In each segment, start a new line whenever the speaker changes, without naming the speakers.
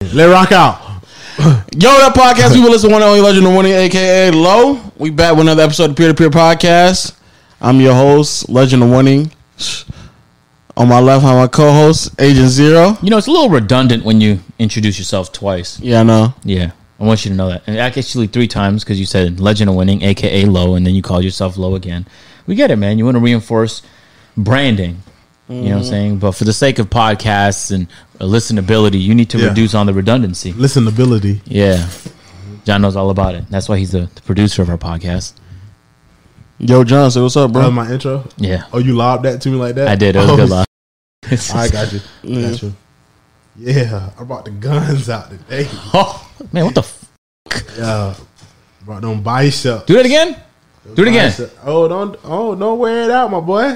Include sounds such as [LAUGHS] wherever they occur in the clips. Let it rock out.
Yo, that podcast. You will listen to one and only legend of winning, aka Low. We back with another episode of Peer to Peer Podcast. I'm your host, Legend of Winning. On my left, I'm my co-host, Agent Zero.
You know, it's a little redundant when you introduce yourself twice.
Yeah, I know.
Yeah. I want you to know that. And actually, three times because you said legend of winning, AKA low, and then you called yourself low again. We get it, man. You want to reinforce branding. You
Mm-hmm.
know what I'm saying? But for the sake of podcasts and listenability, you need to
Yeah.
reduce on the redundancy.
Listenability.
Yeah. John knows all about it. That's why he's the, the producer of our podcast.
Yo, John, say what's up,
That was
bro?
my intro.
Yeah.
Oh, you lobbed that to me like that?
I did. It was a
Oh,
good laugh.
I [LAUGHS] got you. Got you. Yeah, I brought the guns out today.
Oh, [LAUGHS] man, what the? F-
Yeah, brought them biceps.
Do that again? Do it again.
Bicep- Oh, don't oh don't wear it out, my
[LAUGHS]
boy.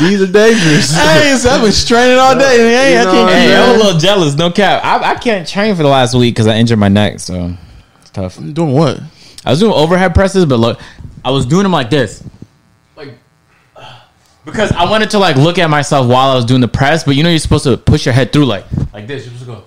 These are dangerous.
Hey, so I've been straining all day. Hey, I
You know
can't-
what
Hey,
I'm
I'm a little jealous. No cap. I, I can't train for the last week because I injured my neck, so it's tough.
doing what?
I was doing overhead presses, but look, I was doing them like this, like because I wanted to like look at myself while I was doing the press. But you know, you're supposed to push your head through like like this. You're supposed to go.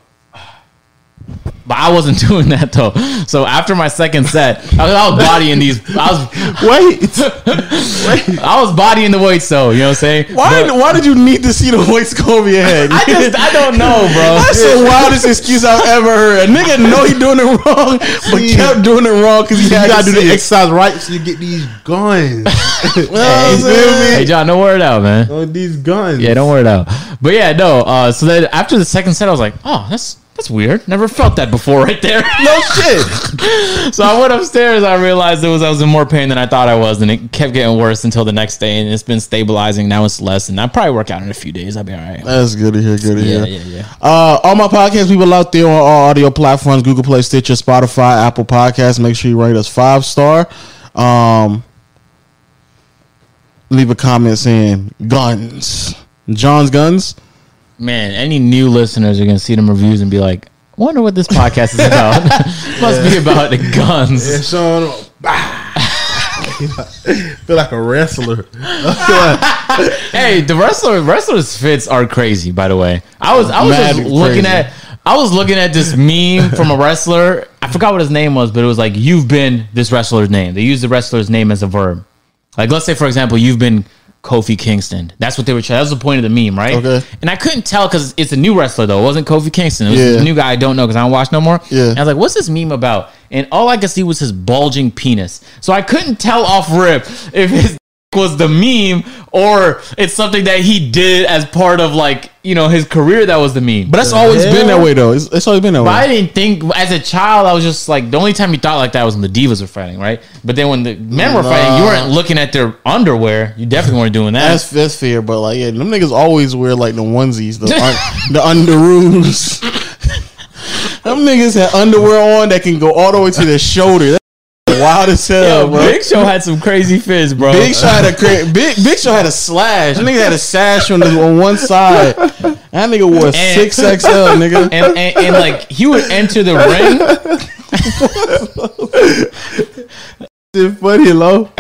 But I wasn't [LAUGHS] doing that though. So after my second set, I was, I was bodying these. I was [LAUGHS]
Wait,
I was bodying the weights though. You know what I'm saying?
why?
But
Why did you need to see the voice go over your head?
I just I don't know, bro.
That's the wildest excuse I've ever heard. A nigga know he doing it
[LAUGHS]
wrong, but
See.
kept doing it wrong because he
You
had
gotta do the
ex-
exercise right so you get these
[LAUGHS]
guns.
Hey,
feel
Hey
me?
John, don't wear it out, man.
On these guns.
Yeah, don't worry about it. But yeah, no. Uh, so then after the second set, I was like, oh, that's that's weird. Never felt that before right there.
no shit.
[LAUGHS] so I went upstairs. I realized it was I was in more pain than I thought I was, and it kept getting worse until the next day, and it's been stabilizing. Now it's less, and I'll probably work out in a few days. I'll be all right.
That's good to hear. Good to
Yeah,
hear.
yeah, yeah.
Uh, all my podcast people out there on all audio platforms: Google Play, Stitcher, Spotify, Apple Podcasts. Make sure you rate us five star. Um, leave a comment saying guns, John's guns.
Man, any new listeners are gonna see them reviews and be like, wonder what this podcast is about. [LAUGHS] Must be about the guns.
Yeah, Sean. bah. [LAUGHS] feel like a wrestler. I
Hey, the wrestler wrestlers fits are crazy. By the way, I was I was
Mad
just looking
crazy.
at I was looking at this meme from a wrestler. I forgot what his name was, but it was like you've been this wrestler's name. They use the wrestler's name as a verb. Like let's say for example, you've been Kofi Kingston. That's what they were. trying. That was the point of the meme, right?
Okay.
And I couldn't tell because it's a new wrestler though. It wasn't Kofi Kingston. It was
Yeah.
this new guy I don't know because I don't watch no more.
Yeah.
And I was like, what's this meme about? And all I could see was his bulging penis. So I couldn't tell off rip if his [LAUGHS] was the meme or it's something that he did as part of like you know his career that was the meme
But
but,
that's always been that way, though. It's, it's always been that
i
way.
didn't think as a child i was just like the only time you thought like that was when the divas were fighting right but then when the men were fighting you
Nah.
weren't looking at their underwear you definitely weren't doing that
That's that's fair, but like, yeah, them niggas always wear like the onesies, the
[LAUGHS]
un- the underoos. them niggas had underwear on that can go all the way to their shoulder. That's wild as hell, [LAUGHS]
Yo,
bro.
big show had some crazy fits bro
Big Show had a cra- big Big Show had a slash. That nigga had a sash on the, on one side. That nigga wore six XL, nigga.
[LAUGHS] and, and, and like he would
[LAUGHS]
enter the ring
It's funny, low.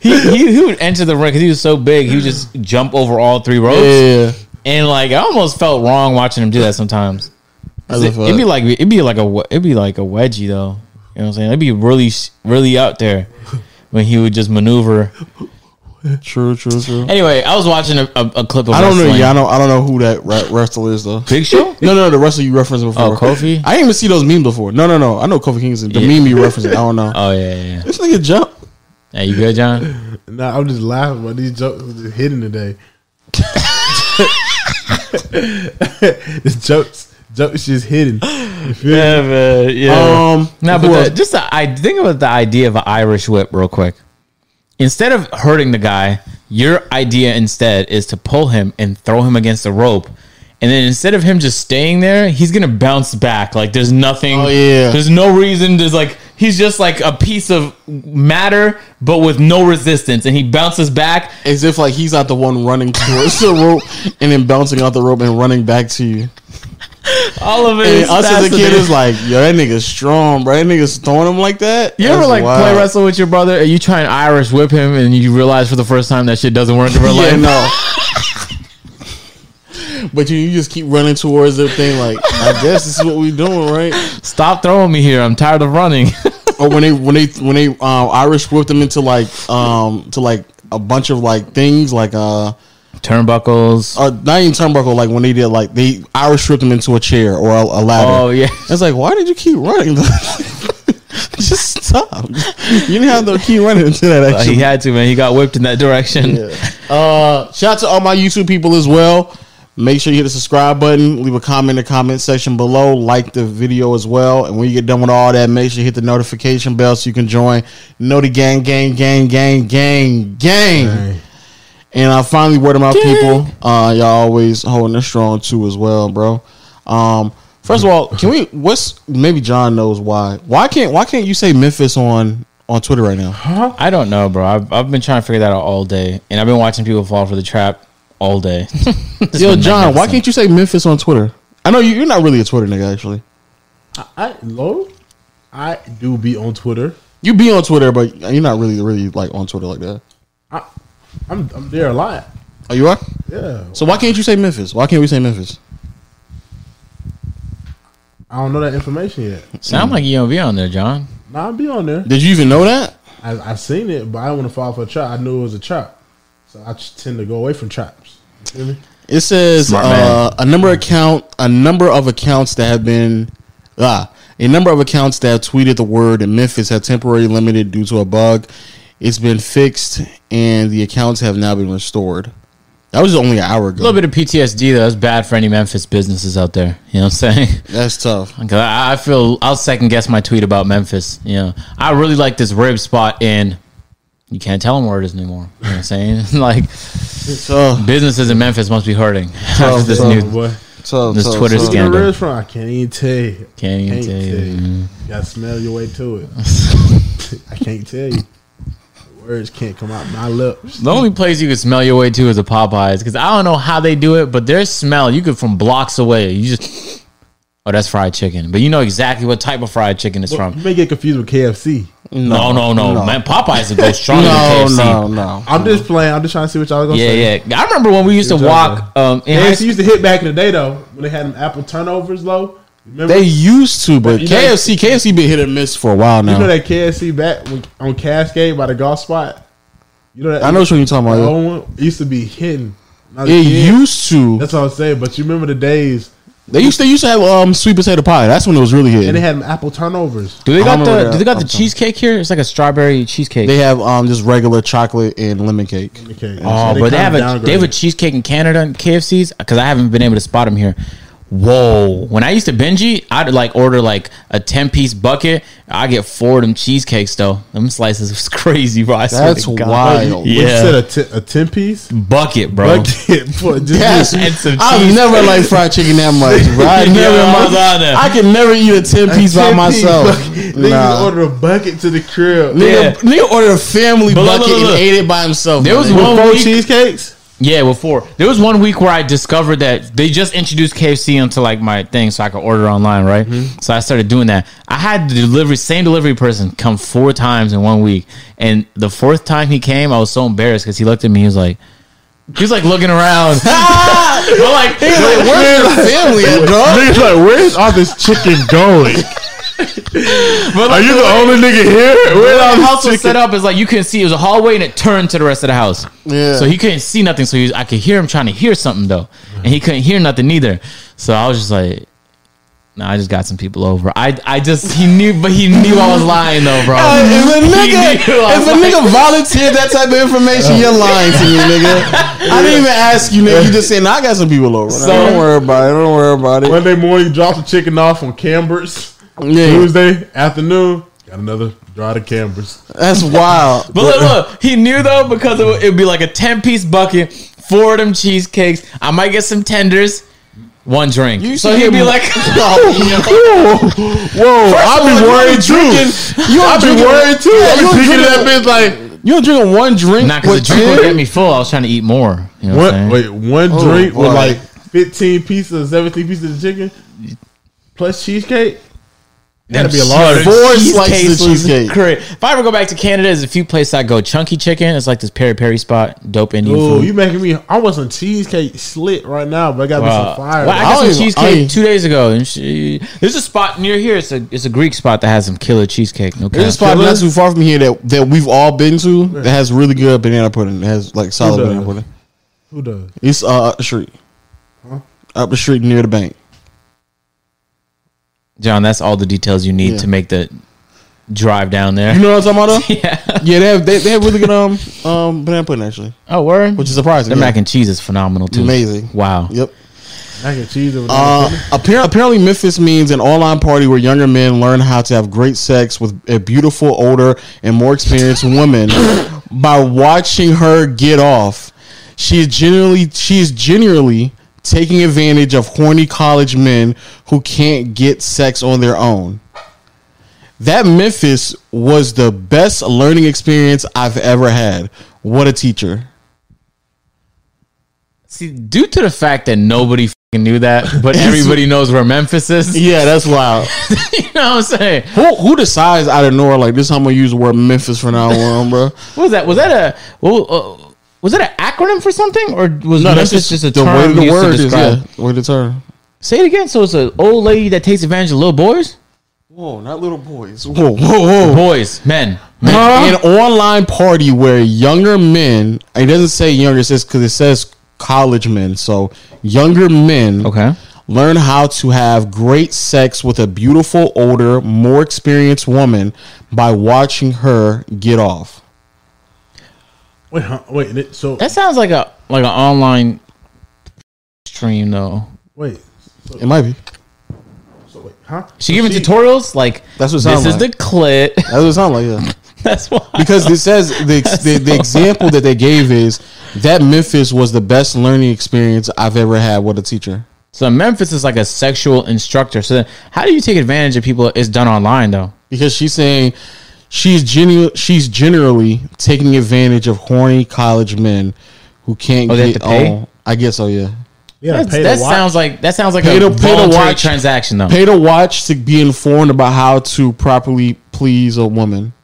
he, he, he would enter the ring because he was so big he would just jump over all three ropes
yeah,
And like I almost felt wrong watching him do that sometimes. 'Cause
That's
It,
a
would be
fuck.
like it'd be like a we- it'd be like a wedgie though. You know what I'm saying? It'd be really really out
[LAUGHS]
there when he would just maneuver.
true, true, true.
Anyway, I was watching a, a, a clip of
I don't know.
wrestling.
Yeah, I don't. I don't know who that ra- wrestler is though.
Big Show.
No, no, no, the wrestler you referenced before.
Oh, Kofi?
I didn't even see those memes before. No, no, no. I know Kofi Kingston. The
Yeah.
meme you referenced, I don't know.
Oh yeah, yeah. yeah.
This nigga jump.
Hey, you good, John?
Nah, I'm just laughing, but these jokes are just hidden today. [LAUGHS] the jokes, jokes just hidden. You feel me?
man.
Um,
No,
who
but
else?
the, just the, I think about the idea of an Irish whip real quick. Instead of hurting the guy, your idea instead is to pull him and throw him against the rope. And then instead of him just staying there, he's gonna bounce back. Like there's nothing.
Oh, yeah.
There's no reason. There's like he's just like a piece of matter, but with no resistance, and he bounces back.
as if like he's not the one running [LAUGHS] towards the rope and then bouncing off the rope and running back to you.
All of it.
And
is
us as a kid
fascinating.
is like, yo, that nigga's strong, bro. That nigga's throwing him like that.
You ever
That's
like
wild.
play wrestle with your brother? and you try and Irish whip
[LAUGHS]
him, [LAUGHS] and you realize for the first time that shit doesn't work in real
Yeah,
life?
no. but you, you just keep running towards the thing. Like I guess this is what we doing, right?
Stop throwing me here. I'm tired of running. [LAUGHS]
Or when they when they when they um, Irish whipped them into like um to like a bunch of like things like uh
Turnbuckles.
uh, not even turnbuckle. Like when they did, like they Irish stripped him into a chair or a, a ladder.
Oh, yeah.
It's like, why did you keep running? [LAUGHS] Just stop. You didn't have to keep running into that.
Uh, he
Actually,
had to, man. He got whipped in that direction.
uh, shout out to all my YouTube people as well. Make sure you hit the subscribe button, leave a comment in the comment section below, like the video as well. And when you get done with all that, make sure you hit the notification bell so you can join. Know the gang, gang, gang, gang, gang, gang. And I finally word of mouth people. Uh, y'all always holding us strong too as well, bro. Um, first of all, can we? What's maybe John knows why? Why can't Why can't you say Memphis on on Twitter right now?
[LAUGHS] I don't know, bro. I've, I've been trying to figure that out all day, and I've been watching people fall for the trap all day. [LAUGHS] It's
Yo,
been
John, why
magnificent.
can't you say Memphis on Twitter? I know you, you're not really a Twitter nigga, actually.
I low. I do be on Twitter.
You be on Twitter, but you're not really, really like on Twitter like that.
I, I'm I'm there a lot.
Oh, you are.
Yeah,
So why can't you say Memphis? Why can't we say Memphis?
I don't know that information yet.
Sound like you don't be on there, John.
Nah, I'll be on there.
Did you even know that?
I, I seen it, but I want to fall for a trap. I knew it was a trap, so I just tend to go away from traps. You feel me?
It says
Smart man.
uh, a number account, a number of accounts that have been, ah, a number of accounts that have tweeted the word in Memphis have temporarily limited due to a bug. It's been fixed, and the accounts have now been restored. That was only an hour
A little
ago.
bit of PTSD though. That's bad for any Memphis businesses out there. You know what I'm saying? [LAUGHS]
That's tough.
'Cause I, I feel I'll second guess my tweet about Memphis. You know, I really like this rib spot in. You can't tell them where it is anymore. You know what I'm saying? [LAUGHS] like
Tough.
businesses in Memphis must be hurting [LAUGHS] after this
so-
new.
boy.
Tough.
This
tough, tough.
Twitter
Where the
Scandal.
ribs from? I can't even tell you.
Can't even tell you,
You gotta smell your way to it.
[LAUGHS]
I can't tell you. Words can't come out my lips.
The only place you can smell your way to is a Popeyes because I don't know how they do it, but their smell you could from blocks away. You just oh that's fried chicken, but you know exactly what type of fried chicken it's
You
from.
may get confused with KFC.
No, no, no, man. Popeyes would go
[LAUGHS]
strong.
No, no, no.
I'm just playing. I'm just trying to see what y'all gonna
Yeah,
say.
yeah. I remember when we used to
You're
walk. Um, in high
KFC used to hit back in the day though when they had them apple turnovers low. Remember?
They used to, but
You know-
KFC, KFC been hit or miss for a while
you know
now.
that KFC back when- on Cascade by the golf spot. You know that
I know what you're talking
the
about.
old one It used to be hitting. When I was a
It
kid,
used to.
That's what I'm saying. But you remember the days
They used to they used to have um sweet potato pie. That's when it was really
and they
hit.
had them apple turnovers.
Do they
I
got
remember
the
that.
Do they got the
I'm sorry.
cheesecake here? It's like a strawberry cheesecake.
They have um just regular chocolate and lemon cake.
Okay.
oh,
So
but they have
kinda
a they have a
downgraded.
cheesecake in Canada and KFC's because I haven't been able to spot them here.
[LAUGHS]
Whoa! When I used to binge eat, I'd like order like a ten piece bucket. I get four of them cheesecakes though. Them slices was [LAUGHS] crazy, bro. I swear
That's
to God.
wild.
You- you
Yeah.
said a ti- a ten piece.
Bucket, bro. [LAUGHS]
Bucket, boy, [LAUGHS] just
Yes,
And some
I've
cheese.
never liked fried chicken that much. Bro. I
Yeah,
never,
I
in my- [LAUGHS]
was on there.
I can never eat a ten piece by myself.
They
Nah.
order a bucket to the crib.
Nigga,
Yeah.
nigga ordered a family
But look,
bucket
look, look.
and ate it by himself.
There
my
was
nigga.
one
With four
week-
cheesecakes.
Yeah, well, four. There was one week where I discovered that they just introduced KFC into like my thing, so I could order online, right?
Mm-hmm.
So I started doing that. I had the delivery, same delivery person, come four times in one week, and the fourth time he came, I was so embarrassed because he looked at me. He was like, he was like
[LAUGHS]
looking around, [LAUGHS] but like,
Like, where's your family at, dog?
Niggas like, where's all this chicken going?
but like,
the only nigga here? Where
the house was set up is like you couldn't see. It was a hallway and it turned to the rest of the house.
Yeah.
So he couldn't see nothing. So he was, I could hear him trying to hear something though, and he couldn't hear nothing either. So I was just like, "No, I just got some people over." I I just he knew, but he knew I was lying
[LAUGHS]
though, bro.
If a nigga,
He knew I
if
was
a
like-
[LAUGHS] nigga volunteered that type of information, you're lying to me, nigga. I didn't even ask you, nigga. You just said, "Nah, I got some people over. So, don't worry about it. Don't worry about it.
Monday morning, you drop the chicken off on Cambers.
Yeah,
Tuesday afternoon, got another drive to Cambers.
that's wild.
But look, look, he knew though because it would it'd be like a ten piece bucket, four of them cheesecakes. I might get some tenders, one drink.
You
so
see
he'd be
him- [LAUGHS]
like, [LAUGHS]
Whoa, whoa! I'll
be worried
you only Drinking, you I'll
I be worried too. I
Yeah,
be
you only
thinking
drinking,
of that bitch like
you only drinking one drink
"Not because
with
the drink would get
ten.
me full. I was trying to eat more." You know what? I'm
one
saying?
wait, one drink
boy.
with like fifteen pieces, seventeen pieces of chicken, plus cheesecake.
That'd
be a large- Four slices of cheesecake.
If I ever go back to Canada, there's a few places I go. Chunky Chicken, it's like this peri peri spot, dope Indian
Ooh,
food.
you making me. I want some cheesecake slit right now, but I got me
Uh,
some fire.
well, I
I
got
don't even-
some cheesecake
I-
two days ago. And she, there's a spot near here. It's a it's a Greek spot that has some killer cheesecake. No
There's a
cap.
spot not too far from here that, that we've all been to that has really good banana pudding. It has like solid
does?
banana pudding.
Who does?
It's uh, up the street. Up the street near the bank.
John, that's all the details you need
Yeah.
to make the drive down there.
You know what I'm talking [LAUGHS] about though?
[LAUGHS] yeah.
yeah, they have they, they have really good um um banana pudding actually,
Oh, word.
which is surprising.
Their
yeah.
mac and cheese is phenomenal too.
Amazing.
Wow.
Yep.
Mac and cheese. and banana
Uh, appar- apparently, Memphis means an online party where younger men learn how to have great sex with a beautiful, older, and more experienced woman by watching her get off. She is generally she is generally taking advantage of horny college men who can't get sex on their own. That Memphis was the best learning experience I've ever had. What a teacher!
See, due to the fact that nobody fing knew that,
[LAUGHS]
but everybody knows where Memphis is. [LAUGHS]
Yeah, that's wild.
you know what I'm saying?
Who who decides out of nowhere like this? is how I'm gonna use the word Memphis from now on,
[LAUGHS]
bro.
What was that? Was that a well, uh, was that an acronym for something, or was
No, that's
Memphis just,
just,
a
the
term
way the
used to
word is.
describe-
Yeah, way the term.
Say it again. So it's an old lady that takes advantage of little boys,
Whoa, not little boys. Whoa, whoa, whoa.
boys, men. men.
An online party where younger men. It doesn't say younger. It says because it says college men. So younger men.
Okay.
Learn how to have great sex with a beautiful, older, more experienced woman by watching her get off.
pudding. Wait, huh, wait. th- So
That sounds like a like an online stream though.
wait.
It might be.
So wait, huh?
She giving tutorials like
That's what it
this
sounds
is the
like.
clit.
That's what it sounds like. Yeah.
[LAUGHS] That's why.
because it says the, ex- the the example that they gave is that Memphis was the best learning experience I've ever had with a teacher.
So Memphis is like a sexual instructor. So then how do you take advantage of people? It's done online though.
Because she's saying she's genu- she's generally taking advantage of horny college men who can't
Oh, they have
get
to pay?
on. I guess so. Yeah,
Yeah,
That's,
pay
that
to watch.
sounds like that sounds like
Pay
a
to- pay to
voluntary
watch.
transaction though.
pay to watch to be informed about how to properly please a woman.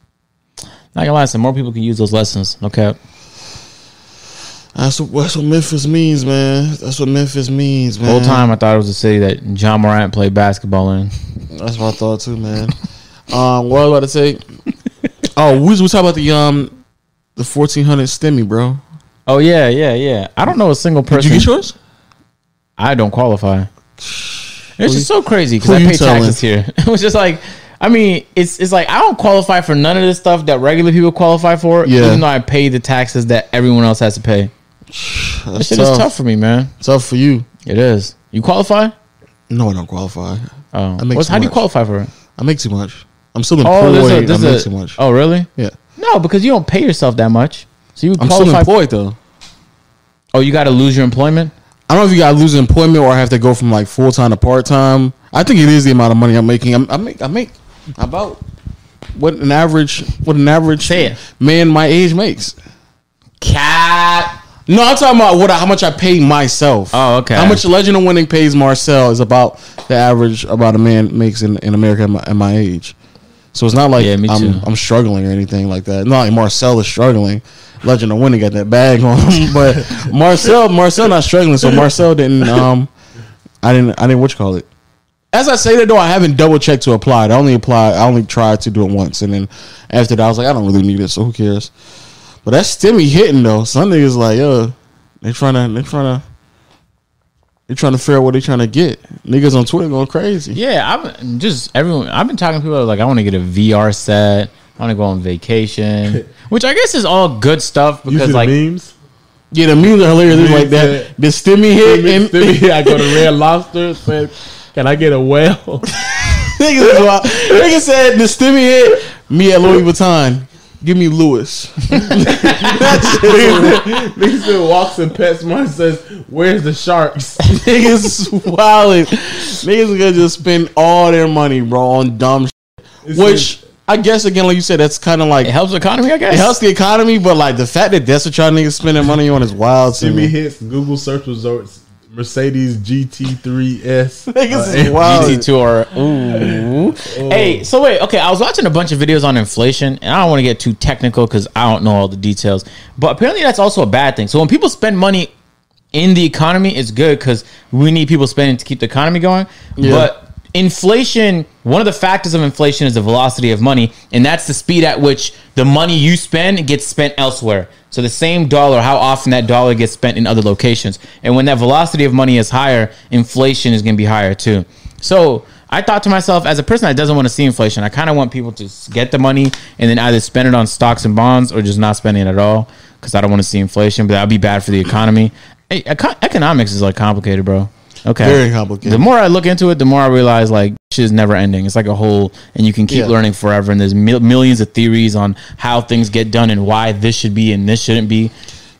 Not gonna lie, some more people can use those lessons. Okay.
Mm-hmm. That's what, that's what Memphis means, man. That's what Memphis means,
The
man.
whole time I thought it was a city that John Morant played basketball in.
That's what I thought too, man. um, what I was about to say. Oh, we was we talking about the um the fourteen hundred stemmy, bro.
Oh yeah, yeah, yeah. I don't know a single person.
yours?
I don't qualify. It's just so crazy because
who
I
you
pay
telling?
taxes here. [LAUGHS] It was just like, I mean, it's it's like I don't qualify for none of this stuff that regular people qualify for,
Yeah.
even though I pay the taxes that everyone else has to pay. This
That's
shit
tough.
is tough for me, man.
Tough for you.
It is. You qualify?
No, I don't qualify.
Oh,
I make
What's-
too
how do you
much.
qualify for it?
I make too much. I'm still employed.
Oh, there's a,
I
there's
make
a,
too much.
Oh, really?
Yeah,
No, because you don't pay yourself that much, so you
I'm
qualify.
still employed though.
oh, you got to lose your employment.
I don't know if you got to lose employment or I have to go from like full time to part time. I think it is the amount of money I'm making. I'm, I make I make about what an average what an average
Say it.
man my age makes.
Cap.
No, I'm talking about what I- how much I pay myself.
Oh, okay.
How much Legend of Winning pays Marcel is about the average about a man makes in, in America at my, at my age. So it's not like
Yeah, me too.
I'm, I'm struggling or anything like that. Not like Marcel is struggling. Legend of Winning got that bag on him, [LAUGHS] but Marcel Marcel not struggling. So Marcel didn't um I didn't I didn't what you call it. As I say that though, I haven't double checked to apply. I only applied. I only tried to do it once, and then after that, I was like, I don't really need it, so who cares? But that stimmy hitting though. Some niggas like, yo, they trying to, they trying to, they trying to figure out what they trying to get. Niggas on Twitter going crazy.
Yeah, I'm just everyone. I've been talking to people like I want to get a VR set. I want to go on vacation, which I guess is all good stuff
You see
because
the
like
memes?
Yeah, the memes are hilarious. It's like
Yeah.
that. The stimmy hit, and [LAUGHS]
Stimmy, I go to
[LAUGHS]
Red Lobster. Said, "Can I get a whale?" [LAUGHS]
niggas, is wild. niggas said the stimmy hit me at Louis Vuitton. Give me Louis.
Nigga still walks and pets mine and says, Where's the sharks?
[LAUGHS] niggas wildin'. Niggas gonna just spend all their money, bro, on dumb
It's
Which I guess again, like you said, that's kind of like
it
it
helps the economy. I guess
helps the economy, but like the fact that that's what y'all niggas spending money on is wild to
Jimmy
me.
hits Google search results Mercedes GT3S.
Niggas
Uh,
is wild.
GT2 or ooh, Ooh. Hey, so wait, okay. I was watching a bunch of videos on inflation, and I don't want to get too technical because I don't know all the details. But apparently, that's also a bad thing. So when people spend money in the economy, it's good because we need people spending to keep the economy going. But inflation, one of the factors of inflation is the velocity of money, and that's the speed at which the money you spend gets spent elsewhere. So the same dollar, how often that dollar gets spent in other locations, and when that velocity of money is higher, inflation is going to be higher too. So I thought to myself, as a person that doesn't want to see inflation, I kind of want people to s- get the money and then either spend it on stocks and bonds or just not spending it at all because I don't want to see inflation. But that would be bad for the economy. Hey, eco- economics is like complicated, bro. Okay,
Very complicated.
The more I look into it, the more I realize like shit is never ending. It's like a whole, and you can keep
Yeah.
learning forever. And there's mil- millions of theories on how things get done and why this should be and this shouldn't be.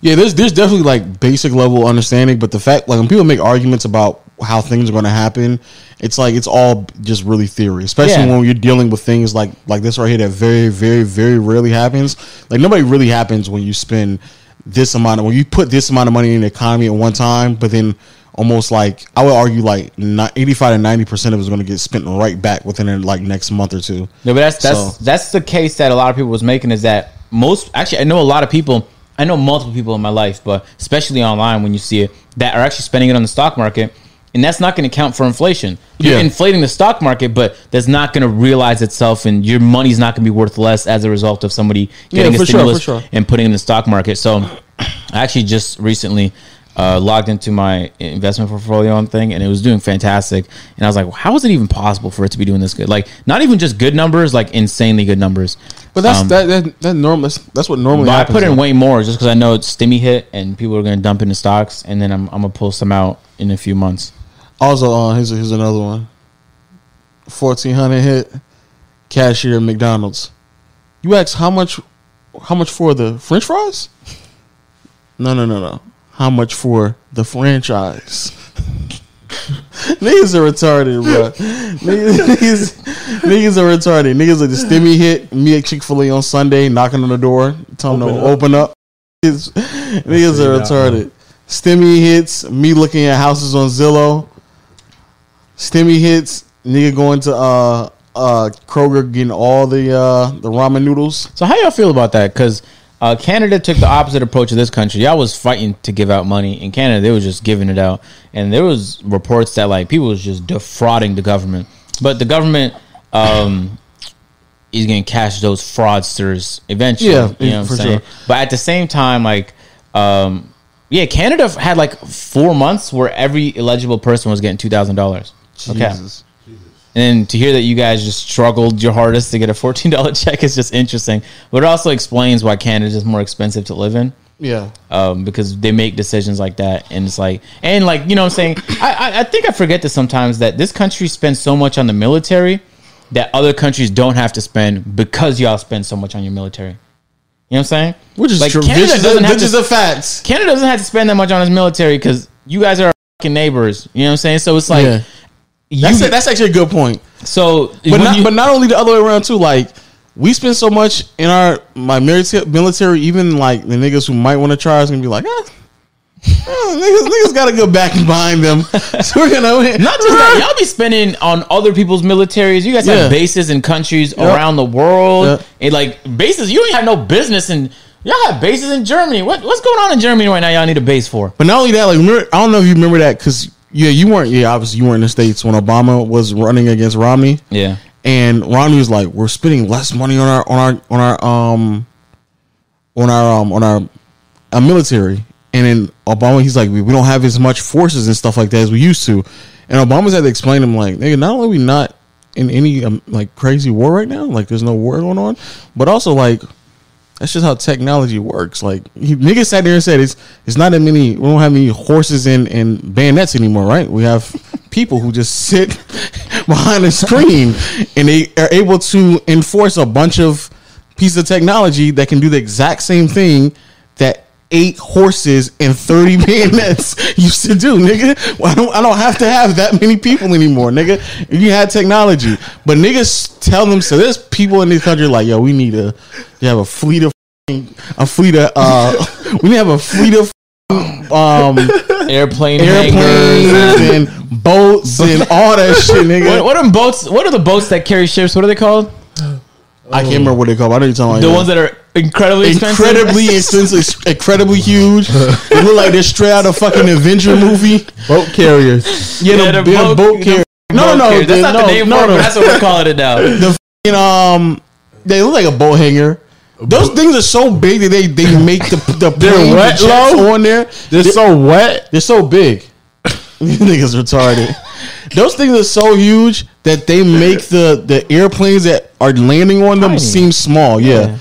Yeah, there's there's definitely like basic level understanding, but the fact like when people make arguments about how things are going to happen, it's like it's all just really theory. Especially
Yeah.
when you're dealing with things like like this right here that very very very rarely happens. Like nobody really happens when you spend this amount of when you put this amount of money in the economy at one time, but then almost like I would argue like ni- 85 to 90 percent of it is going to get spent right back within the, like next month or two.
No, but that's that's
So-
that's the case that a lot of people was making is that most actually I know a lot of people I know multiple people in my life, but especially online when you see it that are actually spending it on the stock market, and that's not going to count for inflation. You're
Yeah.
inflating the stock market, but that's not going to realize itself, and your money's not going to be worth less as a result of somebody getting
for sure,
a
for
stimulus
sure.
and putting it in the stock market. So I actually just recently uh, logged into my investment portfolio on thing and it was doing fantastic. And I was like, well, how is it even possible for it to be doing this good? Like not even just good numbers, like insanely good numbers.
But that's
Um,
that that that normal that's, that's what normally
But I
happens.
put
though.
in way more just because I know it's stimmy hit and people are going to dump into stocks and then I'm, I'm going to pull some out in a few months.
Also, uh, here's, here's another one. Fourteen hundred hit cashier at McDonald's. You ask how much, how much for the French fries? No, no, no, no. How much for the franchise? [LAUGHS] niggas are retarded, bro. niggas, niggas, niggas are retarded. Niggas like the stimmy hit me at Chick Fil A on Sunday, knocking on the door, telling them to open up. Niggas, niggas are
that one.
retarded. Stimmy hits me looking at houses on Zillow. Stimmy hits nigga going to uh uh Kroger getting all the uh the ramen noodles.
So how y'all feel about that? Because uh, Canada took the opposite approach of this country. Y'all was fighting to give out money. In Canada, they was just giving it out, and there was reports that like people was just defrauding the government. But the government um, is going to catch those fraudsters eventually.
Yeah,
you know what
for
I'm saying.
sure.
But at the same time, like, um, yeah, Canada f- had like four months where every eligible person was getting two thousand dollars. Okay.
Jesus.
And then to hear that you guys just struggled your hardest to get a fourteen dollar [LAUGHS] check is just interesting, but it also explains why Canada's just more expensive to live in
Yeah.
um, because they make decisions like that, and it's like, and like you know, what
[COUGHS]
I'm saying, I, I I think I forget this sometimes that this country spends so much on the military that other countries don't have to spend because y'all spend so much on your military. You know what I'm saying?
Which is
Like,
true.
Canada
This is,
doesn't
a,
have
this
to-
is a fact.
Canada doesn't have to spend that much on his military because you guys are our fucking neighbors. You know what I'm saying? So it's like,
yeah.
you,
That's it. That's actually a good point.
so
But
when
not
you-
but not only the other way around too. Like we spend so much in our my military, military even like the niggas who might want to try is gonna be like, ah, ah, niggas, niggas got a good back [LAUGHS] behind them. so we're gonna
Not just that, y'all be spending on other people's militaries. You guys
Yeah.
have bases in countries around the world,
Yep.
and like bases, you ain't have no business in. Y'all have bases in Germany. What what's going on in Germany right now? Y'all need a base for.
But not only that, like remember, I don't know if you remember that because yeah, you weren't. Yeah, obviously you weren't in the states when Obama was running against Romney,
Yeah,
and Romney was like, "We're spending less money on our on our on our um on our um on our, our military." And then Obama, he's like, we, "We don't have as much forces and stuff like that as we used to." And Obama's had to explain to him like, "Nigga, not only we not in any um, like crazy war right now, like there's no war going on, but also like." That's just how technology works. Like he, niggas sat there and said, "It's it's not that many. We don't have any horses and, and bayonets anymore, right? We have [LAUGHS] people who just sit [LAUGHS] behind a screen and they are able to enforce a bunch of pieces of technology that can do the exact same thing that eight horses and thirty [LAUGHS] bayonets used to do, nigga. Well, I don't I don't have to have that many people anymore, nigga. If you had technology, but niggas tell them so. There's people in this country like, yo, [LAUGHS] we need a you have a fleet of a fleet of uh we need to have a fleet of
[LAUGHS]
um,
[LAUGHS] Airplane hangars.
airplanes and boats and all
[LAUGHS]
that shit, nigga.
What, what are boats? What are the boats that carry ships? What are they called?
I can't remember what they call. I know you're talking about
The
yeah.
ones that are incredibly expensive.
incredibly expensive,
[LAUGHS]
incredibly huge. They look like they're straight out of fucking adventure movie.
Boat carriers.
Yeah,
Yeah,
the,
the
the boat,
boat- the
carrier. No, no, no,
Okay, that's
the-
not
no,
the name
no,
for it,
no.
but that's what we're calling
[LAUGHS]
it now.
the fucking, um, they look like a boat hanger. Those things are so big that they they make the
[LAUGHS]
the plane, the
wet,
jets
low?
on there.
They're so wet.
They're so big. [LAUGHS] These niggas retarded. Those things are so huge that they make the the airplanes that are landing on them
Tiny.
seem small. Yeah.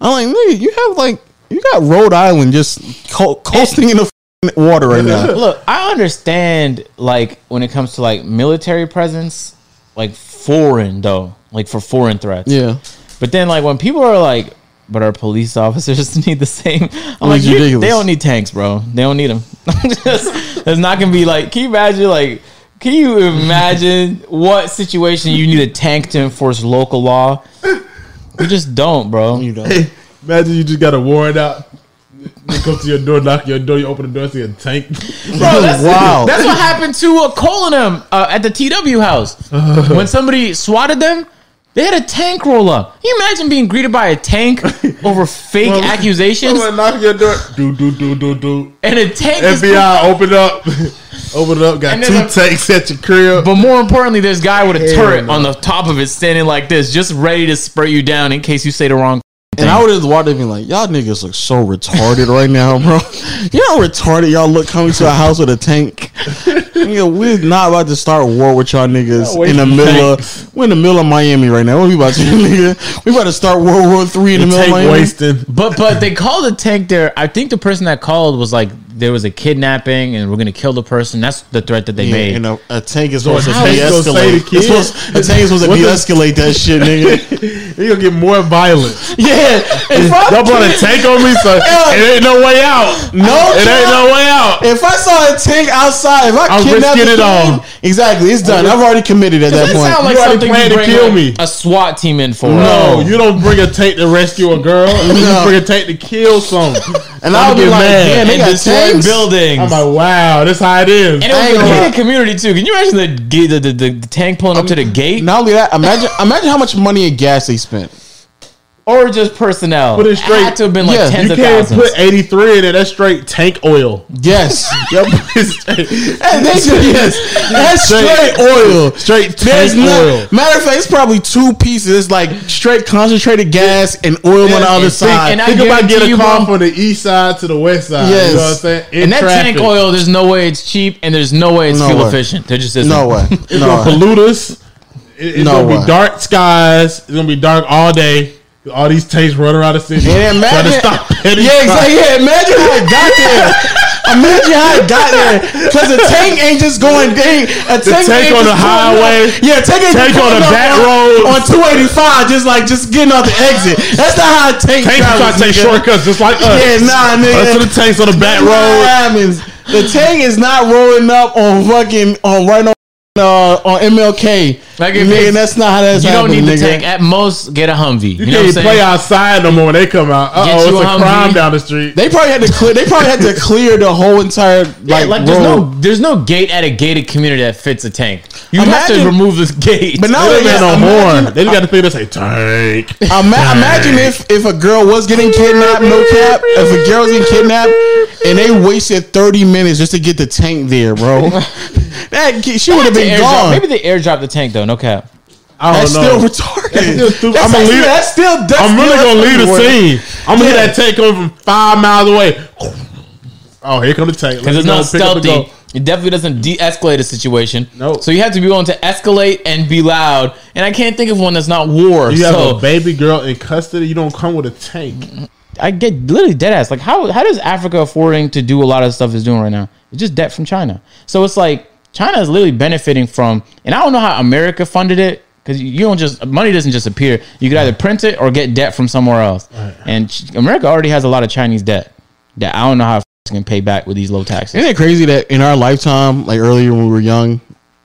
I'm like, nigga, you have like you got Rhode Island just co- coasting in the f***ing water right
[LAUGHS]
now.
Look, I understand like when it comes to like military presence, like foreign though, like for foreign threats.
Yeah,
But then like when people are like, but our police [LAUGHS] officers need the same. I'm
It's
like, you-
ridiculous.
they don't need tanks, bro. They don't need [LAUGHS] them. Just, it's not gonna be like. Can you imagine like? Can you imagine [LAUGHS] what situation you need a tank to enforce local law? You just don't, bro.
you know.
Hey, [LAUGHS] imagine you just got a warrant out. They come to your door, knock your door, you open the door, see a tank.
Bro, that's,
Wow.
[LAUGHS]
that's what happened to uh, Cole and them uh, at the
[LAUGHS]
TW house. when somebody swatted them, they had a tank roll up. Can you imagine being greeted by
[LAUGHS]
a tank over fake accusations?
Someone knock your door. Do do do do do.
And a tank is.
FBI, open up, [LAUGHS] open up. Got
And
two
there's
tanks at your crib.
But more importantly, this guy with a
Hell
turret
no.
on the top of it standing like this, just ready to spray you down in case you say the wrong.
And I would have walked up and been like, y'all niggas look so retarded right now, bro. [LAUGHS] You know how retarded y'all look coming to a house with a tank. Nigga, we're not about to start a war with y'all niggas
wait
in the
for
middle of we're in the middle of Miami right now. What we about to do, [LAUGHS] nigga? We about to start World War Three in the, middle of
Tank
Miami.
wasting. [LAUGHS]
But but they called the tank there. I think the person that called was like there was a kidnapping and we're gonna kill the person. That's the threat that they
Yeah,
made.
and a, a tank is supposed to
How you gonna say
de-escalate.
the
It's supposed- A tank is supposed to
What the-
de-escalate that shit,
[LAUGHS]
nigga.
You gonna get more violent.
yeah, if
Y'all brought a
I,
tank on me,
[LAUGHS]
so it ain't no way out.
no,
It ain't
joke.
no way out.
If I saw a tank outside, if I
I'm
kidnapped
risking
the
it
kid-
all.
exactly, it's done. I've already committed at that,
That
point.
sound like
You already
something you
planned to
bring
kill
a,
me.
a SWAT team in for.
No, you don't bring a tank to rescue a girl.
No.
You bring a tank to kill someone.
and I'll be
get
like,
mad.
damn, they
and
got
destroy
tanks. Oh
buildings.
I'm like, wow, that's how it is.
and it was
I
a
ain't gonna
gated community too. Can you imagine the ga- the, the, the, the tank pulling up to the gate
Not only that, imagine imagine how much money and gas they spent.
or just personnel?
Put it straight.
had to have been like
Yeah,
tens
you
of
can't
thousands.
put 83 in it. That's straight tank oil. [LAUGHS]
Yes,
Yep, it's straight,
and they said yes. That's straight oil.
straight
There's
tank
not,
oil.
Matter of fact, it's probably two pieces. It's like straight concentrated gas and oil on the other
and-
side.
and I-
Think about
guarantee
getting
you,
a car
bro.
from the east side to the west side.
Yes.
You know what I'm saying? In
and that
traffic.
tank oil, there's no way it's cheap, and there's no way it's
No
fuel
way.
efficient. There just isn't.
[LAUGHS]
no
[LAUGHS]
way.
It's
No
gonna
way.
pollute us. It- it's
No
gonna
way.
be dark skies. It's gonna be dark all day. All these tanks running around the city.
Yeah,
trying to
imagine-
stop petty
Yeah,
crime.
exactly. Yeah, imagine how it got there. Imagine how it got there. Because the tank ain't just going dang. A tank,
tank
ain't
on
just
the
pulling
highway.
Up. Yeah, tank, ain't
Tank
just
on
pulling
the
up
back
on-
road.
on two eighty five, just like just getting off the exit. That's not how a tank.
Tanks
travels,
trying to take
nigga.
shortcuts just like us.
Yeah, nah,
Us to
nigga.
the tanks on the back
That's not
road.
what happens. The tank is not rolling up on fucking on right on uh, on MLK.
Like, if
nigga,
it's-
that's not how that's
You don't
happening,
need the
nigga.
tank. At most, get a Humvee. You,
You,
know what
can't
I'm
even
saying?
play outside no more when they come out. Uh oh,
you
it's
a
a crime
Humvee.
down the street.
They probably had to clear. They probably had to clear the whole entire like,
Yeah, like there's
road.
no there's no gate at a gated community that fits a tank. You have to
Imagine-
remove this [LAUGHS] gate.
But now
They
they
don't have
got
no
imagine,
horn. They just got to think they say tank.
ima- imagine if if a girl was getting kidnapped, no cap. If a girl was getting kidnapped and they wasted thirty minutes just to get the tank there, bro.
[LAUGHS]
that ki- she would have
They
been
airdrop-
gone.
Maybe they airdrop the tank though. No cap.
I don't
that's
know.
still retarded.
That's still stupid.
That's
I'ma
actually-
leave-
That's still. That's
I'm really
still
gonna leave the
worse.
scene. I'm gonna
Yeah.
hit that tank on from five miles away. Oh, here come the tank.
Because it's not
No,
stealthy. It definitely doesn't de-escalate a situation.
Nope.
So you have to be willing to escalate and be loud. And I can't think of one that's not war.
you have
so
a baby girl in custody. You don't come with a tank.
I get literally dead ass. Like how how does Africa affording to do a lot of the stuff it's doing right now? It's just debt from China. So it's like China is literally benefiting from, and I don't know how America funded it because you don't just money doesn't just appear. You could either print it or get debt from somewhere else. And Ch- America already has a lot of Chinese debt that I don't know how f- it's gonna pay back with these low taxes.
Isn't it crazy that in our lifetime, like earlier when we were young,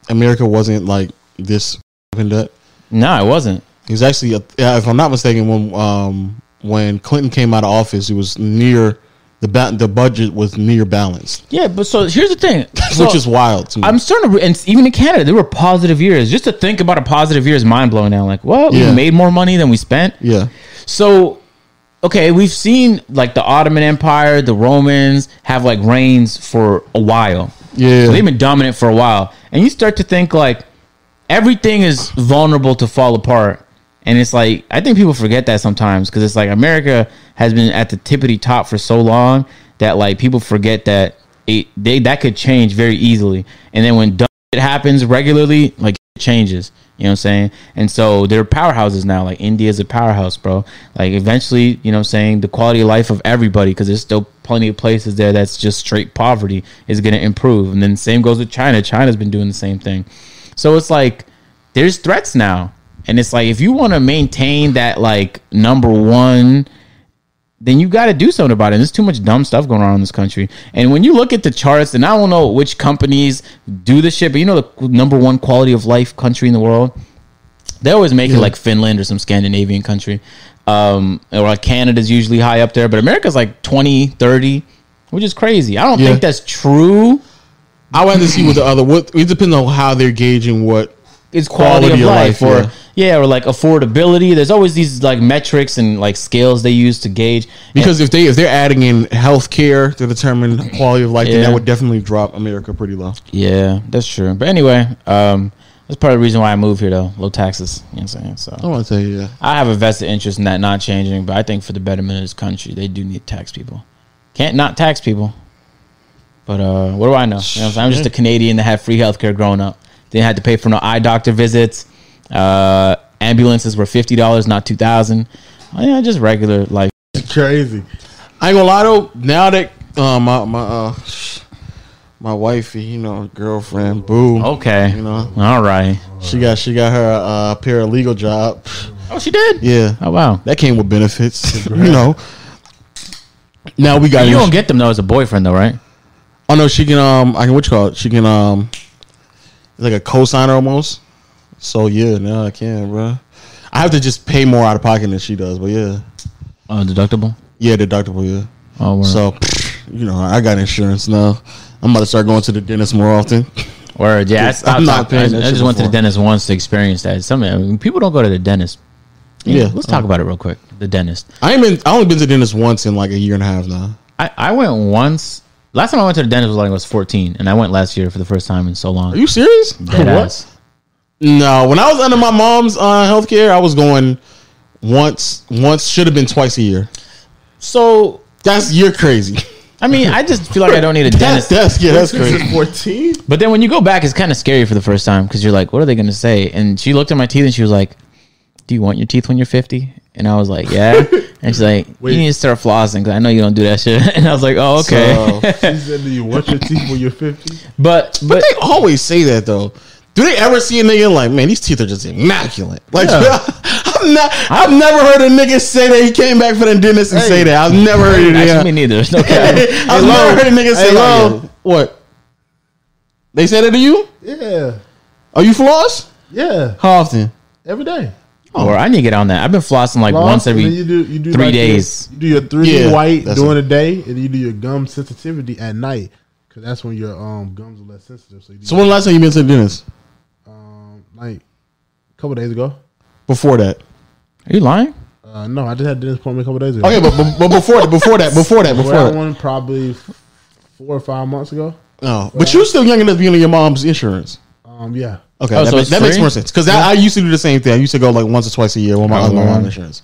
America wasn't like this opened up.
No, it wasn't.
He was actually, uh, if I'm not mistaken, when um, when Clinton came out of office, it was near the ba- the budget was near balanced,
Yeah, but so here's the thing, [LAUGHS] So,
which is wild to me.
I'm starting to, and even in Canada, there were positive years. Just to think about a positive year is mind blowing now. Like, well,
Yeah.
we made more money than we spent.
yeah,
So, okay, we've seen like the Ottoman Empire, the Romans have like reigns for a while.
yeah,
So they've been dominant for a while. And you start to think like everything is vulnerable to fall apart. And it's like I think people forget that sometimes because it's like America has been at the tippity top for so long that like people forget that it they that could change very easily. And then when dumb shit happens regularly, like it changes. You know what I'm saying? And so they're powerhouses now. Like India's a powerhouse, bro. Like eventually, you know what I'm saying, the quality of life of everybody, because there's still plenty of places there that's just straight poverty is gonna improve. And then same goes with China. China's been doing the same thing. So it's like there's threats now. And it's like if you want to maintain that like number one, then you got to do something about it. There's too much dumb stuff going on in this country. And when you look at the charts, and I don't know which companies do this shit, but you know the number one quality of life country in the world. They always make it like Finland or some Scandinavian country. Um, or like Canada's usually high up there, but America's like 20, 30, which is crazy. I don't
Yeah.
think that's true.
I wanted to see what the other. What it depends on how they're gauging what.
it's quality,
Quality
of,
of
life,
life,
or yeah. or like affordability. There's always these like metrics and like scales they use to gauge.
Because if they if they're adding in health care to determine quality of life, then
Yeah.
that would definitely drop America pretty low.
yeah, that's true. But anyway, um, that's part of the reason why I moved here though. Low taxes, you know what I'm saying? So
I want to tell you, yeah.
I have a vested interest in that not changing, but I think for the betterment of this country, they do need to tax people. Can't not tax people. But uh, what do I know? You know what I'm, saying? I'm just a Canadian that had free healthcare growing up. Didn't have to pay for no eye doctor visits. Uh, ambulances were fifty dollars, not two thousand. Yeah, just regular life.
Crazy.
I ain't gonna lie though. Now that uh, my my uh, my wifey, you know, girlfriend, boo,
Okay.
you know,
All right.
she got she got her uh, paralegal job.
Oh, she did.
Yeah,
Oh wow.
that came with benefits, you know. Now we got.
You don't get them though as a boyfriend though, right?
oh no, she can um, I can what you call it? She can um, it's like a co-signer almost. So yeah, now I can, bruh. I have to just pay more out of pocket than she does, but yeah,
Oh, deductible.
yeah, deductible, yeah.
Oh, wow.
So, you know, I got insurance now. I'm about to start going to the dentist more often.
word. Yeah, I
Yes,
stopped-
I'm not paying
I, I
that shit
just went to the
before.
dentist once to experience that. Something I mean, people don't go to the dentist.
Yeah.
Let's talk about it real quick. The dentist.
I ain't been. I only been to the dentist once in like a year and a half now.
I, I went once. Last time I went to the dentist was like I was 14, and I went last year for the first time in so long.
Are you serious?
Dead
What?
ass.
No. When I was under my mom's uh, health care, I was going once. Once should have been twice a year.
So
That's you're crazy. [LAUGHS]
I mean, I just feel like I don't [LAUGHS] need a
That's
dentist.
that's yeah. That's
This
[LAUGHS]
crazy.
is 14?
But then when you go back, it's kind of scary for the first time because you're like, what are they going to say? And she looked at my teeth and she was like, do you want your teeth when you're 50? And I was like,
[LAUGHS]
yeah. and she's like,
Wait.
you need to start flossing because I know you don't do that shit. [LAUGHS] And I was like, oh, okay.
So-
She said, do you watch your teeth when you're 50?
[LAUGHS] but, but,
But they always say that though. Do they ever see a nigga like, man, these teeth are just immaculate? Like,
Yeah.
I'm not, [LAUGHS] I've never heard a nigga say that he came back from the dentist and say that. I've never heard it.
actually,
yeah.
me neither. There's no
[LAUGHS]
cap.
I've never heard a nigga say
Hello.
like, what? They say that to you?
Yeah.
Are you floss?
Yeah.
How often?
Every day.
Or I need to get on that. I've been flossing like
Long,
once
and
every.
then you do, you do
three
like your-
days.
you do your 3D
Yeah,
white
that's
during the day, and you do your gum sensitivity at night. Because that's when your um, gums are less sensitive. So, you do,
So when the last time you been to the dentist?
um, like a couple days ago.
Before that.
Are you lying?
Uh, no, I just had a dentist appointment a couple days ago.
Okay, but, but, but before that, before that, before that, before
Before that
that.
one, probably f- four or five months ago.
[LAUGHS] No, but you're still young enough to be on your mom's insurance.
Um, yeah.
Okay,
Oh,
that,
so
ma-
it's
that makes
free?
more sense because I used to do the same thing. I used to go like once or twice a year with my
Oh,
other
wow.
mom insurance.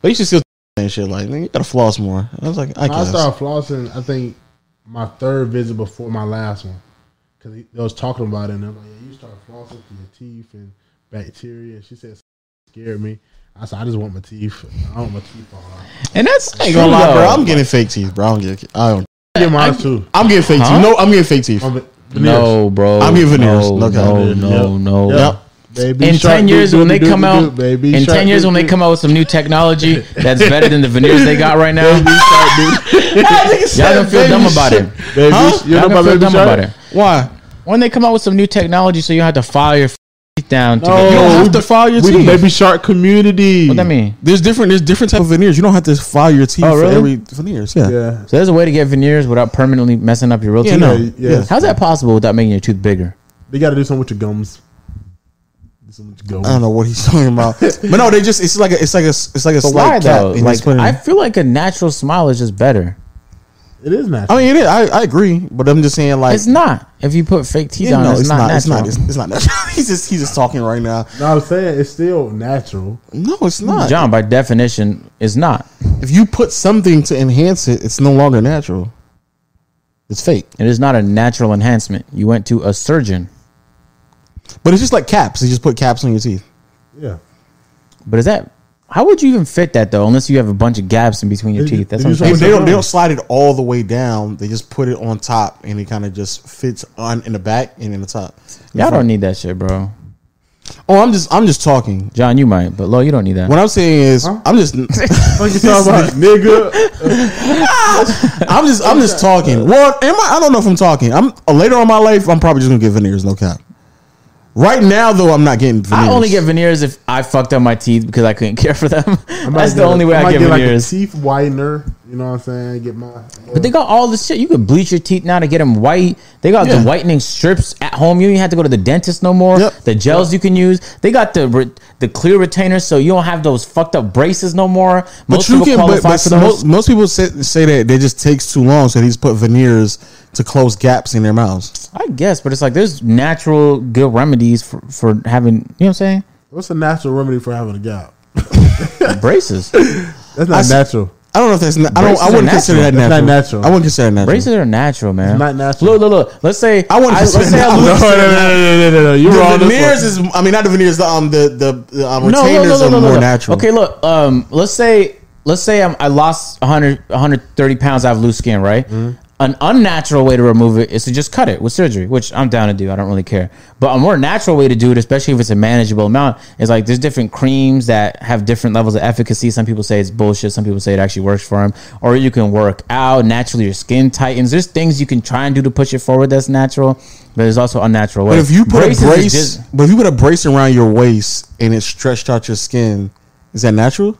But you should still and shit like nigga, you gotta floss more. I was like, I
I
guess.
started flossing. I think my third visit before my last one, because they was talking about it. And I'm like, yeah, you start flossing for your teeth and bacteria. She said, scared me. I said, I just want my teeth. I want my teeth falling out.
And that's.
I ain't gonna lie, bro. I'm
getting.
getting fake teeth, bro. I don't get. I don't.
I get mine too.
I'm getting fake
Huh?
teeth. No, I'm getting fake teeth.
On the- veneers.
No, bro.
I'm getting veneers.
No,
No cap.
no, no,
Yep.
no.
Yep.
Baby
in
shark
ten
doo
years
doo
when they
doo
come
doo
out,
doo, baby
in
shark
ten years
doo
when they
doo.
come out with some new
[LAUGHS]
technology that's better than the veneers they got right now, y'all gonna feel dumb about it.
Baby, you
Huh?
Y'all
know
gonna
about
feel
baby
dumb
shark?
about it.
Why?
When they come out with some new technology, so you don't have to file your f- teeth down. To
You
get,
don't
No,
have to file your
We the
teeth.
baby shark community.
what that mean?
There's different. There's different type of veneers. You don't have to file your teeth
Oh, really?
for every veneers. Yeah.
Yeah.
So there's a way to get veneers without permanently messing up your real
Yeah,
teeth.
no.
Yeah, yeah.
Yes.
How's that possible without making your tooth bigger?
They got to do something with your gums. Do something with your
I
Um,
don't
gums.
know what he's talking about. [LAUGHS] but no, they just it's like a it's like a it's like a
But
slight
why
cap.
though?
and it's
Like
put in-
I
I,
feel like a natural smile is just better.
It is natural.
mean, it is. I, I agree, but I'm just saying like
It's not. If you put fake teeth
you
on,
know,
it's, not,
It's
natural.
not. It's, it's not natural. [LAUGHS] he's just he's just talking right now.
no, I'm saying it's still natural.
No, it's not.
John, by definition, is not.
If you put something to enhance it, it's no longer natural. It's fake.
It is not a natural enhancement. You went to a surgeon,
But it's just like caps. You just put caps on your teeth.
Yeah.
but is that? How would you even fit that though? Unless you have a bunch of gaps in between your
They-
teeth. That's
they use
what I'm
They,
saying.
What's
they
that
don't they
wrong?
don't slide it all the way down. They just put it on top, and it kind of just fits on in the back and in the top.
Y'all don't need that shit, bro.
Oh, I'm just I'm just talking.
John, you might, but Lo, you don't need that.
What I'm saying is, I'm just [LAUGHS]
What
[LAUGHS]
you talking about, nigga?
I'm just I'm
[LAUGHS]
just talking. Well, am I? I don't know if I'm talking. I'm uh, later on in my life. I'm probably just gonna get veneers. No cap. Right now, though, I'm not getting. veneers.
I only get veneers if I fucked up my teeth because I couldn't [LAUGHS] care for them.
I might
That's the
get a-
only way I,
might
get,
like a
veneers.
teeth whitener. You know what I'm saying? Get my.
but they got all this shit. You can bleach your teeth now to get them white. They got
Yeah.
the whitening strips at home. You don't even have to go to the dentist no more.
Yep.
The gels you can use. They got the re- the clear retainers, so you don't have those fucked up braces no more.
But you can. But, but most, most people say, say that it just takes too long, so they just put veneers to close gaps in their mouths.
I guess, but it's like there's natural good remedies for, for having. You know what I'm saying?
What's a natural remedy for having a gap?
Braces.
That's not
s-
natural.
I don't know if that's. Not, I don't.
Braces
I
are
wouldn't
natural.
consider that
That's
natural.
not natural.
I wouldn't consider that natural.
Braces are natural, man.
It's not natural.
Look, look, look. Let's say
I wouldn't
Let's
consider
say
[LAUGHS]
that
I lose.
natural.
no, no, no. You're
The veneers is. I mean, not the veneers. The um the the, the um, retainers are more natural.
Okay, look. Um, let's say let's say I'm, I lost 100, 130 pounds. I have loose skin, right?
Mm-hmm.
An unnatural way to remove it is to just cut it with surgery, which I'm down to do. I don't really care. But a more natural way to do it, especially if it's a manageable amount, is like there's different creams that have different levels of efficacy. Some people say it's bullshit. Some people say it actually works for them. Or you can work out naturally. Your skin tightens. There's things you can try and do to push it forward. That's natural, but there's also unnatural ways.
But if you put
Braces
a
is
brace,
just-
but if you put a brace around your waist and it stretched out your skin, is that natural?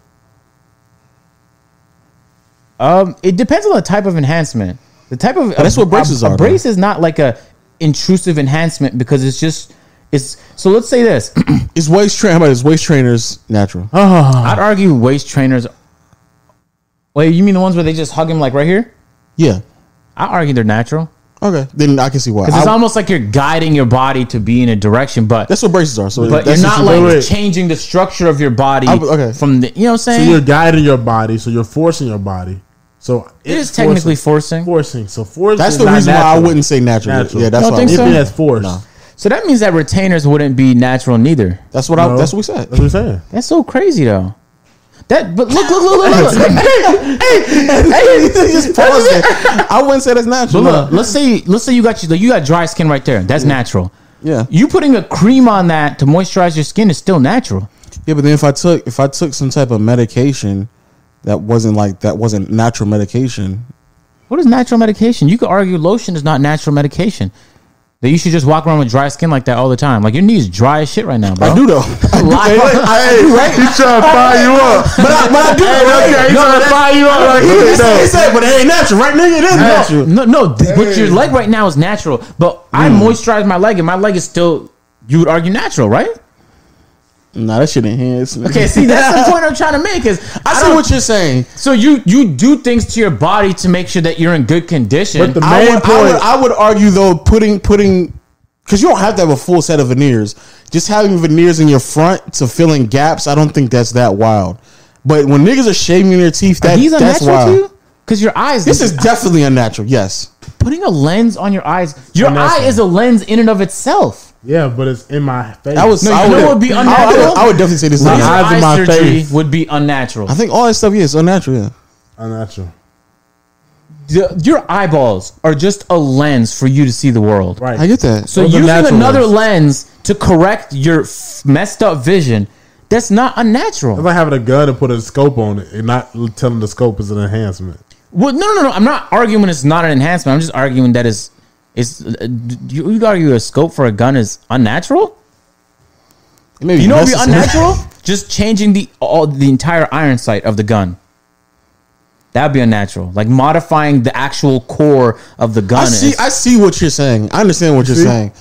Um, it depends on the type of enhancement. The type of
Oh, that's what braces
a,
are,
A brace is not like a intrusive enhancement because it's just it's. So let's say this. [CLEARS THROAT]
Is waist train? How about is waist trainers natural?
I'd argue waist trainers. Wait, you mean the ones where they just hug him like right here?
Yeah.
I argue they're natural
Okay. Then I can see why.
because it's
I-
almost like you're guiding your body to be in a direction, but
that's what braces are. So
but
that's
you're not
just-
like
wait, wait.
changing the structure of your body.
I- okay.
From the you know what I'm
So
saying.
you're guiding your body, so you're forcing your body. So
it is
it's
technically forcing.
forcing. So forcing.
That's
is
the
not
reason why I
natural.
wouldn't say natural.
Natural.
Yeah, that's
Don't
why.
think
I
If
so?
it has force,
No.
So that means that retainers wouldn't be natural neither.
That's what I.
No.
That's what we said.
That's what I'm saying.
That's so crazy though. That but look look look look look. look. [LAUGHS]
Hey, just pause [LAUGHS] it. I wouldn't say that's natural.
But
no.
look, let's say let's say you got you you got dry skin right there. That's natural.
Yeah.
You putting a cream on that to moisturize your skin is still natural.
Yeah, but then if I took if I took some type of medication that wasn't like that wasn't natural medication.
What is natural medication? You could argue lotion is not natural medication. That you should just walk around with dry skin like that all the time. Like your knees dry as shit right now, bro.
I do though.
[LAUGHS]
I do.
Lie.
I do, right?
He's trying to fire you up.
But I, but I do. right?
okay, he's
No,
trying to
that-
fire you up like he
He said, he
knows.
said, but it ain't natural, right, nigga? It is natural.
No, no, th- but your leg right now is natural. But I moisturize my leg, and my leg is still, you would argue, natural, right?
Nah, that shit enhanced.
Okay, see, that's the point I'm trying to make. Is
I, see
don't-
what you're saying.
So you you do things to your body to make sure that you're in good condition.
But the
I
main
would, I
point.
would, I would argue though, putting putting because you don't have to have a full set of veneers. Just having veneers in your front to fill in gaps, I don't think that's that wild. But when niggas are shaving their teeth, that,
These
that's
unnatural to
wild.
you because your eyes.
This is definitely unnatural. Yes,
putting a lens on your eyes. Your
Unnatural.
eye is a lens in and of itself.
yeah, but it's in my face.
I was.
No, you
I
know what would be
I I
unnatural?
would, I would definitely say this. Is
My
Laser
unnatural.
eyes in
eye
my
surgery
face.
would be unnatural.
I think all that stuff yeah, is unnatural. Yeah.
unnatural.
The- your eyeballs are just a lens for you to see the world.
Right.
I get that.
So
Those are
using
natural
another lens to correct your f- messed up vision, that's not unnatural.
It's like having a gun and put a scope on it and not telling the scope is an enhancement.
Well, no, no, no. I'm not arguing it's not an enhancement. I'm just arguing that is is uh, d- you, you argue a scope for a gun is unnatural.
Maybe
You know what'd be unnatural? Just changing the all the entire iron sight of the gun. That'd be unnatural. Like modifying the actual core of the
[LAUGHS]
gun.
I see.
is-
I see what you're saying. I understand what you're
See?
saying,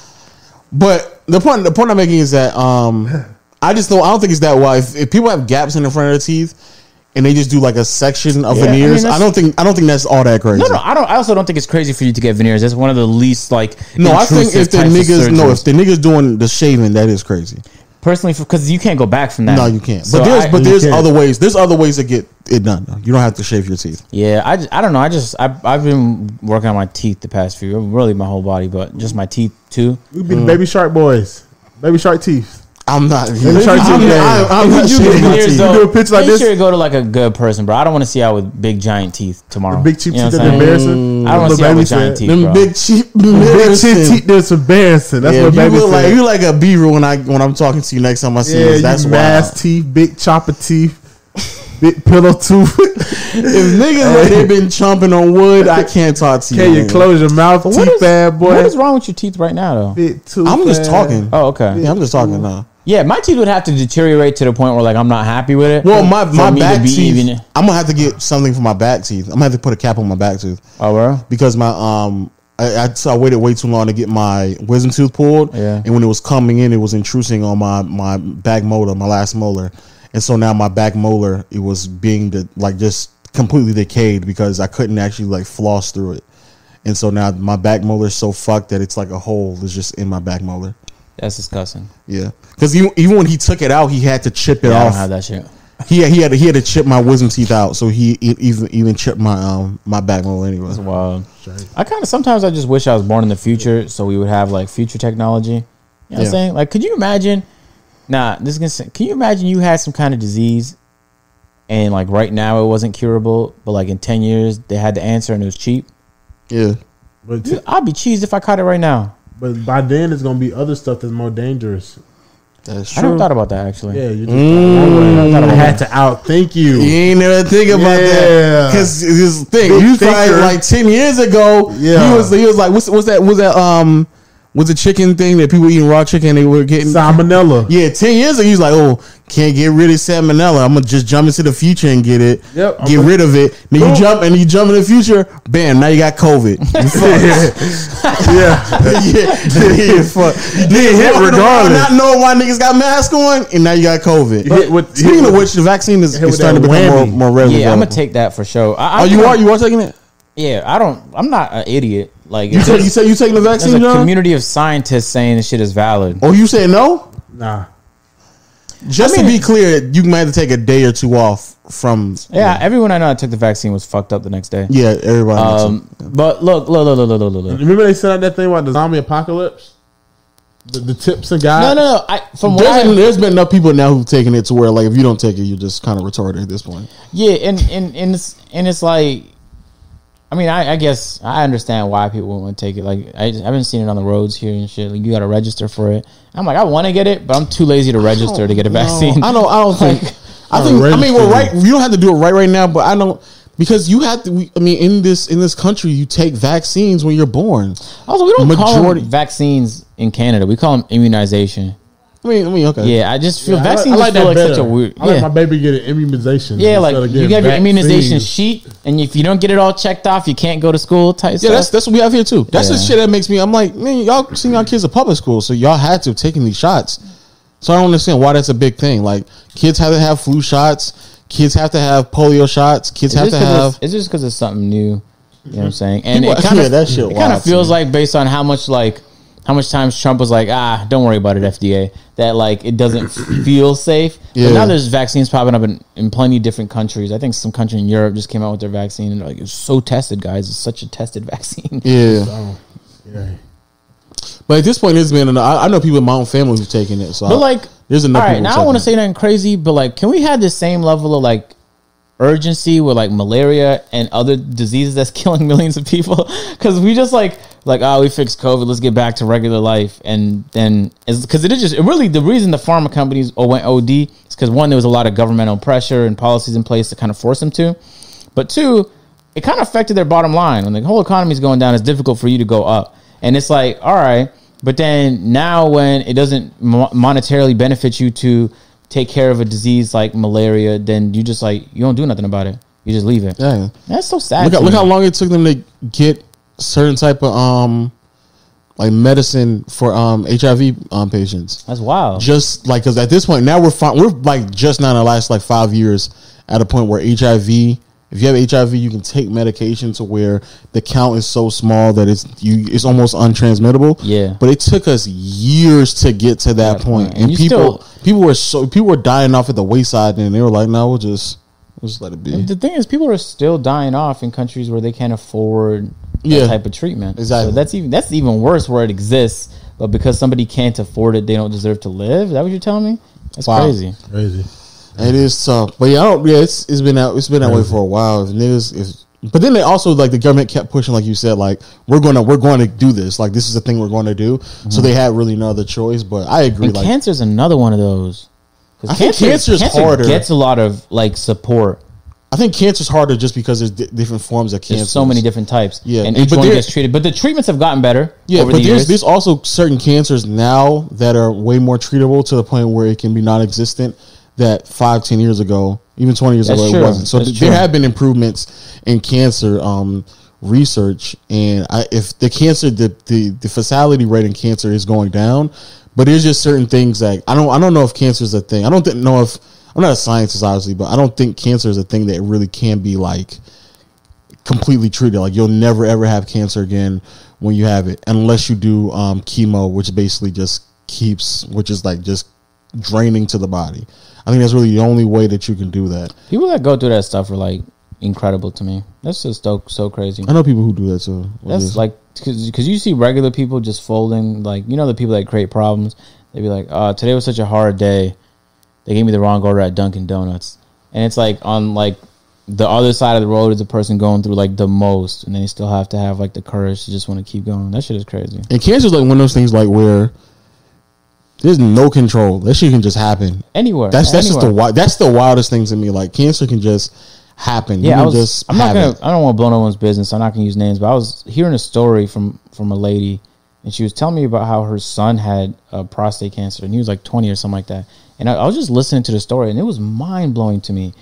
but the point the point I'm making is that um,
[LAUGHS]
I just don't. I don't think it's that wide. If, if people have gaps in the front of their teeth, and they just do like a section of
Yeah, I mean,
veneers, I,
that's-
don't think I don't think that's all that crazy.
no, no, I don't. I also don't think it's crazy for you to get veneers. That's one of the least like.
No, I think
intrusive
if the
types of
niggas no,
surgeries.
if the niggas doing the shaving, that is crazy.
personally, because you can't go back from that.
No, you can't. But
So
there's
I-
but
you
there's
can't.
other ways. There's other ways to get it done. though. You don't have to shave your teeth.
Yeah, I, just, I don't know. I just I I've been working on my teeth the past few, really my whole body, but just my teeth too.
We be
Mm.
the baby shark boys, baby shark teeth.
I'm not. I'm,
you try to
I'm,
do
I'm,
that.
I'm
If
not
you do
shaving my
veneers,
teeth.
though- do a pitch like
make
this?
sure you go to like a good person, bro. I don't want to see out with big giant teeth
Oh.
tomorrow.
Big cheap
You know
teeth
what
that's
I'm saying?
embarrassing.
I don't
That's
want to see
what
out
baby
with giant
said.
teeth,
Them
bro.
big cheap,
Big
big
chin teeth that's embarrassing. That's
Yeah,
what
you
baby
look like
said.
you like a beaver when I when I'm talking to you next time I see
yeah,
you. That's
you
why.
mass teeth, big chopper teeth, big pillow tooth. [LAUGHS]
If niggas like they been chomping on wood, I can't talk to you.
Can you
man.
close your mouth,
What
teeth
is,
bad boy?
what is wrong with your teeth right now, though?
Big tooth
I'm just
bad.
talking.
Oh, okay.
Yeah, I'm just talking now.
Yeah, my teeth would have to deteriorate to the point where like I'm not happy with it.
Well, my
For
my
me to
back
be
teeth. I'm gonna have to get something for my back teeth. I'm gonna have to put a cap on my back tooth
Oh, bro.
because my um. I, I, so I waited way too long to get my wisdom tooth pulled,
Yeah.
and when it was coming in, it was intruding on my, my back molar, my last molar, and so now my back molar it was being de- like just completely decayed because I couldn't actually like floss through it, and so now my back molar is so fucked that it's like a hole is just in my back molar.
That's disgusting.
Yeah, because even, even when he took it out, he had to chip it
Yeah, I
off.
don't have that shit.
He had, he had he had to chip my wisdom teeth out, so he e- even even chipped my um my back molar anyway.
Wow. I kind of sometimes I just wish I was born in the future so we would have like future technology. You know what I'm
Yeah.
saying? Like, could you imagine? Nah, this is gonna. say- Can you imagine you had some kind of disease, and like right now it wasn't curable, but like in ten years they had the answer and it was cheap.
Yeah,
But,
Dude, I'd be cheesed if I caught it right now.
but by then it's gonna be other stuff that's more dangerous.
that's
I never thought about that actually.
Yeah, you just
Mm.
I had to outthink you.
You ain't never think about that
Yeah.
because this thing
Big
you tried
thinker.
like ten years ago.
Yeah.
he was he was like what's what's that was that um was the chicken thing that people eating raw chicken they were getting.
Salmonella.
Yeah, ten years ago he was like, "Oh, can't get rid of salmonella. I'm gonna just jump into the future and get it.
Yep, I'm
get
gonna-
rid of it. Then
Boom.
you jump and you jump in the future. Bam! Now you
[LAUGHS]
got COVID. You [LAUGHS]
yeah.
yeah,
[LAUGHS]
yeah, fuck. Niggas
hit
walking around
regardless.
Not knowing why niggas got masks on, and now you got COVID.
hit with-
Speaking
hit
of
with-
which, the vaccine is,
hit
is
with
starting to
that
become more,
whammy.
more readily.
Yeah, I'm gonna
available.
take that for sure. I, I,
Oh, you are you are taking it?
Yeah, I don't. I'm not an idiot. Like,
You
if
say you
there's,
say you taking the
there's a
vaccine, John?
community of scientists saying this shit is valid.
oh, you say no?
Nah.
Just
I mean-
to be clear, you might have to take a day or two off from.
Yeah, everyone I know that took the vaccine was fucked up the next day.
yeah, everybody.
Um, but look, look, look, look, look, look, look, look.
Remember they sent out that thing about the zombie apocalypse? The, the tips and guys.
No, no, no. I from what
there's, been,
I,
there's been enough people now who've taken it to where like if you don't take it, you're just kind of retarded at this point.
yeah, and and and it's and it's like, I mean, I, I guess I understand why people wouldn't want to take it. Like I, I've been seeing it on the roads here and shit. Like you got to register for it. I'm like, I want to get it, but I'm too lazy to register to get a vaccine.
No, I don't. I don't think. I think. I mean, well, right. You don't have to do it right right now, but I don't because you have to. We, I mean, in this in this country, you take vaccines when you're born.
[LAUGHS] Also, we don't call
Majority-
them vaccines in Canada. We call them immunization.
I mean, I mean, okay.
Yeah, I just feel
I like-
vaccines
I like
feel
that
like
better.
such a weird.
I like
yeah.
my baby get an immunization.
Yeah,
instead
like
of
you
getting
got your immunization
vaccines.
sheet, and if you don't get it all checked off, you can't go to school. Type
Yeah,
stuff.
that's that's what we have here too. That's the
Yeah.
shit that makes me. I'm like, man, y'all seen y'all kids at public school, so y'all had to have taken these shots. So I don't understand why that's a big thing. Like, kids have to have flu shots. Kids have to have polio shots. Kids
It's
have
just
to
'cause
have.
it's, it's just because it's something new. You know what I'm saying? And
People-
it kind
yeah,
of
that shit
It kind
wild
of
to
feels like based on how much like how much times Trump was like, ah, don't worry about it, FDA. That like
[CLEARS THROAT]
it doesn't feel safe.
Yeah.
But now there's vaccines popping up in, in plenty of different countries. I think some country in Europe just came out with their vaccine and they're like it's so tested, guys. It's such a tested [LAUGHS] vaccine.
Yeah,
Oh, yeah.
but at this point, it's been. I, I know people in my own family who've taken it. So
But
I-
like,
there's enough.
All right,
people
now I
taking
want
it.
to say nothing crazy, but like, can we have the same level of like urgency with like malaria and other diseases that's [LAUGHS] killing millions of people? [LAUGHS] Because we just like like oh, we fixed COVID, let's get back to regular life, and then because it is just it really the reason the pharma companies all went OD is because one there was a lot of governmental pressure and policies in place to kind of force them to, but two, it kind of affected their bottom line. When the whole economy's going down, it's difficult for you to go up. And it's like, all right, But then now, when it doesn't mo- monetarily benefit you to take care of a disease like malaria, then you just like you don't do nothing about it. You just leave it.
Dang.
That's so sad.
Look,
to
how- look
me.
how long it took them to get certain type of um like medicine for um HIV um patients.
that's wild.
Just like because at this point now we're fine. We're like just now in the last like five years at a point where HIV. If you have HIV, you can take medication to where the count is so small that it's you. It's almost untransmittable.
Yeah.
But it took us years to get to that
That
point.
point.
and,
And you
people people were so people were dying off at the wayside, and they were like, "No, we'll just we'll just let it be."
the thing is, people are still dying off in countries where they can't afford
Yeah.
that type of treatment.
Exactly.
So that's even that's even worse where it exists. But because somebody can't afford it, they don't deserve to live. Is that what you're telling me? That's
Wow.
crazy.
Crazy.
It is tough, but yeah, I don't, yeah, it's it's been out, it's been that way for a while. If niggas, if but then they also like the government kept pushing, like you said, like we're gonna we're going to do this, like this is the thing we're going to do.
Mhm.
So they had really no other choice. But I agree,
And
like
cancer's another one of those. 'Cause
I think cancer's harder.
Gets a lot of like support.
I think cancer's harder just because there's di- different forms of cancer.
There's so many different types.
Yeah,
and
and-
each
but
one
there-
gets treated. But the treatments have gotten better.
Yeah,
over
but
the
there's
years.
there's also certain cancers now that are way more treatable to the point where it can be non-existent. That five, ten years ago, even twenty years
That's
ago,
true.
it wasn't. So
That's
th- there
true.
have been improvements in cancer um, research, and I, if the cancer, the, the the fatality rate in cancer is going down, but there's just certain things like I don't I don't know if cancer is a thing. I don't thi- know if I'm not a scientist, obviously, but I don't think cancer is a thing that really can be like completely treated. Like you'll never ever have cancer again when you have it, unless you do um, chemo, which basically just keeps, which is like just draining to the body. I think that's really the only way that you can do that.
people that go through that stuff are like incredible to me. That's just so, so crazy.
I know people who do that too.
That's like because you see regular people just folding. Like you know the people that create problems. They be like, uh, "Today was such a hard day. They gave me the wrong order at Dunkin' Donuts." And it's like on like the other side of the road is a person going through like the most, and they still have to have like the courage to just want to keep going. That shit is crazy.
and cancer is like one of those things like where there's no control. That shit can just happen.
Anywhere.
That's that's just the
anywhere.
wild. That's the wildest thing to me. Like cancer can just happen. you
Yeah,
can
I was,
just
I'm
have
not gonna.
it.
I don't want to blow no one's business. I'm not gonna use names, but I was hearing a story from from a lady, and she was telling me about how her son had uh, prostate cancer, and he was like 20 or something like that. And I, I was just listening to the story, and it was mind blowing to me,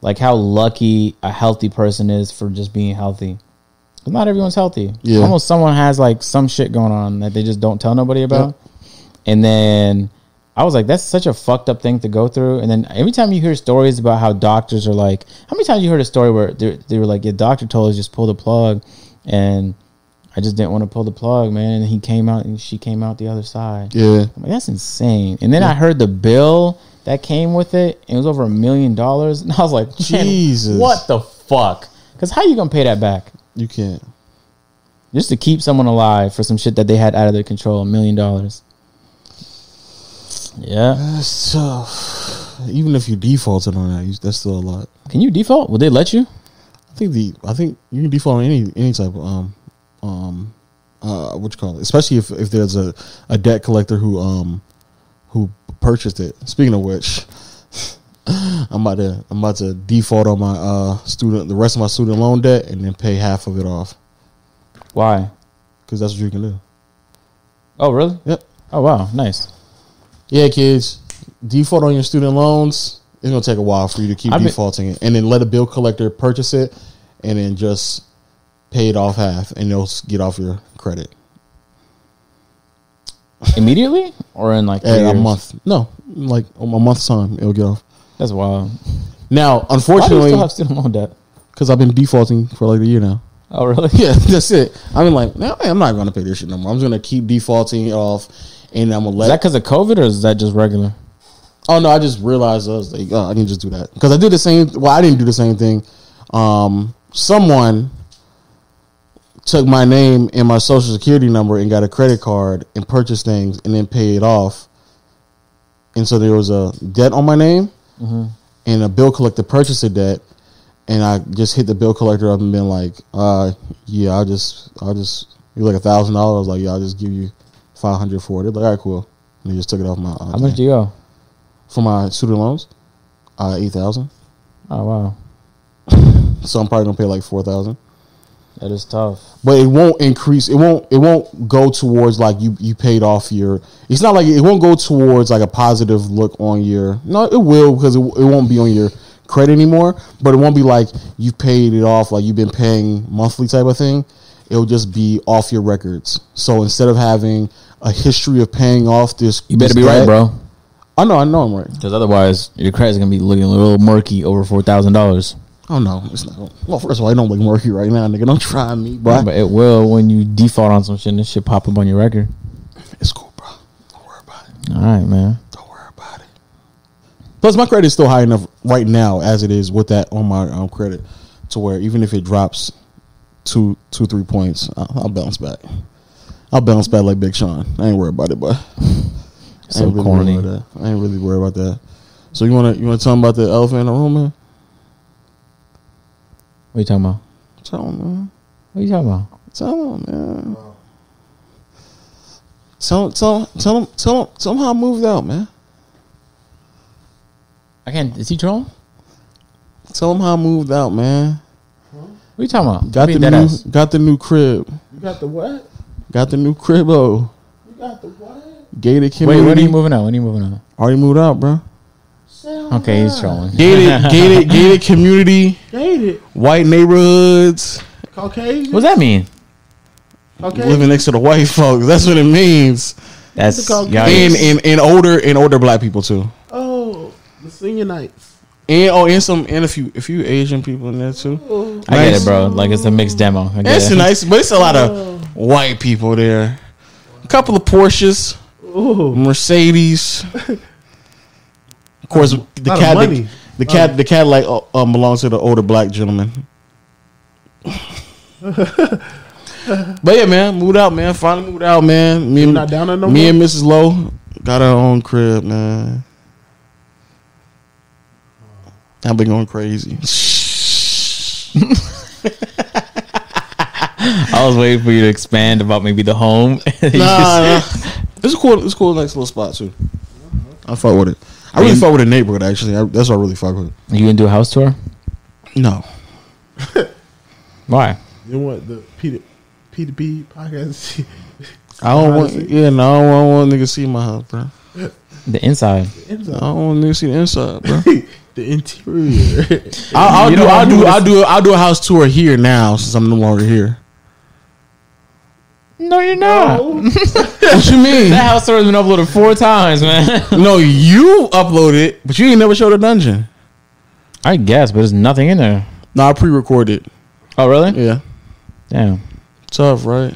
like how lucky a healthy person is for just being healthy. 'Cause Not everyone's healthy.
Yeah.
Almost someone has like some shit going on that they just don't tell nobody about. And then I was like, that's such a fucked up thing to go through. And then every time you hear stories about how doctors are like, how many times you heard a story where they, they were like, your doctor told us just pull the plug, and I just didn't want to pull the plug, man. And he came out and she came out the other side.
Yeah.
I'm like, that's insane. And then I heard the bill that came with it, and it was over a million dollars, [LAUGHS] and I was like, man,
Jesus.
what the fuck? Because how you gonna pay that back?
You can't.
just to keep someone alive for some shit that they had out of their control, a million dollars. Yeah.
That's tough. Even if you defaulted on that, you, that's still a lot.
Can you default? Will they let you?
I think the I think you can default on any any type of um um uh what you call it, especially if if there's a a debt collector who um who purchased it. Speaking of which, [LAUGHS] I'm about to I'm about to default on my uh student the rest of my student loan debt and then pay half of it off
Why?
because that's what you can do.
Oh, really?
Yep.
Oh, wow. Nice.
Yeah, kids, default on your student loans. It's gonna take a while for you to keep
I've been-
defaulting it, and then let a bill collector purchase it, and then just pay it off half, and they'll s- get off your credit
Immediately or in like three
at a
years?
month. No, like a m- a month's time, it'll get off.
That's wild.
Now,
Why do you
unfortunately,
still have student loan debt?
because I've been defaulting for like a year now. [LAUGHS]
Oh, [LAUGHS] really?
Yeah, that's it. I've been like, no, I'm not gonna pay this shit no more. I'm just gonna keep defaulting it off, and I'm gonna
Is
let.
that because of COVID or is that just regular?
Oh no, I just realized I was like, oh, I can just do that because I did the same. Well, I didn't do the same thing. Um, someone took my name and my social security number and got a credit card and purchased things and then paid it off. And so there was a debt on my name,
Mm-hmm.
and a bill collector purchased a debt, and I just hit the bill collector up and been like, uh, yeah, I'll just, I'll just, you like a thousand dollars. I was like, yeah, I'll just give you five hundred for it. They're like, all right, cool. And they just took it off my.
How much do you owe?
for my student loans, uh, eight thousand.
Oh, wow.
So I'm probably gonna pay like four thousand.
That is tough.
but it won't increase it won't it won't go towards like you you paid off your it's not like it won't go towards like a positive look on your no it will because it, it won't be on your credit anymore but it won't be like you paid it off like you've been paying monthly type of thing it'll just be off your records so instead of having a history of paying off this
You better be right, bro.
i know i know i'm right
Because otherwise, your credit's gonna be looking a little murky over four thousand dollars.
oh no it's not well first of all i don't look murky right now nigga don't try me but
But it will when you default on some shit. and This shit pop up on your record.
it's cool bro don't worry about it
All right, man.
Don't worry about it. Plus, my credit is still high enough right now as it is with that on my um, credit to where even if it drops two, two, three points, I'll, I'll bounce back. I'll bounce back like Big Sean. I ain't worried about it, but I
So
ain't really
corny.
Worried about that. I ain't really worried about that. So you wanna you wanna tell him about the elephant in the room, man?
What you talking about?
Tell him, man.
What you talking about?
Tell him, man. Tell tell tell him tell him tell him how I moved out, man.
I can't. Is he trolling?
Tell him how I moved out, man.
What you talking about?
Got
Be
the
dead
new
ass.
got the new crib.
You got the what?
Got the new crib. Oh,
You got the what?
gated community.
Wait, when are you moving out? When are you moving out?
Already moved out, bro.
Sound
Okay, he's
right.
trolling.
Gated,
[LAUGHS]
gated, gated community.
Gated.
White neighborhoods.
Caucasian.
What's that mean?
Caucasian.
Living next to the white folks. That's what it means.
That's
Look how
y'all-
And and and older and older black people too.
Oh, the senior nights.
And oh, and some and a few a few Asian people in there too.
I get
nice.
it, bro. Like it's a mixed demo. I get
It's
it.
nice, but it's a lot of white people there. A couple of Porsches,
Ooh.
Mercedes. Of course, the
lot of
cat, the,
money.
the cat, the Cadillac uh, um, belongs to the older black gentleman.
[LAUGHS]
but yeah, man, moved out, man. Finally moved out, man. Me and
not down there no
me
more?
and Mrs. Lowe got our own crib, man. I've been going crazy.
[LAUGHS] I was waiting for you to expand about maybe the home. [LAUGHS] You just-
nah, nah. It's a cool. It's a cool. Nice little spot too. I fuck with it. I really
And-
fuck with the neighborhood. Actually, I, that's what I really fuck with.
You gonna do a house tour?
No,
Why?
Then what? The P to P
[LAUGHS]
podcast.
I don't want.
Honestly.
Yeah, no, I don't want, I want niggas see my house, bro.
The inside.
I don't want niggas see the inside, [LAUGHS] bro.
the interior.
I'll, I'll
You
do.
don't
I'll
want
do.
niggas-
I'll do. I'll do a house tour here now since I'm no longer here.
No, you're not.
What you mean?
[LAUGHS] That house tour has been uploaded four times, man. [LAUGHS]
no, you uploaded it, but you ain't never showed the dungeon.
I guess, but there's nothing in there.
No, I pre-recorded.
Oh, really?
Yeah,
Damn.
tough, right?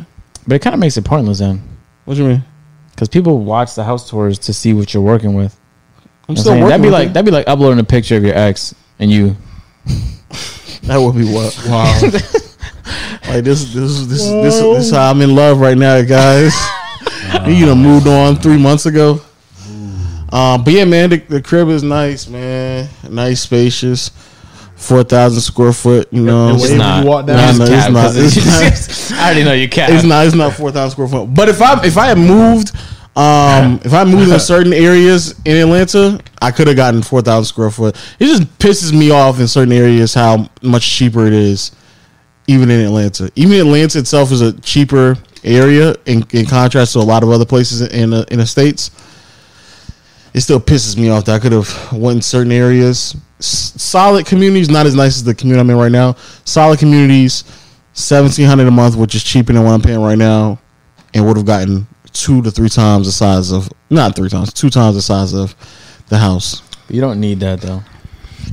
But it kind of makes it pointless then,
What you mean?
because people watch the house tours to see what you're working with.
I'm
I'm
still
saying,
working.
that'd be
with
like
it.
that'd be like uploading a picture of your ex and you.
That would be what? Wow. [LAUGHS] like this, this, this, this, this, is how I'm in love right now,
[LAUGHS]
guys. you done moved on three months ago. Um, but yeah, man, the, the crib is nice, man. Nice, spacious, four thousand square foot. You know,
And
what I'm
it's
saying?
not- you walk down-
Nah,
You
no,
just
it's
cap,
not.
[LAUGHS]
'cause
It's
it's- [LAUGHS] I already know you cap.
it's not. It's not four thousand square foot. But if I if I had moved, um, if I moved in certain areas in Atlanta, I could have gotten four thousand square foot. It just pisses me off in certain areas how much cheaper it is, even in Atlanta. Even Atlanta itself is a cheaper area in, in contrast to a lot of other places in the, in the states. It still pisses me off that I could have went in certain areas. S- solid communities, not as nice as the community I'm in right now. Solid communities, seventeen hundred a month, which is cheaper than what I'm paying right now, and would have gotten two to three times the size of not three times, two times the size of the house.
You don't need that though.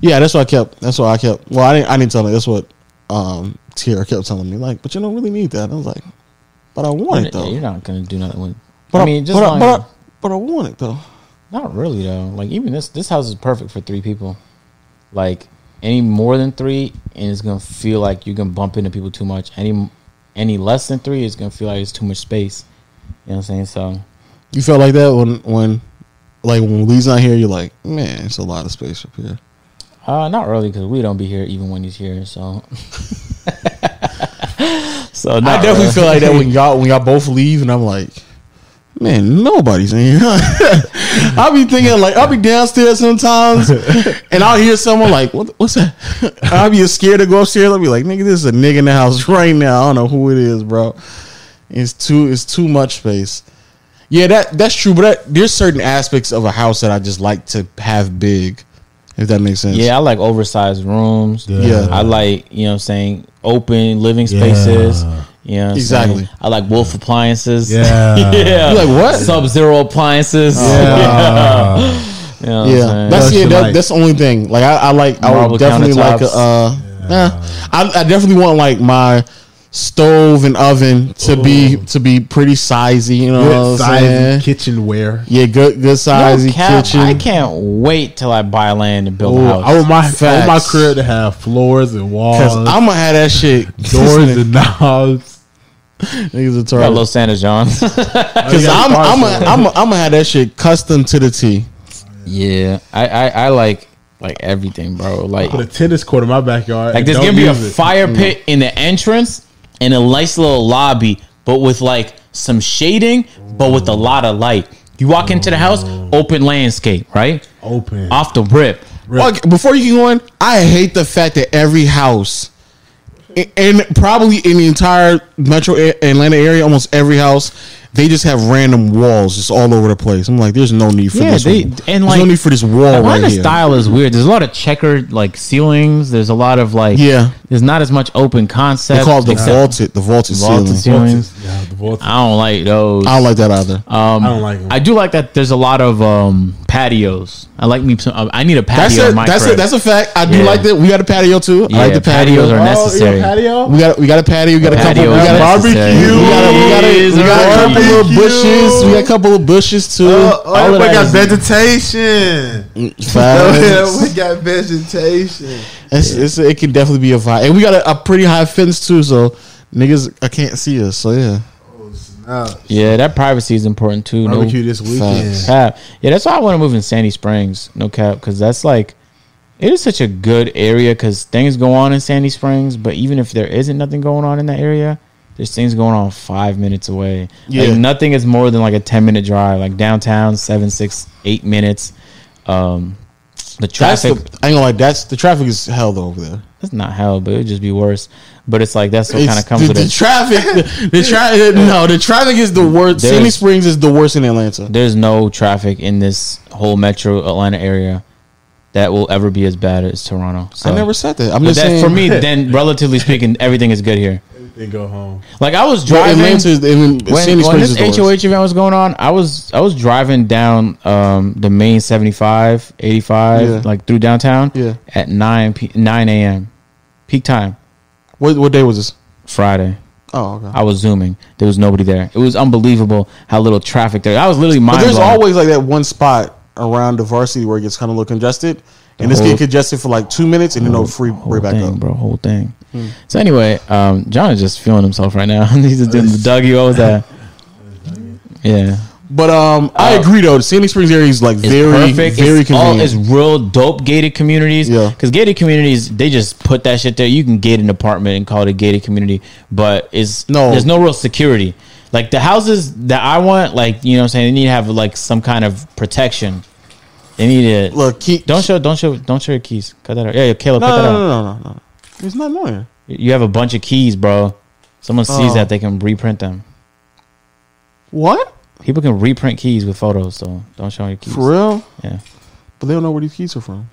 Yeah, that's what I kept. That's what I kept. Well, I didn't. I didn't tell her. That's what um, Tiara kept telling me. Like, but you don't really need that. And I was like, but I want it
Yeah,
though.
You're not gonna do nothing with.
But
I mean, just
but, I,
like,
but, I, but I want it though.
not really though. Like even this this house is perfect for three people. Like any more than three, and it's gonna feel like you can bump into people too much. Any any less than three, it's gonna feel like it's too much space. You know what I'm saying? So
You felt like that when when like when Lee's not here. You're like, man, it's a lot of space up here.
uh, not really because we don't be here even when he's here. So [LAUGHS] so
I
not
definitely [LAUGHS]
really.
feel like that when y'all when y'all both leave, and I'm like, Man, nobody's in here. [LAUGHS] I'll be thinking like I'll be downstairs sometimes, and I'll hear someone like, what, "What's that?" [LAUGHS] I'll be scared to go upstairs. I'll be like, "Nigga, this is a nigga in the house [LAUGHS] right now." I don't know who it is, bro. It's too it's too much space. Yeah, that that's true. But that, there's certain aspects of a house that I just like to have big, if that makes sense.
Yeah, I like oversized rooms.
Yeah.
I like, you know what I'm saying, open living spaces.
Yeah.
You know what I'm
Exactly.
saying? I like wolf appliances.
Yeah.
[LAUGHS] yeah.
You like what?
Sub zero appliances. [LAUGHS]
[LAUGHS]
You
Yeah.
know what I'm
Yeah,
saying?
that's
Plus
yeah.
you
That,
like-
that's the only thing. Like I, I like I
Marble
would definitely like a.
countertops.
Uh, nah, I, I definitely want like my stove and oven to be to be pretty sizey. You know
Good
what I'm saying?
size kitchenware.
Yeah, good good
No
sizey
cap,
kitchen.
I can't wait till I buy land and build
Ooh,
a
I
house.
want my I want my
Facts.
crib to have floors and walls,
Cause I'm gonna have that shit.
doors and knobs.
[LAUGHS] niggas
Got
retarded.
Los Santa [LAUGHS] John's.
Cause I'm I'm a, I'm a, I'm gonna have that shit custom to the T.
yeah, I, I I like like everything, bro. Like
Put a tennis court in my backyard.
Like
and
there's
don't
gonna be a
use it.
fire
Mm.
pit in the entrance and a nice little lobby, but with like some shading, but with a lot of light. You walk into the house,
Mm.
open landscape, right?
open.
Off the rip.
Right.
Okay, before you go on, I hate the fact that every house, i- and probably in the entire metro a- Atlanta area, almost every house, they just have random walls just all over the place. I'm like, there's no need for
Yeah,
this. one.
they-
there's
and like-
no need for this wall right
Atlanta
here.
style is weird. There's a lot of checkered like ceilings. There's a lot of like
Yeah.
There's not as much open concept.
they call it the
except
vaulted, the vaulted,
vaulted
ceiling.
ceilings.
Yeah, the vault-
I don't like those.
I don't like that either.
Oh,
I don't like them.
I do like that. There's a lot of um, patios. I like me. Some, I need a patio.
that's
in
a
my
that's a,
crib.
that's a fact. I do
Yeah.
like that. We got a patio too. I like
Yeah,
the patio.
patios
Oh,
are nice. necessary.
patio.
We got we got a patio. We got a couple. We
Patio is
got a
necessary.
We got a, we got a, we got a couple
Barbecue.
little bushes. We got a couple of bushes too.
Oh, oh,
All of
everybody
that
got
is-
vegetation.
Facts.
we got vegetation.
It's, it's, it can definitely be a vibe, and we got a, a pretty high fence too, so niggas I can't see us. So yeah,
Oh, snap.
yeah, that privacy is important too. No
Barbecue this weekend.
Facts.
cap. Yeah, that's why I want to move in Sandy Springs. No cap, because that's like it is such a good area because things go on in Sandy Springs. But even if there isn't nothing going on in that area, there's things going on five minutes away.
Yeah.
like, nothing is more than like a ten minute drive. Like downtown, seven, six, eight minutes. Um, the
that's
traffic.
the I ain't gonna lie. That's the traffic is hell though over there.
that's not hell, but it'd just be worse. But it's like that's what kind
It's-
of comes
the,
with
the
it.
traffic. [LAUGHS] The, the traffic. No, the traffic is the worst.
There's-
Sandy Springs is the worst in Atlanta.
there's no traffic in this whole metro Atlanta area that will ever be as bad as Toronto. So.
I never said that. I'm
But
just
that,
saying [LAUGHS]
for me, then relatively speaking, everything is good here.
Then go home.
Like I was
But
driving
Atlanta is and
when,
Sandy
when
Springs is
this
the worst.
HOH event was going on. I was I was driving down um, the main 75, 85,
Yeah.
like through downtown.
Yeah.
At nine p- nine a.m. peak time
What, what day was this?
Friday.
Oh, okay.
I was zooming. There was nobody there. It was unbelievable how little traffic there. I was literally mind
But there's
blown.
always like that one spot around the varsity where it gets kind of a little congested, and this
whole-
get congested for like two minutes, and then they'll free
whole
right back
thing,
up.
bro. Whole thing.
Hmm.
So anyway, um, John is just feeling himself right now. [LAUGHS] He's just doing the Dougie. What was that? yeah,
But um, I agree though. The Sandy Springs area is like very,
Oh. perfect.
very
it's all
convenient.
it's real dope gated communities.
Yeah.
because gated communities they just put that shit there. You can get an apartment and call it a gated community, but it's
No.
There's no real security. Like the houses that I want, like you know, what I'm saying they need to have like some kind of protection. They need to
Look, keep
Don't show, don't show, don't show your keys. Cut that out. Yeah, yeah Caleb,
No,
cut
no,
that out.
no, no, no, no. It's not annoying.
You have a bunch of keys, bro. Someone sees
Oh.
that they can reprint them.
What?
People can reprint keys with photos, so don't show your keys.
For real?
Yeah,
But they don't know where these keys are from.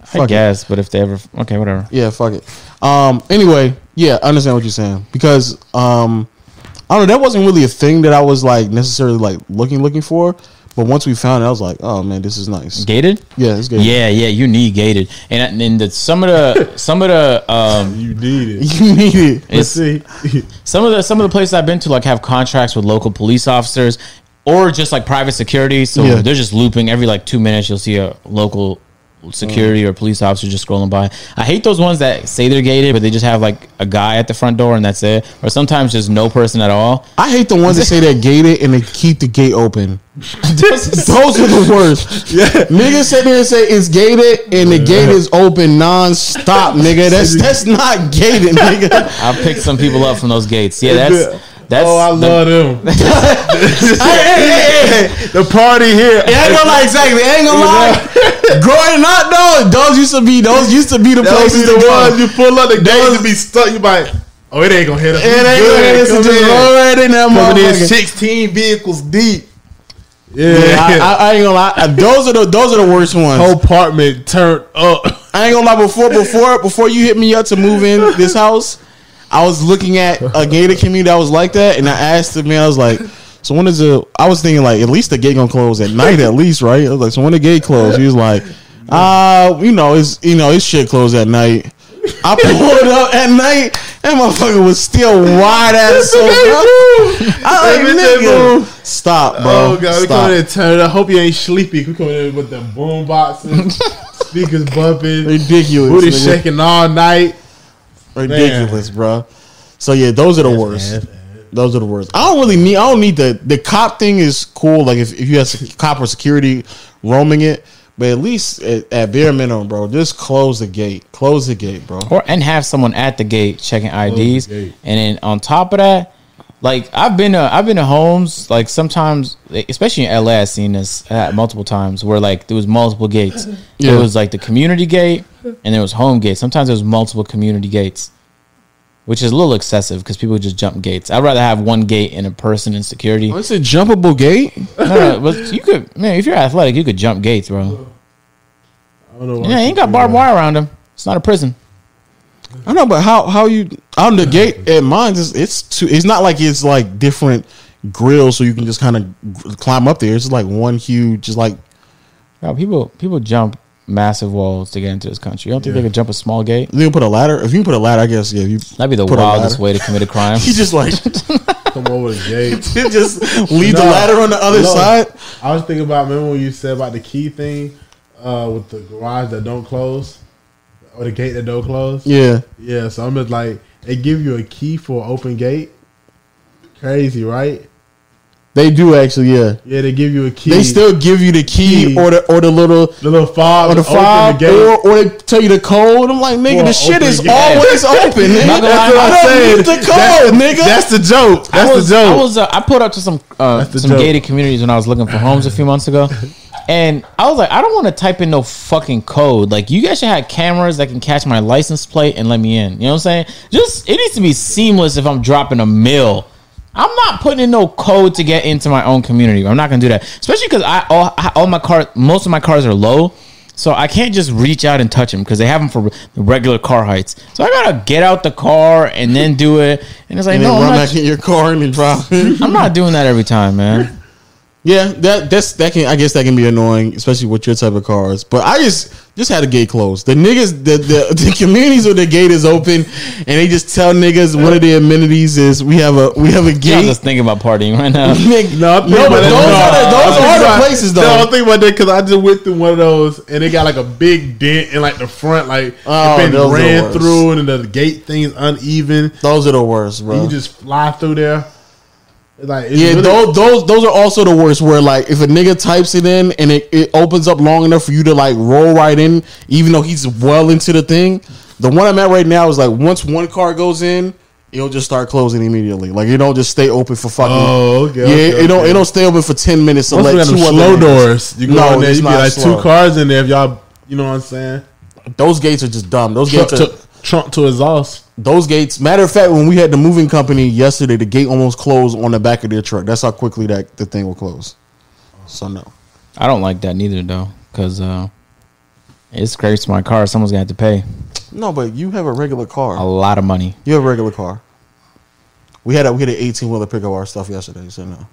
I
Fuck it.
guess. But if they ever, okay, whatever.
Yeah, fuck it. Um. Anyway, yeah, I understand what you're saying because um, I don't know. That wasn't really a thing that I was like necessarily like looking looking for. But once we found it, I was like, oh man, this is nice.
Gated?
Yeah, it's good.
Yeah, yeah. You need gated, and and the, some of
[LAUGHS]
the some of the um,
You need
[LAUGHS]
it.
you need it.
Let's
it's,
see.
some of the some of the places I've been to like have contracts with local police officers or just like private security. So
Yeah.
they're just looping every like two minutes. You'll see a local security
Mm.
or police officer just scrolling by. I hate those ones that say they're gated, but they just have like a guy at the front door and that's it. Or sometimes just no person at
[LAUGHS]
all. [LAUGHS]
I hate the ones that say they're gated and they keep the gate open.
Just-
Those are the
[LAUGHS]
worst. Yeah. Niggas sit there and say it's gated and the gate is open
[LAUGHS]
non-stop, nigga. That's that's not gated, nigga.
I picked some people up from those gates. Yeah, that's That's
oh, I love them. [LAUGHS] the party here.
I ain't gonna lie, exactly. I ain't gonna lie. Growing up, though, those used to be those used to be the
Those be
places
the
to go.
ones you pull up. The
Those-
game to be stuck. You might. Oh, it ain't gonna hit us.
It ain't gonna listen to the Lord in that
Coming in
motherfucker.
sixteen vehicles deep. Yeah,
Yeah, I, I, I ain't gonna lie. Those are the those are the worst ones.
whole apartment turned up.
I ain't gonna lie.
[LAUGHS]
Before before before you hit me up to move in this house, I was looking at a gated community that was like that, and I asked the man, I was like, "So when is the?" I was thinking like, at least the gate gonna close at night, at least, right? I was like, "So when the gate close?" He was like, "Uh, you know, it's you know, it should close at night." I pulled [LAUGHS] up at night. That motherfucker was still wide ass so I
That
like,
bitch ain't
nigga,
move.
stop, bro.
Oh god, we
stop.
coming in turned up. Hope you ain't sleepy. We coming in with the boom boxes, [LAUGHS] speakers bumping,
ridiculous.
booty
nigga.
shaking all night.
ridiculous, bro. So yeah, those are the worst. Those are the worst. I don't really need. I don't need the the cop thing is cool. Like if, if you have sec- cop or security roaming it, but at least at, at bare minimum, bro, just close the gate. Close the gate, bro.
or and have someone at the gate checking IDs,
gate.
and then on top of that, like I've been to I've been to homes like sometimes, like, especially in LA, I've seen this uh, multiple times where like there was multiple gates.
Yeah.
There was like the community gate, and there was home gate. Sometimes there was multiple community gates, which is a little excessive because people just jump gates. I'd rather have one gate and a person in security.
It's a jumpable gate.
No, no, but you could man, if you're athletic, you could jump gates, bro.
I don't know. why
Yeah,
I
he
keep
ain't got
doing
barbed
that.
wire around him. It's not a prison.
I know, but how how you on the gate at mine? It's it's too, it's not like it's like different grills, so you can just kind of climb up there. It's just like one huge, just like
No, people people jump massive walls to get into this country. You don't think
Yeah.
they could jump a small gate?
you can put a ladder. If you can put a ladder, I guess yeah. if You
That'd be the
Put a
wildest
ladder.
way to commit
[LAUGHS]
a crime. [LAUGHS]
you just like
Come over the [LAUGHS] gate.
You [LAUGHS] just leave the
No.
ladder on the other
No.
side.
I was thinking about remember when you said about the key thing uh, with the garage that don't close or the gate that don't close.
Yeah,
Yeah, so I'm just like they give you a key for an open gate. Crazy, right?
they do actually. Yeah,
Yeah, they give you a key.
they still give you the key
Key.
or the or the little
the little fob
or the
to open
fob
the gate.
or or they tell you the code. I'm like, nigga,
Well,
the shit
open
is
the gate.
[LAUGHS] always open. Nigga.
Not gonna
That's
lie,
what
I
I'm
don't
saying.
need the code,
That-
nigga.
That's the joke. That's
I was,
the joke.
I, was uh, I pulled up to some uh,
That's the
some
joke.
gated communities when I was looking for homes a few months ago,
[LAUGHS]
and I was like, I don't want to type in no fucking code. Like, you guys should have cameras that can catch my license plate and let me in. You know what I'm saying? Just it needs to be seamless if I'm dropping a mill. I'm not putting in no code to get into my own community. I'm not gonna do that, especially because I all, I- all my car, most of my cars are low. So I can't just reach out and touch them because they have them for re- regular car heights. So I gotta get out the car and then do it. And it's like,
and then
no, I'm
run
not
back in your car and then [LAUGHS] drive.
I'm not doing that every time, man.
yeah, that that's that can I guess that can be annoying, especially with your type of cars. But I just just had a gate closed. The niggas, the the, [LAUGHS] the communities where the gate is open, and they just tell niggas one of the amenities is we have a we have a
Yeah, I'm
gate.
just thinking about partying right now.
Nigga,
No, I'm thinking
No, but
about that.
those are the- those
I'm
are the
thinking about-
places, though.
No, I'm thinking about that because I just went through one of those and it got like a big dent in like the front, like
Oh, those
it been
are the
ran
worst.
through and the gate thing's uneven.
those are the worst, bro.
And you just fly through there. It's like it's
Yeah,
really-
those, those those are also the worst. Where like if a nigga types it in and it, it opens up long enough for you to like roll right in, even though he's well into the thing. The one I'm at right now is like once one car goes in, it'll just start closing immediately. Like it don't just stay open for fucking.
Oh, okay,
yeah,
okay,
it don't
okay.
it don't stay open for ten minutes. To
Plus
let
we got
two
them
other
slow
niggas-
doors. You go
No,
in there,
it's
you be
not
like
slow.
two cars in there. If y'all, you know what I'm saying?
Those gates are just dumb. Those
Trump
gates are
to, Trump to exhaust.
those gates. Matter of fact, when we had the moving company yesterday, the gate almost closed on the back of their truck. That's how quickly that the thing will close. So no.
I don't like that neither, though, because uh, it scrapes my car. Someone's gonna have to pay
No, but you have a regular
a
car.
lot of money.
You have a regular car. We had a we had an eighteen wheeler pick up our stuff yesterday, so no.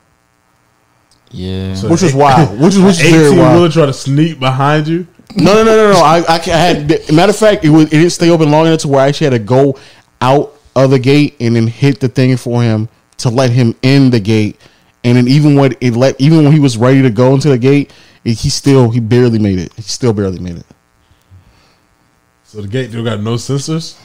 Yeah,
So-
Which was wild. Which is which is very
18 wheeler
wild.
trying to sneak behind you.
No, no, no, no, no. I, I, ca- I had matter of fact, it was it didn't stay open long enough to where I actually had to go out of the gate and then hit the thing for him to let him in the gate. And then even when it let even when he was ready to go into the gate, it, he still he barely made it. He still barely made it.
So the gate don't got no sensors.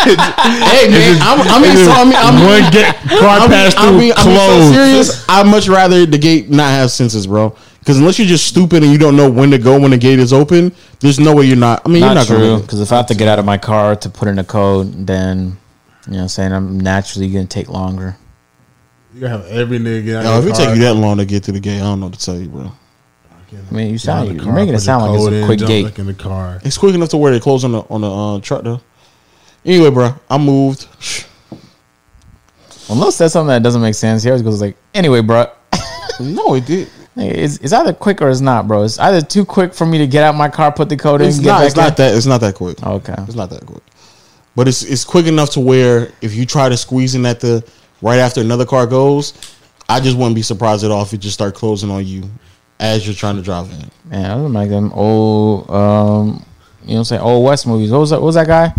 Hey man, I'm, I mean, so I mean,
[LAUGHS]
I'm
One gate car passed through
so
closed.
serious. I much rather the gate not have sensors, bro. Because unless you're just stupid and you don't know when to go when the gate is open, there's no way you're not. I mean,
not,
you're not
true.
going to.
Because if I have to get out of my car to put in a code, then you know, what I'm saying I'm naturally gonna take longer.
You gotta have every nigga.
Yo, if it take you that long to get to the gate, I don't know what to tell you, bro.
I mean, you sound you're making it sound like it's a quick gate.
Back in the car.
It's quick enough to where they close on the on the uh, truck though. Anyway, bro, I moved.
When Lil says something that doesn't make sense, he always goes like, "Anyway, [LAUGHS] bro,
[LAUGHS] No, it did.
it's, it's either quick or it's not, bro. It's either too quick for me to get out my car, put the code in,
It's
get
not.
back
It's not that. It's not that quick.
in." Okay,
It's not that quick. But it's it's quick enough to where if you try to squeeze in at the right after another car goes, I just wouldn't be surprised at all if it just start closing on you as you're trying to drive in.
man, I don't like them old, um, you know, what I'm saying old West movies. What was that? What was that guy?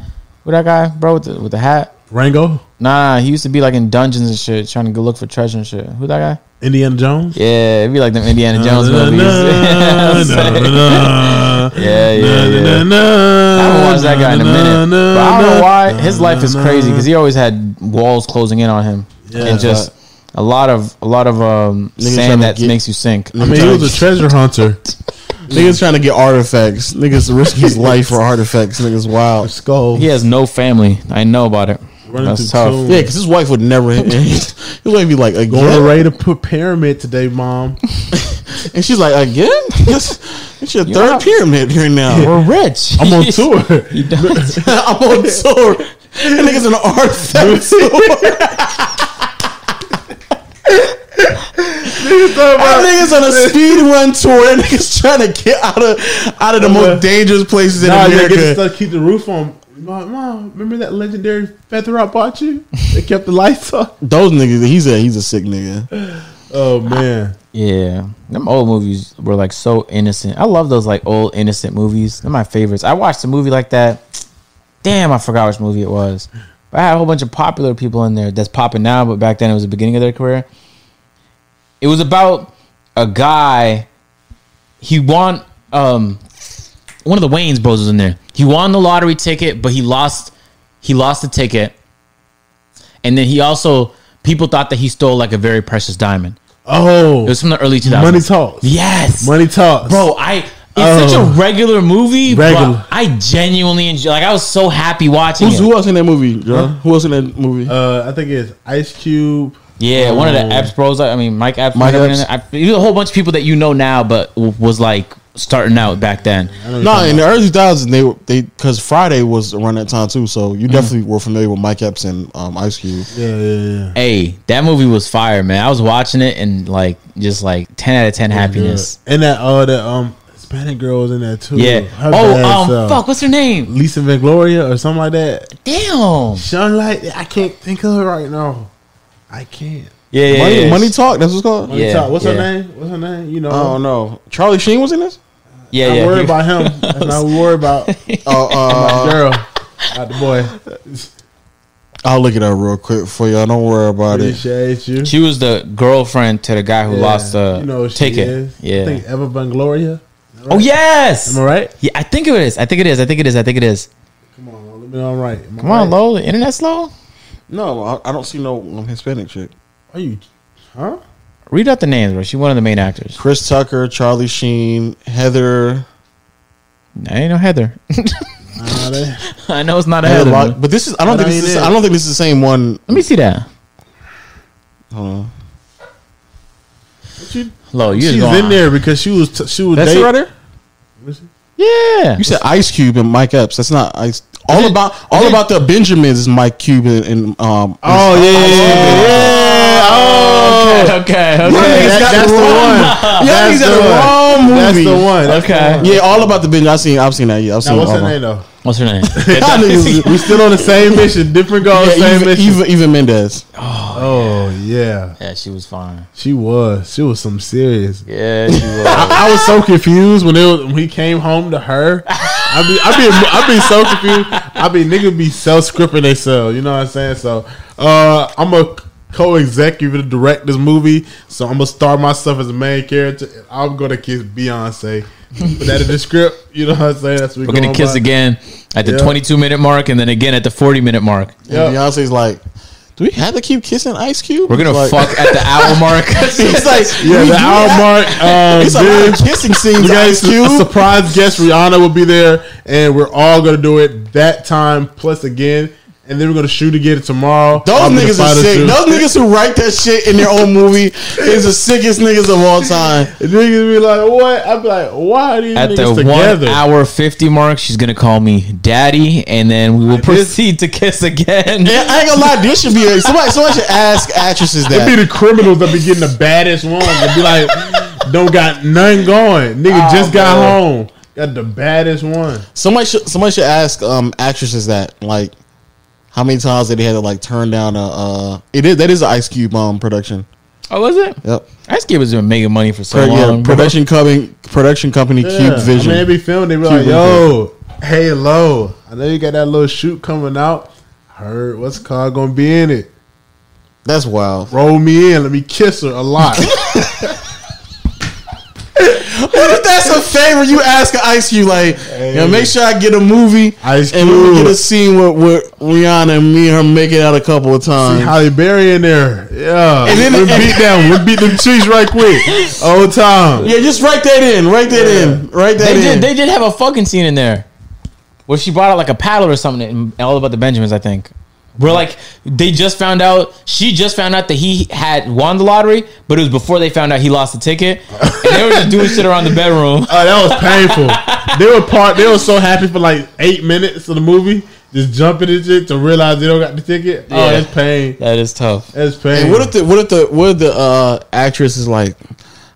What that guy, bro, with the with the hat?
Rango,
Nah, he used to be like in dungeons and shit, trying to go look for treasure and shit. Who that guy? [LAUGHS]
Indiana Jones.
Yeah, it'd be like them Indiana Jones
Na, na,
movies. [LAUGHS]
na, na, na, na.
yeah, yeah,
Na,
yeah.
na, na,
I haven't watched that guy in a
na,
minute.
na,
But I don't know
na,
why
na,
his life is
na,
crazy
na.
because he always had walls closing in on him
Yeah.
and just a lot of a lot of um,
Niggas
sand
tryna
that
get-
makes you sink.
I mean, he was a treasure hunter.
Niggas trying to get artifacts. Niggas risking his life for artifacts. Niggas
A
wild.
skull.
He has no family. I know about it.
Running
That's
through
tough.
tombs.
Yeah, because his wife would never. [LAUGHS] his wife be like
Going to
again,
raid a p- pyramid
[LAUGHS]
today, mom.
and she's like again. [LAUGHS] It's your third
not-
pyramid here now.
We're rich. [LAUGHS]
I'm on tour.
You
[LAUGHS]
don't-
I'm on tour. That niggas an artifact [LAUGHS] tour. Our niggas on a speed run tour. And niggas trying to get out of out of the most dangerous places in
Nah, they get
America.
stuck. Keep the roof on. Mom, mom, remember that legendary feather I bought you? They kept the lights on.
Those niggas, he's a he's a sick nigga.
[LAUGHS] Oh man,
yeah, them old movies were like so innocent. I love those like old innocent movies. They're my favorites. I watched a movie like that. Damn, I forgot which movie it was. But I had a whole bunch of popular people in there that's popping now, but back then it was the beginning of their career. It was about a guy. He won. Um, one of the Wayne's bros was in there. He won the lottery ticket, but he lost. He lost the ticket, and then he also people thought that he stole like a very precious diamond.
oh,
It was from the early 2000s.
money talks.
Yes,
Money talks,
bro. I it's
Oh.
such a regular movie,
Regular.
but I genuinely enjoy. Like I was so happy watching
Who's,
it.
who else in that movie? Joe? Who else in that movie?
Uh, I think it's Ice Cube.
Yeah, one of the
Oh.
Epps bros. I mean, Mike Epps.
Mike
Mike Epps.
Epps.
I, there's a whole bunch of people that you know now, but w- was like starting out back then.
No, in the early 2000s, they were they because Friday was around that time too. So you definitely were familiar with Mike Epps and um, Ice Cube.
Yeah, yeah, yeah.
Hey, that movie was fire, man. I was watching it and like just like ten out of ten happiness.
And that all that um Hispanic girl was in that too.
Yeah.
Her bad
oh, um,
self.
fuck. What's her name?
Lisa Vangloria or something like that.
Damn.
Sunlight. I can't think of her right now. I can't.
Yeah, yeah.
Money,
yeah.
Money Talk. That's what's called.
Money
Yeah,
Talk. What's her
yeah.
name? What's her name? You know.
I don't know. Charlie Sheen was in this.
Yeah,
I
yeah.
worry
[LAUGHS]
about him. That's not what we worry about.
Oh, uh, [LAUGHS]
Girl, not the boy.
I'll look it up real quick for y'all. Don't worry about it.
Appreciate you.
She was the girlfriend to the guy who
Yeah.
lost the
you know who she
ticket.
is.
Yeah.
I think Eva Bangloria.
oh yes.
Am I right?
Yeah, I think it is. I think it is. I think it is. I think it is.
Come on, let me know I'm right. Am I
Come on,
right?
low. The internet slow.
No, I, I don't see no um, Hispanic chick.
Are you? Huh?
Read out the names, bro. She's one of the main actors.
Chris Tucker, Charlie Sheen, Heather,
I ain't no Heather. [LAUGHS]
Nah, they,
I know it's not a
Heather
Heather.
Lock-
bro.
but this is I don't
That
think this
ain't
is
it.
I don't think this is the same one.
Let me see that.
Hold on.
she,
Low, you
she's
just
in
going
there because she was t- she was
That's
date-
it right there.
Yeah.
You said Ice Cube and Mike Epps. That's not Ice. All
it-
about all about the Benjamins is Mike Cube and, and um.
Oh yeah, yeah, yeah. Oh,
[LAUGHS]
[LAUGHS]
Okay. Okay.
Y'all
okay.
niggas
that-
got the wrong. Y'all niggas
that's the one. That's the
got the
one.
wrong movie.
That's the one. That's the
Okay.
one.
Yeah, all about the Benjamins. I seen. I've seen that. Yeah, I've seen.
Now what's
all
her
about-
name though?
What's her
[LAUGHS]
name?
Y'all niggas-
We still on the same mission, different goals,
Yeah,
same
even,
mission.
even even Mendez.
oh yeah,
yeah, she was fine.
she was. She was some serious.
Yeah, she was.
I was so confused when it was, when he came home to her. I be I be I be so confused. I be nigga be self scripting themselves. You know what I'm saying? So uh, I'm a co executive to direct this movie. So I'm gonna star myself as a main character. And I'm gonna kiss Beyonce. Put that in the script. You know what I'm saying? That's what
We're gonna kiss again at the
Yeah.
22 minute mark, and then again at the 40 minute mark.
And Beyonce's like, do we have to keep kissing Ice Cube?
We're gonna
Like-
fuck at the hour mark.
[LAUGHS]
[LAUGHS]
It's like
Yeah,
we
the
do
hour
that?
mark. Um,
It's a lot of kissing scenes.
You
Ice
guys, [LAUGHS] a
Cube.
surprise guest Rihanna will be there, and we're all gonna do it that time plus again. and then we're gonna shoot again tomorrow.
Those
I'm gonna
niggas
fight
are
us
sick.
too.
Those niggas who write that shit in their own movie is the sickest niggas of all time.
And niggas be like, what? I'd be like, why are these
At the
niggas together?
one hour fifty mark, she's gonna call me daddy, and then we will proceed to kiss again.
Yeah, I ain't gonna lie, this should be a, somebody. Somebody should ask actresses
It'd
that.
be the criminals that be getting the baddest ones. It'd be like, [LAUGHS] don't got nothing going.
Oh,
Nigga just got home. Got the baddest one.
Somebody should. Somebody should ask um actresses that. Like, how many times did they had to like turn down a? Uh, it is that is an Ice Cube um production.
Oh, was it?
Yep.
Ice Cube has been making money for so
Per- yeah,
long.
production company. Production company Cube Vision.
I mean, they be filming. They be like, yo, hey, low. I know you got that little shoot coming out. Heard what's the car gonna be in it?
That's wild.
Roll me in. Let me kiss her a lot.
What if that's a favor you ask of Ice Cube? Like, you know, make sure I get a movie
Ice
and we
Cube.
get a scene with, with Rihanna and me and her make it out a couple of times.
Holly Berry in there.
Mm.
Yeah.
And then-
we beat them. We beat them cheeks right quick. Old time.
yeah, just write that in. Write that in. Write that
They
in.
did. They did have a fucking scene in there where she brought out like a paddle or something. And all about the Benjamins, I think. Where like they just found out, she just found out that he had won the lottery, but it was before they found out he lost the ticket, and they were just doing shit around the bedroom. [LAUGHS]
Oh, that was painful. they were part. They were so happy for like eight minutes of the movie, just jumping and shit to realize they don't got the ticket. Oh,
Yeah.
that's pain.
That is tough.
That's pain.
And what if the what if the what if the uh, actress is like,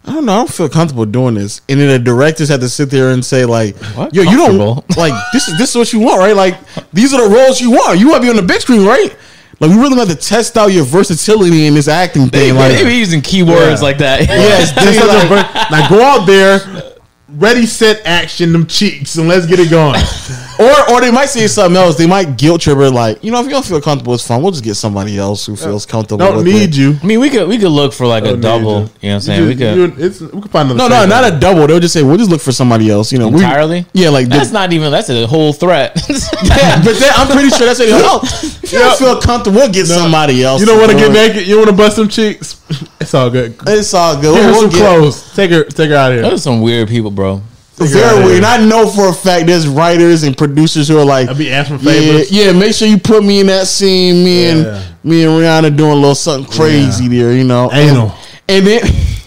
I don't know, I don't feel comfortable doing this, and then the directors have to sit there and say like,
What?
Yo, you
Comfortable?
don't [LAUGHS] like this is this is what you want, right? Like these are the roles you want. You want to be on the big screen, right? Like we really have to test out your versatility in this acting
They,
thing. Like,
they be using keywords
Yeah.
like that. [LAUGHS]
yes,
Just
dude,
let them
like,
burn- now go out there, ready, set, action, them cheeks, and let's get it going.
[LAUGHS] or or they might say something else. They might guilt trip her like, you know, if you don't feel comfortable, it's fine. We'll just get somebody else who feels comfortable.
Don't
with
need
it.
you.
I mean, we could we could look for like a
Don't
double.
need
You know what I'm saying? We
just-
could.
Oh, you- it's, we could find another.
No, no, not a double. They'll just say we'll just look for somebody else. You know, we-
Entirely?
yeah, like the-
that's not even. That's a whole threat. [LAUGHS]
Yeah, but then I'm pretty sure that's what
[LAUGHS]
you know. If you don't feel comfortable, we'll get somebody else.
You don't want to
do
get
it.
naked. You want to bust some cheeks. [LAUGHS] It's all good. Give
It's all good.
her
We'll,
some
we'll get
clothes. Take her. Take her out of here.
Those are some weird people, bro.
very weird. And I know for a fact there's writers and producers who are like,
I'll be asking for
yeah,
favors.
yeah, make sure you put me in that scene. Me
Yeah.
and me and Rihanna doing a little something crazy there, you know.
Anal.
And then [LAUGHS]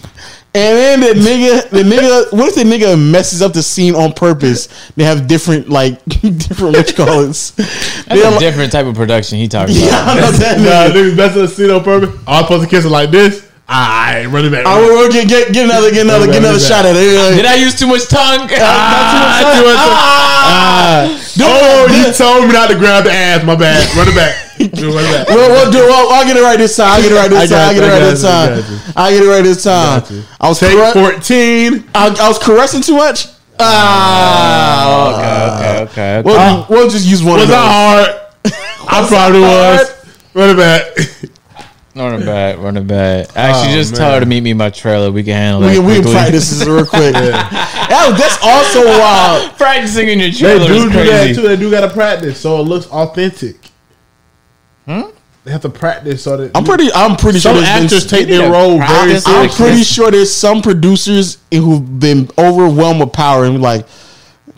and then the nigga the nigga what if the nigga messes up the scene on purpose? They have different like [LAUGHS] different what you call [LAUGHS] it?
That's
They're
a
like-
different type of production he talked about.
Yeah, I know that
[LAUGHS] Nah,
nigga.
niggas, that's a scene on purpose. I'm supposed to kiss her like this. I run it back.
I will will get, get get another get another get another shot at it.
Did I use too much
[LAUGHS]
tongue?
Ah, I do it. oh, you told me not to grab the ass. My bad.
[LAUGHS]
Run it back. Run it back.
We'll, we'll do. I'll, I'll get it right this time. I'll get it right
I
this
got
time. I'll get
you,
it
I
right
got
this
you, I got
time.
you.
I'll get it right this time.
got you.
I was
Take
corre-
fourteen.
I, I was caressing too much. Ah,
okay, okay, okay.
we'll, we'll just use one.
Ah. Was
of
I
those.
hard? I probably was. Run it back.
Run it back, run it back. Actually,
Oh,
just
man.
tell her to meet me in my trailer. We can handle
We
it.
can, we can practice this real
[LAUGHS]
quick. That was- that's also wild.
[LAUGHS] Practicing in your
They
trailer
do
is
do that
crazy.
too. They do gotta practice so it looks authentic. They have to practice so that
Hmm? I'm pretty. I'm pretty
Some
sure there's been-
actors take their
to
role very
practice it.
I'm
seriously.
Seriously.
pretty sure there's some producers who've been overwhelmed with power and be like,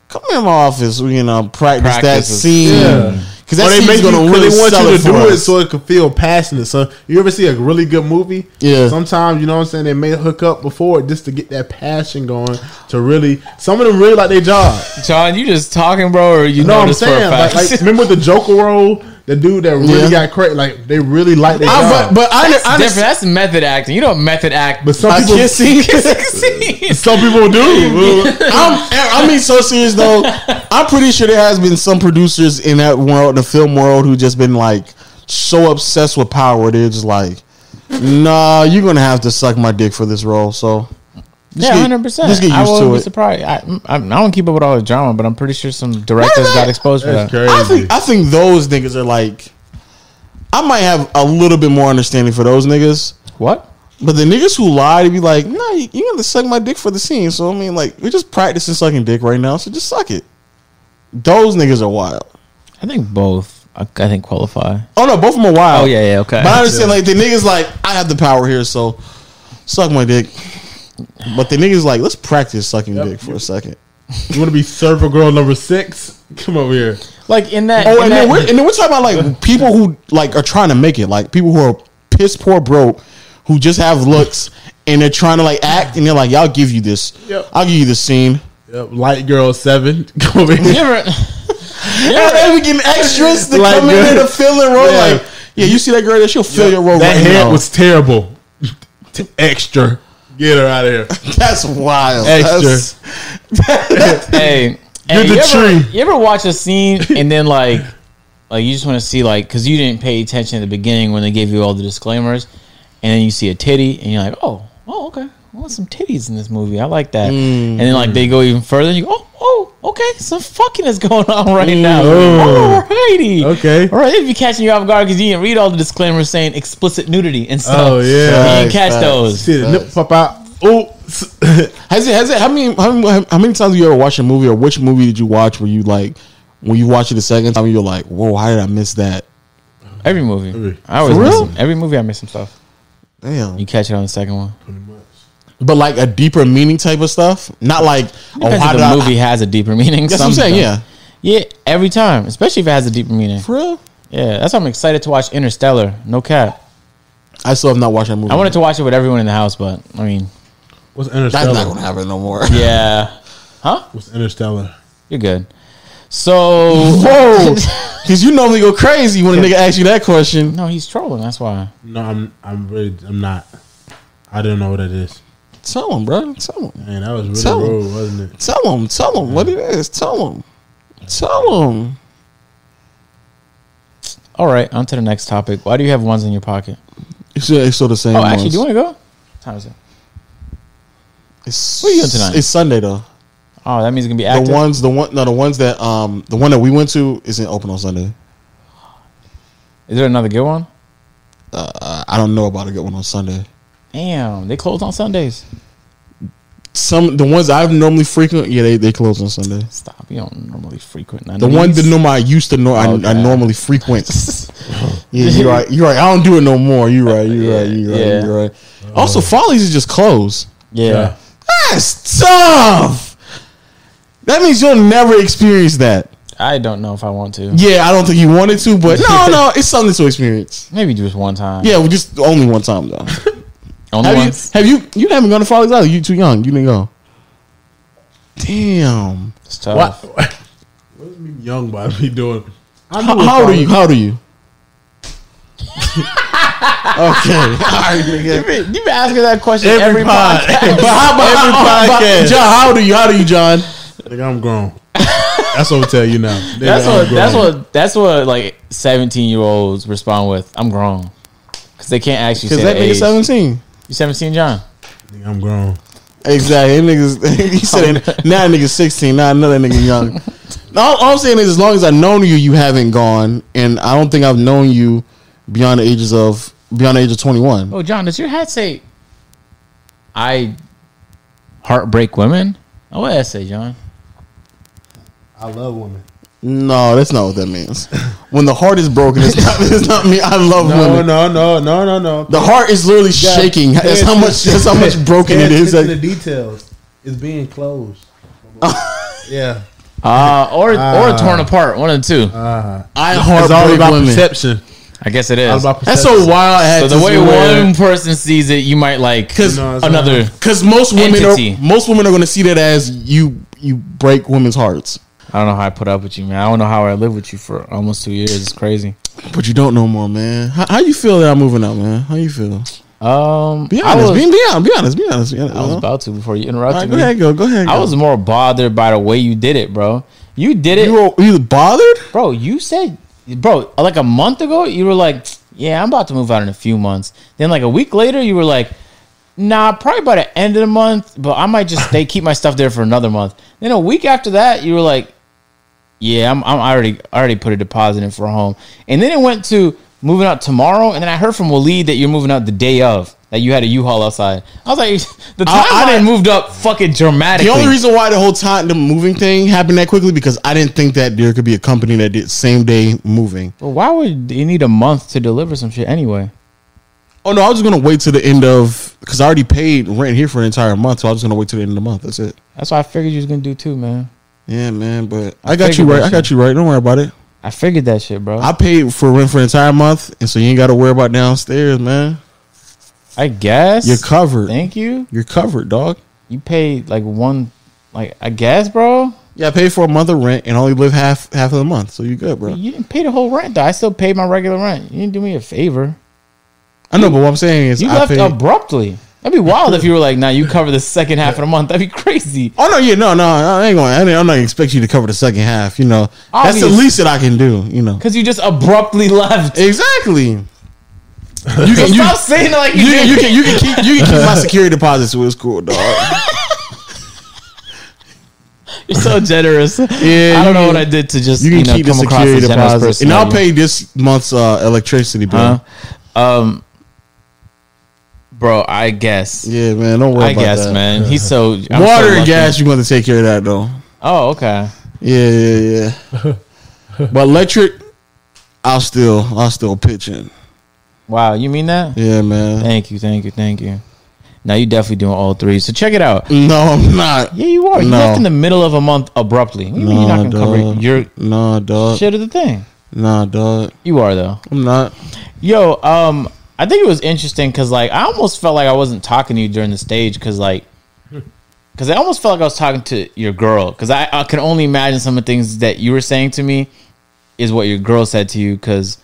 "Come in my office, we can uh, practice, that
Practice it.
scene."
Yeah.
Because
Or
that
they
scene's
make you,
gonna
'cause
really
they want
sell
you
it
to
for
do it
us. [LAUGHS]
so it can feel passionate. So you ever see a really good movie?
Yeah.
Sometimes you know what I'm saying they may hook up before just to get that passion going to really. Some of them really like
[LAUGHS]
their job.
John, you just talking, bro, or you
No,
know
I'm
this for a
saying like,
fact?
like remember the Joker role, the dude that
Yeah.
really got crazy. Like they really like their
I,
job.
but but I,
That's
I,
different. That's method acting. You don't method act.
but some
I
people,
[LAUGHS] can't see.
[LAUGHS]
some
[LAUGHS]
people do.
I'm, I mean, so serious though. I'm pretty sure there has been some producers in that world, the film world, who just been like so obsessed with power. They're just like, "Nah, you're gonna have to suck my dick for this role." So
yeah,
get-
hundred percent.
just get
I
used
wouldn't
to
be
it.
surprised. I, mm, I, I don't keep up with all the drama, but I'm pretty sure some directors
that?
got exposed for that.
That's crazy.
I think I think those niggas are like. I might have a little bit more understanding for those niggas,
What?
but the niggas who lie to be like, "Nah, you, you gonna suck my dick for the scene." So I mean, like, we're just practicing sucking dick right now, so just suck it. Those niggas are wild.
I think both. I, I think qualify.
Oh no, both of them are wild.
Oh yeah, yeah, okay.
But I understand, like the niggas, like I have the power here, so suck my dick. But the niggas, like let's practice sucking dick for a second.
You want to be server girl number six? Come over here.
Like in that.
Oh,
in
and
that
then, we're, and then we're talking about like people who like are trying to make it, like people who are piss poor broke, who just have looks and they're trying to like act, and they're like, "Y'all give you this,
Yep.
I'll give you the scene."
Yep, light girl seven. [LAUGHS] Come over
you
here.
ever-
Yeah, they be getting extras to
Like,
come in
good.
there to fill their role.
Yeah.
Like, yeah, you see that girl? That she'll fill your role.
That
right
hair
now.
was terrible. T- Extra. Get her out of here.
[LAUGHS] that's wild.
Extra.
That's-
hey,
You're
hey,
the
you ever,
tree.
You ever watch a
[LAUGHS]
scene and then like, like you just want to see like, because you didn't pay attention at the beginning when they gave you all the disclaimers, and then you see a titty and you're like, oh, oh, okay, I want some titties in this movie. I like that. And then like they go even further, and you go, oh, oh, okay, some fucking is going on right now.
Mm. Oh.
Alrighty,
Okay.
All right, if you catching you off guard because you didn't read all the disclaimers saying explicit nudity and stuff.
Oh
You
yeah.
didn't catch
Facts,
those.
See the nip pop out. Oh,
Has it? Has it? How many? How many, how many times have you ever watched a movie, or which movie did you watch where you like, when you watch it the second time, you're like, "Whoa, how did I miss that?"
Every movie,
Every-
I always
For
miss
real?
them. Every movie, I miss some stuff.
Damn.
You catch it on the second one.
But like a deeper meaning type of stuff, not like, "Oh,
Depends
how
if
did
the
I?"
movie has a deeper meaning.
That's what I'm
Some
saying.
don't.
Yeah.
yeah, every time, especially if it has a deeper meaning.
For real.
Yeah, that's why I'm excited to watch Interstellar. No cap.
I still have not watched that movie.
I wanted to watch it with everyone in the house, but I mean,
what's
That's not
interstellar?
gonna happen no more.
yeah,
What's interstellar?
you're good.
[LAUGHS] [LAUGHS]
So [LAUGHS]
Whoa! Because you normally go crazy when a nigga asks you that question.
no, he's trolling. That's why.
No, I'm. I'm really. I'm not. I don't know what it is.
Tell him, bro. Tell him.
Man, that was really
Tell 'em.
rude, wasn't it?
Tell him, tell him what it is. Tell him, tell him.
All right, on to the next topic. Why do you have ones in your pocket?
It's, it's still the same.
Oh, actually, do you
ones.
want to go? What time is it?
It's,
What are you doing tonight?
It's Sunday though.
Oh, that means it's gonna be
The
active.
ones, the one, no, the ones that, um, the one that we went to isn't open on Sunday.
Is there another good one?
Uh, I don't know about a good one on Sunday.
Damn, they close on Sundays.
Some the ones I've normally frequent, yeah, they, they close on Sunday.
Stop. You don't normally frequent none
The
of
one
these.
that normal I used to know, I, I
Okay.
normally [LAUGHS] frequent. yeah, you're right. You're right. I don't do it no more. You're right. You're right. You're right.
Yeah.
You're right. Also, Follies is just closed.
yeah.
That's tough. That means you'll never experience that.
I don't know if I want to.
Yeah, I don't think you wanted to, but no, [LAUGHS] no, it's something to experience.
Maybe just one time.
Yeah, well, just only one time [LAUGHS] though.
Only
Have you,
once.
have you? You haven't gone to Follies either. You too young. You didn't go. Damn.
It's tough.
What? [LAUGHS] What is me young by me doing? I
How,
knew
how old are
it
you?
was-
How old are [LAUGHS] you? okay. All right, nigga.
You've been, you've been asking that question every,
Every pod.
podcast.
But how about, [LAUGHS]
Every
how about-
podcast.
John, how old are you? How old are you, John?
Nigga, I'm grown. That's what I'm tell you now.
[LAUGHS]
Nigga,
That's
I'm
what. That's
grown.
what. That's what. Like seventeen year olds respond with, "I'm grown," because they can't actually say
Because that
their
nigga
age.
seventeen.
You seventeen, John?
Nigga, I'm grown.
Exactly. Them niggas, [LAUGHS] he said
Oh,
now that nigga's 16, now another nigga young.
[LAUGHS]
No, all, all I'm saying is as long as I've known you, you haven't gone. And I don't think I've known you beyond the ages of beyond the age of 21.
Oh, John, does your hat say, "I heartbreak women"? Oh, what that say, John?
I love women.
No, that's not what that
[LAUGHS]
means. When the heart is broken, it's not, it's not me. I love
No,
women.
no, no, no, no, no.
The heart is literally
Yeah,
[LAUGHS]
shaking. That's
pay
how much
attention-
that's how much
[LAUGHS] pay-
broken
pay
it is.
attention
Like,
to details. It's being closed. yeah.
Uh, or or
Ah.
torn apart, one of the two.
Uh,
I
it's all
heartbreak
about
women.
perception.
I guess it
All
is.
about perception.
That's so wild.
So the way one person sees it, you might like
'Cause-
No, it's
another.
because most women
Entity.
are most women are going to see that as you you break women's hearts.
I don't know how I put up with you, man. I don't know how I lived with you for almost two years. It's crazy.
But you don't know more, man. How, how you feel that I'm moving out, man? How you feel?
Um,
Be
I
honest.
was,
be, be honest. Be honest. Be honest. Be honest.
I was about to before you
All right,
interrupted
go
me.
ahead, go. Go ahead.
I
go.
was more bothered by the way you did it, bro. You did it,
You were you bothered?
bro. You said, bro, like a month ago, you were like, "Yeah, I'm about to move out in a few months." Then, like a week later, you were like, "Nah, probably by the end of the month, but I might just stay, keep my stuff there for another month." Then a week after that, you were like, "Yeah, I'm, I'm I already, I already put a deposit in for a home." And then it went to moving out tomorrow, and then I heard from Waleed that you're moving out the day of. That you had a U-Haul outside. I was like, [LAUGHS] the timeline
I didn't-
moved up fucking dramatically.
The only reason why the whole time the moving thing happened that quickly because I didn't think that there could be a company that did same day moving.
But why would you need a month to deliver some shit anyway?
Oh no, I was gonna wait to the end of because I already paid rent here for an entire month, so I was gonna wait to the end of the month. That's it.
That's what I figured you was gonna do too, man.
Yeah, man. But I got you
figured
right.
that
I got you right. Don't worry about it.
I figured that shit, bro.
I
I,
paid for rent for an entire month, and so you ain't got to worry about downstairs, man.
guess.
You're covered.
Thank you.
You're covered, dog.
You paid like one, like I guess, bro.
Yeah, I paid for a month of rent and only live half half of the month, so you good, bro.
You didn't pay the whole rent though. I still paid my regular rent. You didn't do me a favor.
I know, but what I'm saying is,
You
I
left
paid-
abruptly. That'd be wild if you were like, nah, you cover the second half of the month. That'd be crazy.
Oh no, yeah, no, no, I ain't going. I ain't, I'm not gonna expect you to cover the second half. You know, that's the
Obvious.
least that I can do. You know,
Cause you just abruptly left.
exactly. You can you,
Stop saying it like [LAUGHS] you,
you,
did.
can, you can you can keep you can keep my security deposits. So it's cool, dog.
[LAUGHS] You're so generous.
Yeah,
I
you
don't know
can-
what I did to just
You
you,
can
know
keep the
come across
security
as a generous
deposits,
person.
and I'll
like
pay this month's uh, electricity bill.
Huh? you. Um, bro, I guess.
Yeah, man, don't worry
I
about
guess,
that.
man. He's so I'm so
Water and
lucky.
gas, you want to take care of that though.
Oh, okay.
Yeah, yeah, yeah.
[LAUGHS]
but electric, I'll still I'll still pitch in.
Wow, you mean that?
Yeah, man.
Thank you, thank you, thank you. Now you definitely doing all three. So check it out.
No, I'm not.
Yeah, you are. You
No.
left in the middle of a month abruptly. What do you mean you're not gonna cover
dog.
your
Nah, dog.
shit of the thing?
Nah, dog.
You are though.
I'm not.
Yo, um, I think it was interesting because like I almost felt like I wasn't talking to you during the stage
[LAUGHS]
because like, because I almost felt like I was talking to your girl because I, I can only imagine some of the things that you were saying to me is what your girl said to you because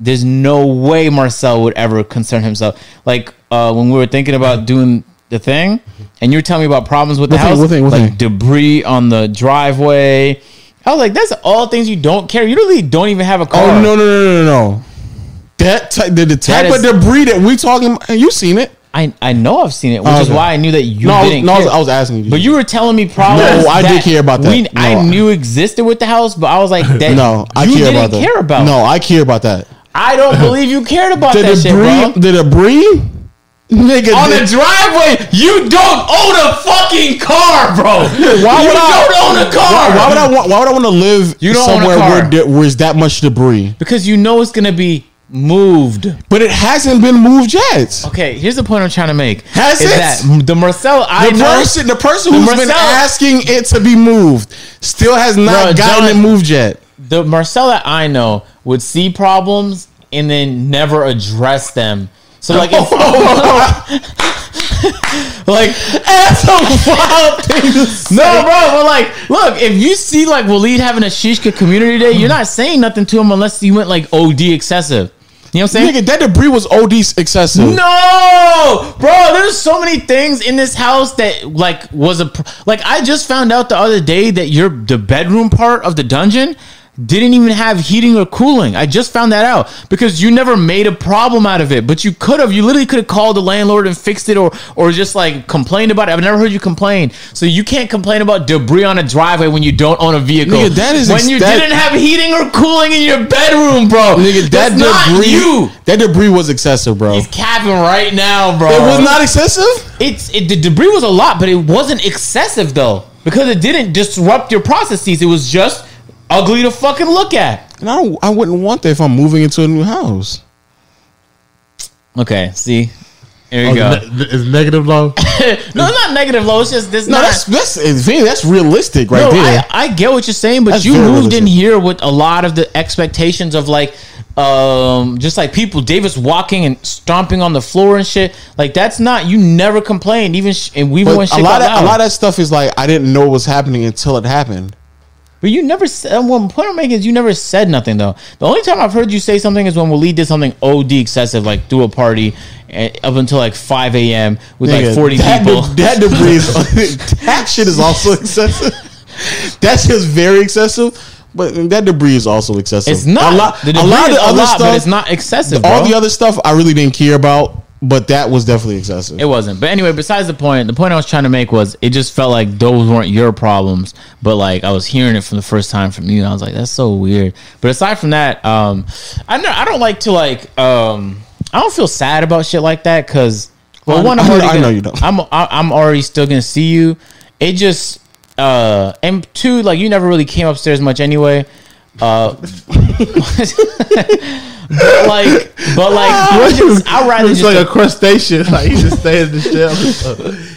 there's no way Marcel would ever concern himself like uh when we were thinking about doing the thing and you were telling me about problems with the
What thing,
house
what thing, what thing?
like debris on the driveway. I was like, that's all things you don't care. You really don't even have a car.
Oh no no no no no. That ty- the, the type
That
of debris that we talking. About, you seen it?
I I know I've seen it, which
Oh,
is
okay.
why I knew that you
No, I was,
didn't.
no I, was,
care.
I was asking you.
but you were telling me problems.
No, I did care about that.
We,
No.
I knew existed with the house, but I was
[LAUGHS]
like, that
no, I
you
care
didn't
about that.
care about.
No, I care about that. [LAUGHS]
I don't believe you cared about
The
that shit, bro.
debris. The debris. [LAUGHS] Nigga,
On
the-
the driveway, you don't own a fucking car,
[LAUGHS]
bro.
Why
you
would I-
don't own a car.
why, why would I want? Why would I want to live
You don't own a
somewhere where
car.
there, where's that much debris?
Because you know it's gonna be moved.
But it hasn't been moved yet.
Okay, here's the point I'm trying to make.
Has
is
it?
that the Marcel I
The
know?
person, the person who's been
Marcel-
asking it to be moved, still has not
Bruh,
gotten
John-
it moved yet.
the Marcella I know would see problems and then never address them. So like, [LAUGHS] it's, like that's a wild thing to say. [LAUGHS] No, bro, but like, look, if you see like Waleed having a Shishka community day, you're not saying nothing to him unless you went like OD excessive. You know what I'm saying?
Nigga, that debris was OD excessive.
No, bro. There's so many things in this house that like was a pr- like. I just found out the other day that your the bedroom part of the dungeon didn't even have heating or cooling. I just found that out because you never made a problem out of it, but you could have. You literally could have called the landlord and fixed it, or or just like complained about it. I've never heard you complain. So you can't complain about debris on a driveway when you don't own a vehicle.
Nigga, that is
when
ex-
you
that-
didn't have heating or cooling in your bedroom, bro.
Nigga, that
That's not
debris,
you.
that debris was excessive, bro.
He's capping right now, bro.
It was not excessive.
It's it, the debris was a lot, but it wasn't excessive though, because it didn't disrupt your processes. It was just ugly to fucking look at.
And I, don't, I wouldn't want that if I'm moving into a new house.
Okay, see, there you
Oh,
go.
ne- it's negative low.
no, it's not negative low. It's just this.
No,
not,
that's that's if anything, that's realistic right
no,
there.
I, I get what you're saying, but
That's
you
very
moved in
realistic.
here with a lot of the expectations of like, um, just like people, Davis walking and stomping on the floor and shit. Like that's not. You never complained, even sh- and we
but
even when shit
a lot of
got loud.
a lot of that stuff is like I didn't know what was happening until it happened.
But you never said. One point I'm making is you never said nothing though. The only time I've heard you say something is when Waleed did something OD excessive, like through a party eh, up until like 5 a.m. with
Nigga,
like 40
that
people.
de- that debris,
[LAUGHS]
is, [LAUGHS] that shit is also excessive. [LAUGHS] That's just very excessive. But that debris is also excessive.
it's not
a lot.
The
a
debris
lot of
is
the other
but
stuff.
it's not excessive.
all
bro.
the other stuff I really didn't care about, but that was definitely excessive. [LAUGHS]
It wasn't. But anyway, besides the point, the point I was trying to make was it just felt like those weren't your problems, but like I was hearing it from the first time from you, and I was like, that's so weird. But aside from that, um, I know I don't like to like um, I don't feel sad about shit like that because well,
Well,
one,
I
I'm
know-
already
I
gonna,
know you don't.
I'm I- I'm already still gonna see you. It just uh, and [LAUGHS] two, like you never really came upstairs much anyway. Uh, But like, but like, I would just, I'd rather
It's
just
like a crustacean. [LAUGHS] Like he just stays in the shell.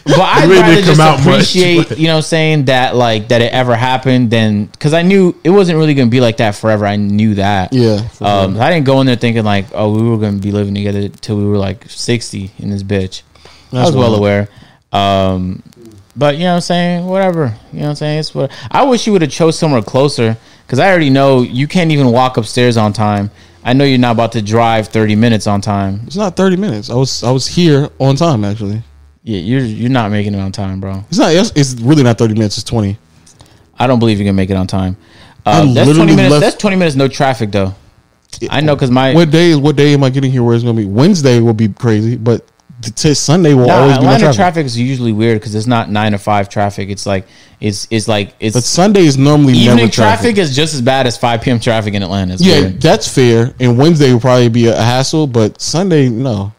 But I'd
really
rather
didn't come
just
out much,
appreciate,
but-
you know, what I'm saying that like that it ever happened, then because I knew it wasn't really gonna be like that forever. I knew
[LAUGHS]
that.
Yeah.
Um, I didn't go in there thinking like, oh, we were gonna be living together till we were like 60 in this bitch. I was well
wild.
aware. Um, but you know what I'm saying? Whatever. You know what I'm saying? It's what I wish you would have chose somewhere closer because I already know you can't even walk upstairs on time. I know you're not about to drive 30 minutes on time.
It's not 30 minutes. I was I was here on time actually.
Yeah, you're you're not making it on time, bro.
It's not. It's, it's really not 30 minutes. It's 20.
I don't believe you're gonna make it on time.
I
Uh, that's
literally
twenty minutes.
left-
That's twenty minutes, no traffic though. I know because my
What day? What day am I getting here? Where it's gonna be? Wednesday will be crazy, but t- t- Sunday will
Nah,
always be no
Atlanta
traffic.
traffic. is usually weird because it's not nine to five traffic. It's like it's it's like it's
But Sunday is normally
evening
never
traffic.
traffic.
is just as bad as five p.m. traffic in Atlanta. It's
Yeah,
weird.
that's fair. And Wednesday will probably be a hassle, but Sunday no.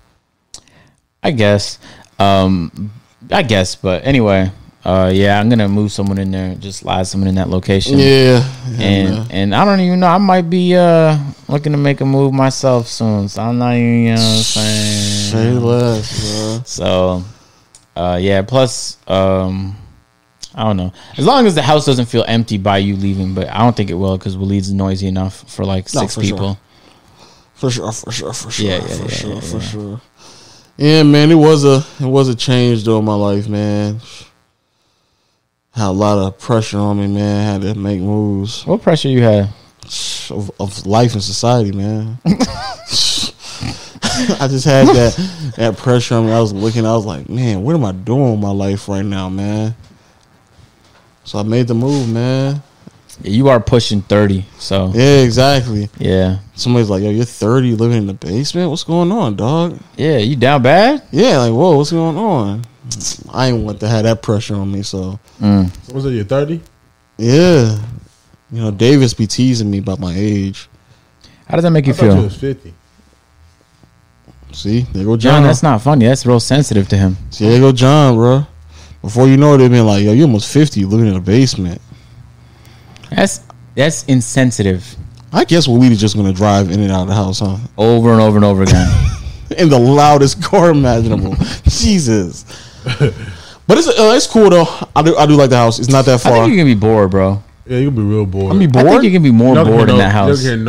I guess. Um, I guess, but anyway, uh, yeah, I'm gonna move someone in there, just slide someone in that location.
Yeah,
and and I don't even know. I might be uh looking to make a move myself soon. So I'm not even you know what I'm saying.
say less, bro.
So, uh, yeah. Plus, um, I don't know. As long as the house doesn't feel empty by you leaving, but I don't think it will because Waleed's noisy enough for like
No,
six
for
people.
sure. For sure, for sure, for sure,
Yeah, yeah,
for
yeah,
sure,
yeah,
for
yeah.
sure. Yeah, man, it was a it was a change though in my life, man. Had a lot of pressure on me, man. Had to make moves.
What pressure you had?
of, of life and society, man. [LAUGHS] I just had that that pressure on me. I was looking, I was like, man, what am I doing with my life right now, man? So I made the move, man.
Yeah, you are pushing thirty, so yeah.
Yeah, exactly.
yeah,
Somebody's like, yo, you're 30, living in the basement. What's going on, dog?
You down bad?
Yeah, like, whoa, what's going on? I ain't want to have that pressure on me, so
Mm.
Someone said you're thirty.
yeah. You know, Davis be teasing me about my age.
How does that make you
I thought you
feel,
was fifty.
See, there go John.
John? That's not funny. That's real sensitive to him.
See, there go John, bro. Before you know it, they've been like, yo, you almost 50, you living in a basement.
That's that's insensitive
I guess Waleed just going to drive in and out of the house, huh? [LAUGHS]
over and over and over
[LAUGHS]
again.
In the loudest [LAUGHS] car imaginable. Jesus. But it's, uh, it's cool, though. I do, I do like the house. It's not that
I
far.
think you can be bored, bro.
Yeah, you can be real bored.
I mean,
I think
bored?
you can be more
You don't hear
bored in
no-
that house. Uh,
You don't hear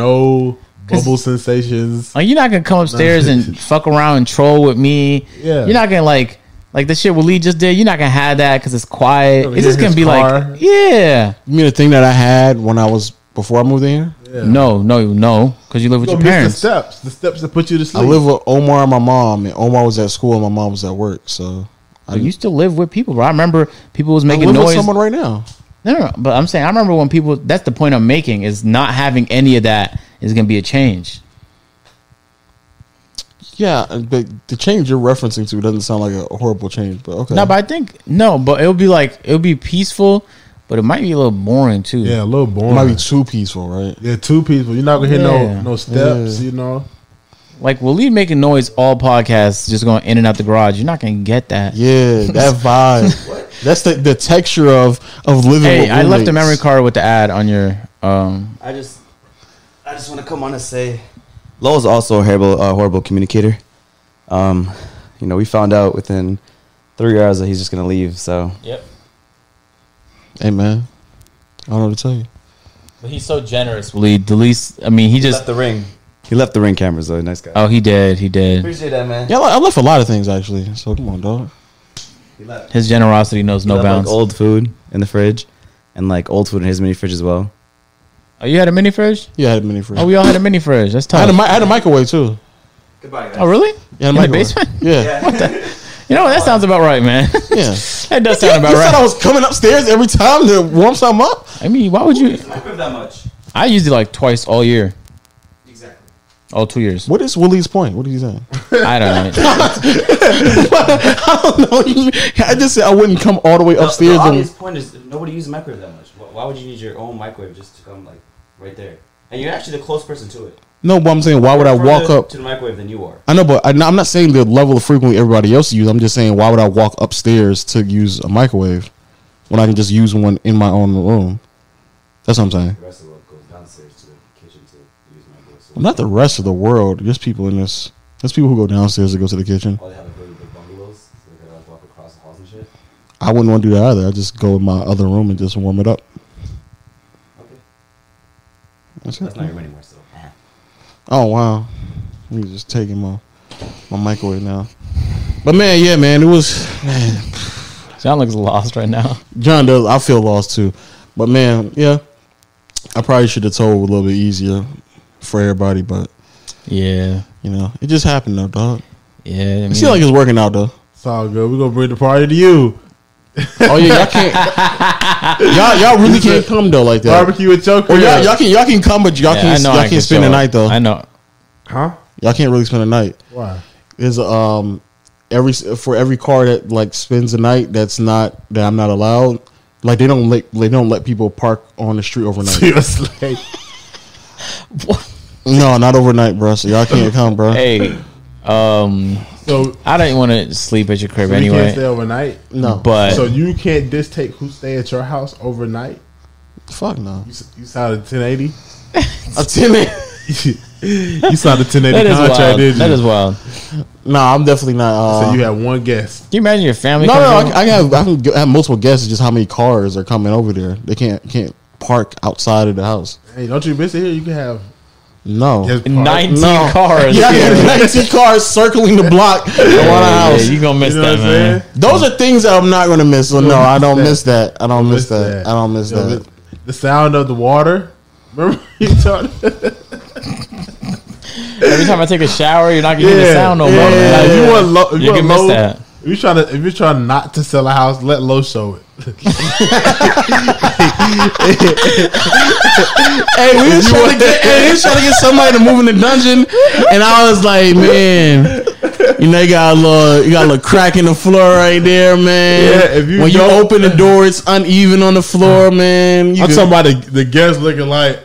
no bubble sensations.
Like you're not gonna come upstairs
[LAUGHS]
and fuck around and troll with me.
Yeah.
You're not gonna like like the shit Waleed just did. You're not gonna have that because it's quiet.
Gonna
It's just
hear
gonna
his
be
car.
like, yeah,
You mean the thing that I had when I was, before I moved in here?
Yeah.
no, no, no, because you live with
You
your
gonna miss the
parents. Uh,
steps. The steps that put you to
I
sleep.
live with Omar and my mom, and Omar was at school and my mom was at work, so. I,
But you still live with people, bro. I remember people was
I
making
live with
noise.
someone right now.
No, no, no, but I'm saying I remember when people. That's the point I'm making is not having any of that is gonna be a change.
Yeah, but the change you're referencing to doesn't sound like a horrible change, but okay.
No, but I think no, but it'll be like it'll be peaceful, but it might be a little boring too.
Yeah, a little boring.
it might be too peaceful, right?
yeah, two people. You're not gonna hear
Yeah.
no no steps.
Yeah.
You know.
Like Waleed making noise all podcasts, just going in and out the garage. You're not gonna get that.
Yeah,
[LAUGHS]
that vibe. That's the, the texture of of living.
Hey,
with
I left
roommates.
a memory card with the ad on your. Um,
I just, I just want to come on and say, Lowell's also a horrible, uh, horrible communicator. Um, you know, we found out within three hours that he's just gonna leave. So
yep,
Hey man, I don't know what to tell you.
but he's so generous. Waleed, the least. I mean, he
he
just.
left the ring. He left the ring cameras though. Nice guy.
oh, he did. He did.
Appreciate that, man.
Yeah, I le- I left a lot of things actually. So come on, dog.
He left.
His generosity knows
He
no
left, like,
bounds.
old food in the fridge, and like old food in his mini fridge as well.
oh, you had a mini fridge?
Yeah, I had a mini fridge.
Oh, we all had a mini fridge. That's
I,
tough.
had a mi- I had a microwave too.
Goodbye.
oh, really?
Yeah, I had a
In the
microwave.
basement?
Yeah, yeah.
Yeah.
You know, that sounds about right, man. [LAUGHS] that does
You,
sound about
you said I
right.
was coming upstairs every time to warm something up.
I mean, why would you?
I crib that much.
I used it like twice all year,
Exactly.
all two years.
What is Willie's point? What are you
[LAUGHS]
saying?
I don't know.
[LAUGHS] I don't know. I just said I wouldn't come all the way upstairs.
The,
and,
obvious point is nobody uses microwave that much. Why would you need your own microwave just to come like right there? And you're actually the close person to it.
no, but I'm saying why would I walk up?
to the microwave than you are?
I know, but I, I'm not saying the level of frequency everybody else use. I'm just saying, why would I walk upstairs to use a microwave when I can just use one in my own room? That's what I'm saying.
The rest of the world goes downstairs to the kitchen to use microwave. So
Not the rest of the world. Just people in this. There's people who go downstairs to go to the kitchen.
Oh, they have like really big bungalows, so they gotta like walk across the halls and shit.
I wouldn't want to do that either. I just go in my other room and just warm it up.
Okay,
That's
that's
it.
not your room anymore, so. ah.
Oh wow, you just taking my my mic away now. But man, yeah, man, it was man.
John looks lost right now.
John does. I feel lost too. But man, yeah, I probably should have told a little bit easier for everybody. But
Yeah,
you know, it just happened though, dog.
yeah. I
It
mean-
seems like it's working out though.
It's all good. We're gonna bring the party to you.
Oh yeah, y'all can't.
[LAUGHS]
y'all y'all really can't come though like that.
Barbecue at
Oh,
your
Well,
crib.
y'all, y'all can y'all can come, but y'all
Yeah,
can't
I know I
y'all
can
can't spend
show
the
up.
night though.
I know.
huh?
Y'all can't really spend the night.
[LAUGHS] Why?
is um every for every car that like spends a night that's not that I'm not allowed. Like they don't let they don't let people park on the street overnight.
Seriously.
no, not overnight, bro. So y'all can't come, bro.
[LAUGHS]
Hey, um,
So,
I don't want to sleep at your crib
so you can't
anyway.
stay overnight.
no,
But
So you can't dictate who stay at your house overnight.
fuck no.
You, s- you signed a 1080.
I'm [LAUGHS] telling.
[LAUGHS] you signed a 1080
that is
contract,
wild.
did you?
That is wild.
No, I'm definitely not. Uh,
so you had one guest.
Can you imagine your family?
no,
comes
no,
over?
I, I have I can g- have multiple guesses just how many cars are coming over there. They can't can't park outside of the house.
Hey, don't you miss it here? You can have
No.
guest party.
[LAUGHS]
nineteen
No.
cars.
Yeah, I got 19 cars circling the block around the
[LAUGHS] Yeah,
house.
you gonna miss
You know what
that,
I'm
man.
saying?
Those are things that I'm not gonna miss. So no,
don't
I don't
miss
miss that. I don't miss that. I don't miss
You know,
that.
the- The sound of the water. Remember [LAUGHS] you talked.
[LAUGHS] Every time I take a shower, you're not gonna hear the sound no more.
yeah,
man.
If you want low, if
You
you want
can miss
low,
that.
if you trying to, if you're trying not to sell a house, let low show it. [LAUGHS]
[LAUGHS]
Hey, we was trying to get, hey, we was trying to get somebody to move in the dungeon, and I was like, man, you know, you got a little, you got a little crack in the floor right there, man.
Yeah, if you
when you
know-
open the door, it's uneven on the floor, man. You
I'm
could-
talking about the, the guest looking like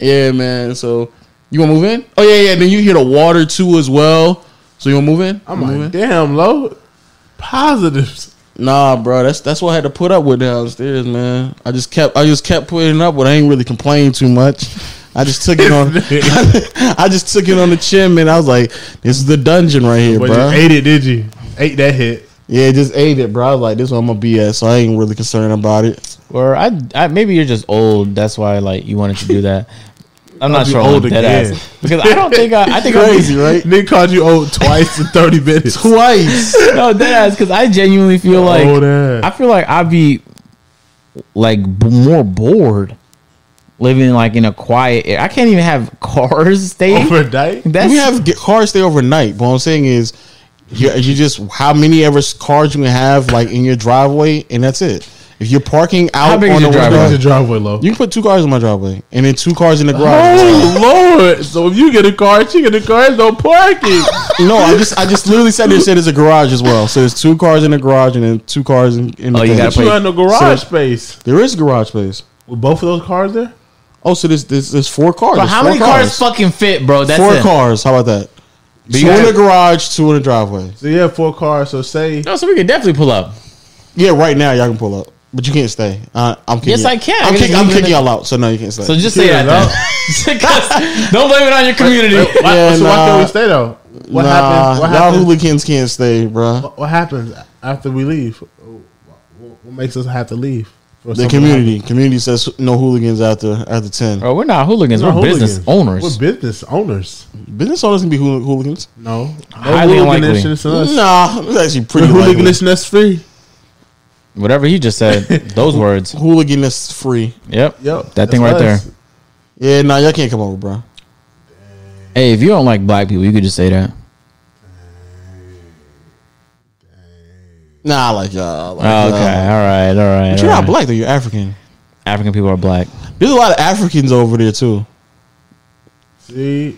yeah, man. So you wanna move in? Oh yeah, yeah. Then you hear the water too as well. So you wanna move in?
I'm
You
like,
move in?
damn low positives.
Nah, bro, that's that's what I had to put up with downstairs, man. I just kept I just kept putting up with. I ain't really complaining too much. I just took it on. [LAUGHS] I just took it on the chin, man. I was like, "This is the dungeon right here,
But
bro."
you ate it, did you? Ate that hit.
yeah, just ate it, bro. I was like, "This is what I'm gonna be at," so I ain't really concerned about it.
Or I, I maybe you're just old. That's why like you wanted to do that. I'm not
be
sure. Old
old
dead
again.
ass. Because I don't think I. I think I'm [LAUGHS]
Crazy, right?
Nigga called you old twice in [LAUGHS] 30 minutes.
Twice.
no dead ass. Because I genuinely feel like
old ass.
I feel like I'd be like b- more bored living like in a quiet. Area. I can't even have [LAUGHS] cars stay.
Overnight?
That's
we have get cars stay overnight. But what I'm saying is, you, you just how many ever cars you can have like in your driveway, and that's it. If you're parking out
big is
on
your
the
driveway?
Where's
driveway,
your driveway low?
you can put two cars in my driveway, and then two cars in the garage.
oh, Lord. So if you get a car, she get a car, there's no [LAUGHS] parking.
No, I just I just literally said they said there's a garage as well. So there's two cars in the garage and then two cars in, in the
Oh, you
thing.
gotta put-
you in the garage
So-
space.
There is garage space.
With both of those cars there?
Oh, so there's there's, there's four cars.
But
There's
how
four
many cars. fucking fit, bro? That's
four
it.
cars. How about that?
But you
two in the
have-
garage, two in the driveway.
So you have four cars. So say
No, so we could definitely pull up.
Yeah, right now y'all can pull up, but you can't stay. Uh, I'm kicking
Yes,
y'all-
I can.
I'm,
I can
kick,
just
I'm
leave it
kicking
in-
y'all out, so no, you can't stay.
So just
Kill
say that.
it out.
then. [LAUGHS] 'Cause don't blame it on your community.
Why,
Yeah,
so why
nah.
can't we stay though? What
nah,
happens? What
y'all
happens?
hooligans can't stay, bro.
what happens after we leave? Oh, wh- What makes us have to leave? For
The
something
community, community says no hooligans after after ten.
Bro, we're not hooligans.
to
We're,
happen? We're
business
hooligans.
owners.
We're business owners.
Business owners can be hool- hooligans.
No, no
Highly unlikely.
hooliganishness in us.
Nah, it's actually pretty. likely.
Hooliganishness free.
Whatever he
[LAUGHS]
just said, those words.
Hooligan is free.
Yep.
Yep,
That thing right
that's us.
there.
Yeah, nah, y'all can't come over, bro.
Hey, if you don't like black people, you could just say that.
Nah, I like y'all. I Like,
Oh,
y'all.
okay. All right. All right.
But you're
all
not
right.
black though. You're African.
African people are black.
There's a lot of Africans over there too.
See,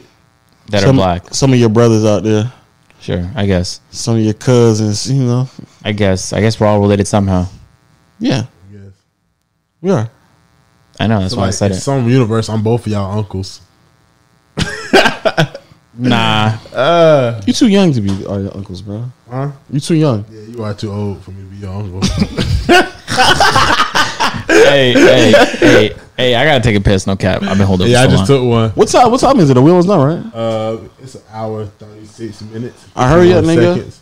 That
some,
are black.
Some of your brothers out there.
Sure. I guess.
Some of your cousins. You know.
I guess. I guess we're all related somehow.
Yeah,
yes.
we are.
I know. That's
So
why I
like,
said
in
it.
some universe, I'm both of y'all uncles.
Nah.
Uh,
You too young to be our uncles, bro.
huh?
You too young.
[LAUGHS]
Yeah, you are too old for me to be your uncle.
hey, hey, hey, hey, I gotta take a piss. No cap. I've been holding
Yeah, I
up for so
just
long.
took one.
What time? What time is it? The wheel's done, right?
Uh, it's an hour thirty six minutes.
Uh, hurry up,
51
nigga.
seconds.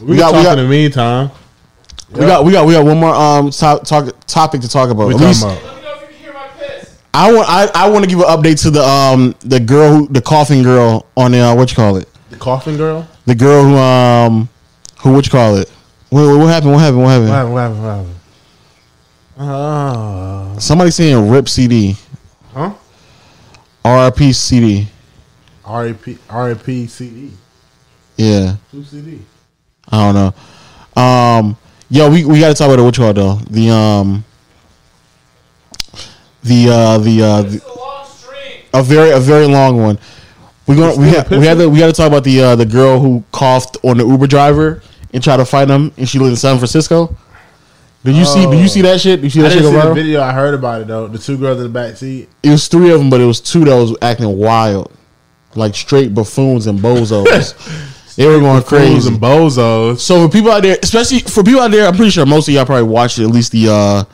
We,
got-
got.
we
We
got-
in the meantime.
We got we got we got one more um top, talk topic to talk about.
We
At
talking
least-
about.
I want I, I want to give an update to the um the girl who the coughing girl on the uh, what you call it
The coffin girl?
the girl who um who what you call it what, what happened what happened what happened
What happened? What happened? What happened? Uh,
somebody saying rip CD
huh?
RIP CD
R.A.P. R.A.P. C.E.
yeah
Two C.D.
I don't know um yo we, we got to talk about the what you call it though the um the uh the uh the, a very a very long one. We gonna we had we had to, we had to talk about the uh, the girl who coughed on the Uber driver and tried to fight him, and she lived in San Francisco. Did you see? Did you see that shit? Did you see
Oh. I
that shit
didn't
go
see the
viral?
video. I heard about it though. The two girls in the back seat.
It was three of them, but it was two that was acting wild, like straight buffoons and
[LAUGHS]
bozos. they were going
Fools
crazy.
and bozos.
So for people out there, especially for people out there, I'm pretty sure most of y'all probably watched at least the uh,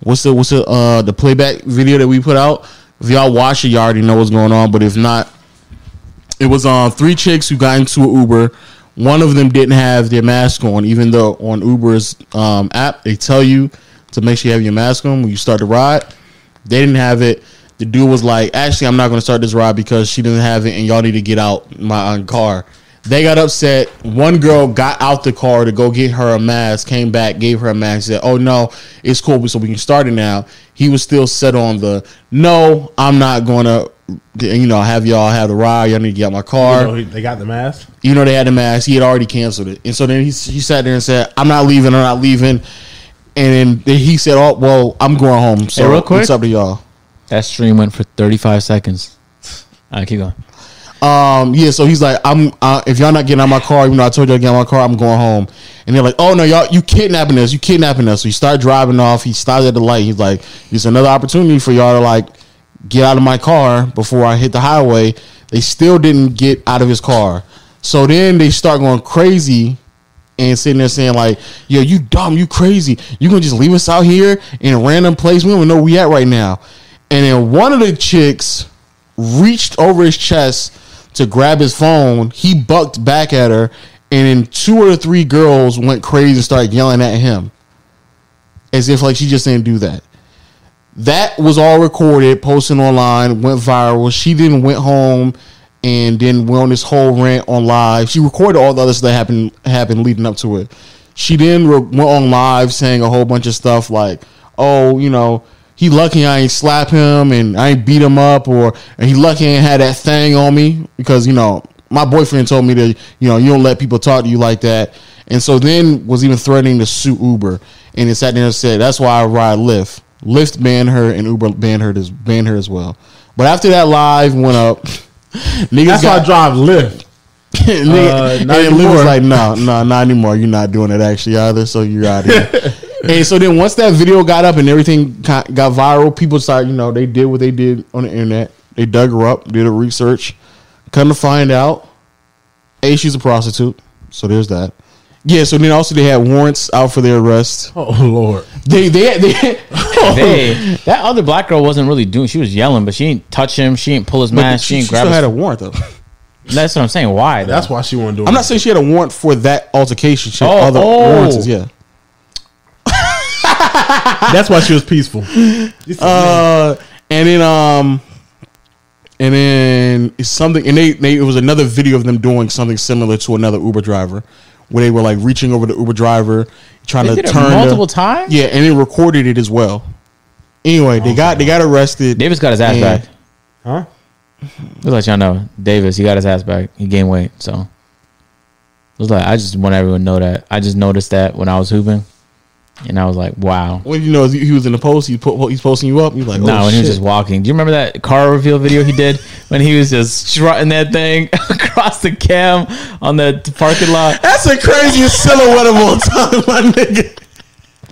what's the what's the uh the playback video that we put out. If y'all watch it, y'all already know what's going on. But if not, it was on three chicks who got into an Uber. One of them didn't have their mask on, even though on Uber's um, app they tell you to make sure you have your mask on when you start the ride. They didn't have it. The dude was like, "Actually, I'm not going to start this ride because she doesn't have it, and y'all need to get out my uh, car." They got upset. One girl got out the car to go get her a mask. Came back, gave her a mask. Said, "Oh no, it's cool, so we can start it now." He was still set on the, "No, I'm not going to." You know, have y'all have the ride. Y'all need to get out my car
You know, he- they got the mask.
you know they had the mask. He had already canceled it, and so then he he sat there and said, "I'm not leaving. I'm not leaving." And then he said, "Oh well, I'm going home. So
Hey, real
it's
quick.
up to y'all."
That stream went for 35 seconds. All right, keep going.
Um, yeah, so he's like, "I'm uh, if y'all not getting out my car, even though I told y'all to get out my car, I'm going home." And they're like, "Oh no, y'all, you kidnapping us. You kidnapping us." So he started driving off. He stopped at the light. He's like, "It's another opportunity for y'all to like get out of my car before I hit the highway." They still didn't get out of his car. So then they start going crazy and sitting there saying like, "Yo, you dumb, you crazy, you gonna just leave us out here in a random place? We don't even know where we at right now." And then one of the chicks reached over his chest to grab his phone. He bucked back at her, and then two or three girls went crazy and started yelling at him, as if like she just didn't do that. That was all recorded, posted online, went viral. She then went home and then went on this whole rant on live. She recorded all the other stuff that happened happened leading up to it. She then re- went on live saying a whole bunch of stuff like, "Oh, you know, he lucky I ain't slap him and I ain't beat him up, or and he lucky I ain't had that thing on me because you know my boyfriend told me that you know you don't let people talk to you like that." And so then was even threatening to sue Uber, and it sat there and said, "That's why I ride Lyft. Lyft banned her, and Uber banned her as banned her as well." But after that live went up, [LAUGHS] niggas
That's why
got
I drive Lyft.
[LAUGHS] nigga, and
not
then Lou was
anymore.
like, no, no, not anymore. You're not doing it actually either. So you're out of here.
[LAUGHS]
and so then once that video got up and everything ki- got viral, people started, you know, they did what they did on the internet. They dug her up, did a research. Come to find out, A, she's a prostitute. So there's that. Yeah, so then also they had warrants out for their arrest.
Oh [LAUGHS] Lord.
They, they, they,
Hey, that other black girl wasn't really doing. She was yelling, but she didn't touch him. She didn't pull his mask.
[LAUGHS] she,
She, didn't grab.
still
His,
had a warrant though.
that's what I'm saying. Why?
That's
though?
why she wanted to do it.
I'm not saying she had a warrant for that altercation. She had
Oh,
other
oh.
warrants, yeah.
That's why she was peaceful. This is-
Uh, and then um, and then it's something, and they, they it was another video of them doing something similar to another Uber driver, where they were like reaching over the Uber driver, trying
They
to
did it
turn the-
multiple times?
Yeah, and they recorded it as well. Anyway,
Oh,
they got they got arrested.
Davis got his ass
and-
back.
huh?
Just let y'all know, Davis, he got his ass back. He gained weight, so. It was like I just want everyone to know that. I just noticed that when I was hooping, and I was like, "Wow."
What you know is he he was in the post. He put he's posting you up. He's like, oh,
No, when he
shit.
was just walking. Do you remember that car reveal video he did when he was just strutting that thing [LAUGHS] across the cam on the parking lot?
That's the craziest silhouette of all time, my nigga.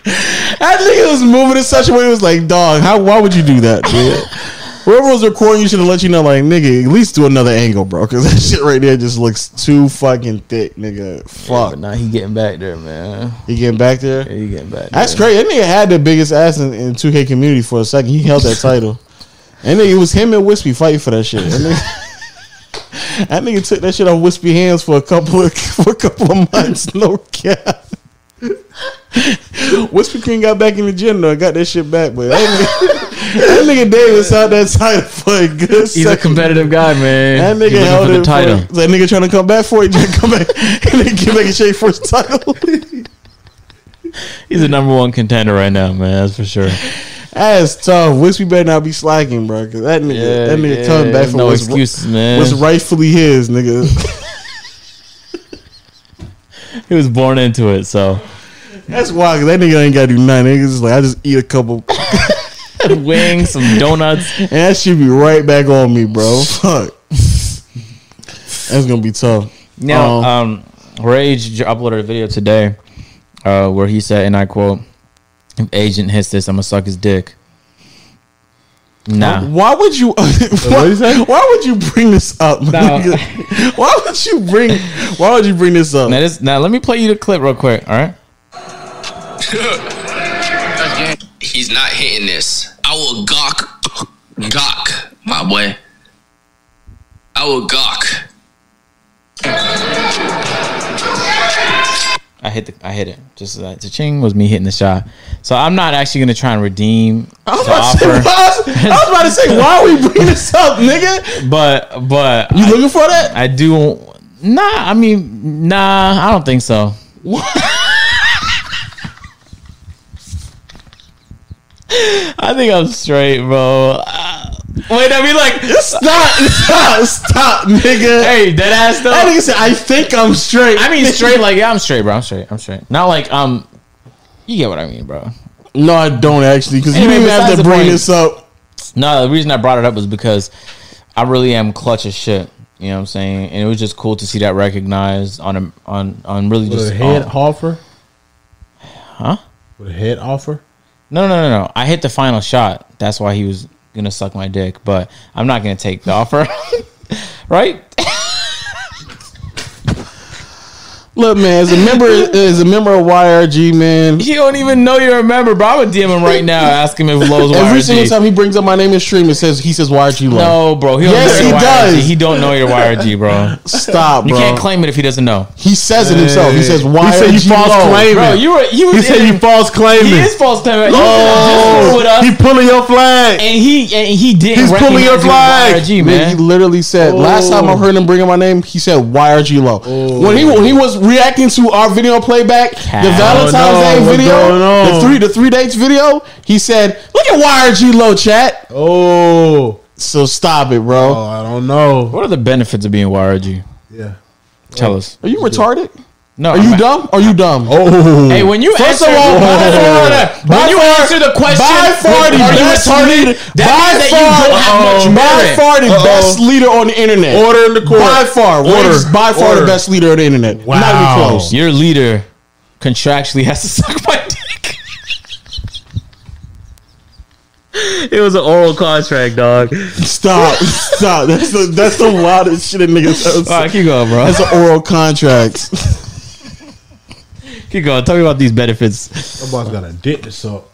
That nigga was moving in such a way. It was like, dog, how? Why would you do that, dude? Whoever was recording, you should have let you know, like, nigga, at least do another angle, bro, because that [LAUGHS] shit right there just looks too fucking thick, nigga. Fuck.
But now he getting back there, man.
You getting back there?
He getting back.
That's
there.
crazy. That nigga had the biggest ass in, in 2K community for a second. He held that title. And nigga, it was him and Wispy fighting for that shit. That nigga, that nigga [LAUGHS] took that shit off Wispy hands for a couple of [LAUGHS] for a couple of months. No cap. [LAUGHS] Wispy King got back in the gym though. Got that shit back, but that nigga, [LAUGHS] that nigga Davis held that title for a good
He's a
second.
competitive guy,
That
man. He's
nigga
looking
held
for
it.
the title.
For, that nigga trying to come back for it. [LAUGHS] Trying to come back and then get back in shape for his title.
He's the number one contender right now, man. That's for sure.
That's tough. Wispy better not be slacking, bro. Cause that nigga, that nigga coming back from
no
what's,
excuses, man.
what's rightfully his,
[LAUGHS]
nigga.
He was born into it, so
That's why 'cause that nigga ain't gotta do nothing. Niggas just like I just eat a couple,
[LAUGHS]
wings, some donuts.
and that should be right back on me,
[LAUGHS]
bro. Fuck. That's gonna be tough.
Now,
Um,
um, Rage j- uploaded a video today uh, where he said, and I quote, if agent hits this, I'm going to suck his dick. Nah.
Why would you? [LAUGHS] why,
you say?
why would you bring this up? nigga? [LAUGHS] why would you bring? Why would you bring this up?
Now, this, now, let me play you the clip real quick, all right?
He's not hitting this. I will gawk, gawk, my boy. I will gawk.
I hit the, I hit it. Just like cha-ching was me hitting the shot. So I'm not actually gonna try and redeem
I was
to
about to say,
offer,
why- I was about to say, why are we bringing this up, nigga?
but but
You
I-
looking for that? [LAUGHS]
I do. Nah, I mean, nah, I don't think so. I think I'm straight, bro. Uh, wait, I mean, like,
Stop! Stop! Stop, nigga.
hey, dead ass though.
That nigga said, I think I'm straight.
I mean, straight, like, yeah, I'm straight, bro. I'm straight. I'm straight. Not like, um, you get what I mean, bro.
No, I don't actually, because you
Anyway,
didn't have to
besides the
bring
point-
this up.
No, the reason I brought it up was because I really am clutch as shit. You know what I'm saying? And it was just cool to see that recognized on a, on on really
With
just
a head
all-
offer?
Huh?
With a head offer?
No, no, no, no. I hit the final shot. That's why he was gonna suck my dick. But I'm not gonna take the offer, [LAUGHS] right? [LAUGHS]
Look, man, as a member, as a member of YRG, man,
You don't even know you remember, bro. I would DM him right now, ask him if Lowe's
every
YRG.
single time he brings up my name in stream, it says he says YRG low.
No, bro. He don't
Yes,
know
he
your YRG.
does.
He don't know your YRG, bro.
Stop,
[LAUGHS] You
bro.
can't claim it if he doesn't know.
he says it himself. He says YRG
He said you false
low.
claiming.
Bro, you were you was
he said
in-
you false claiming.
He is false claiming. You
Oh,
just with us.
he pulling your flag.
and he and he didn't.
He's
recognize
pulling your
you as
flag.
YRG,
Man, he
man.
literally said last time I
Oh.
heard him bringing my name, he said YRG low.
Oh.
When he when he was reacting to our video playback, the Valentine's
no,
Day
what's going
video, the
on?
three the three dates video, he said, "Look at YRG low, chat."
Oh,
So stop it, bro.
oh, I don't know.
What are the benefits of being YRG?
Yeah.
Tell us.
Are you retarded?
No,
Are you dumb? Are you dumb?
Oh,
Hey, when you
First
answer,
of all, by far-
when
by
you
far-
answer the question,
by far the
are you
best
retarded?
leader.
That
by
means that you
far,
don't have much
by
merit.
far the best leader on the internet.
order in the court.
By far,
order.
Rage is by far the
Order.
best leader on the internet. Not even
Wow.
close.
Your leader contractually has to [LAUGHS] suck my dick.
It was an oral contract, dog.
[LAUGHS] Stop, stop. That's the that's the wildest shit a nigga says.
All right, keep going, bro.
That's an oral contract.
Keep going. Tell me about these benefits,
That boy's got a dick to suck.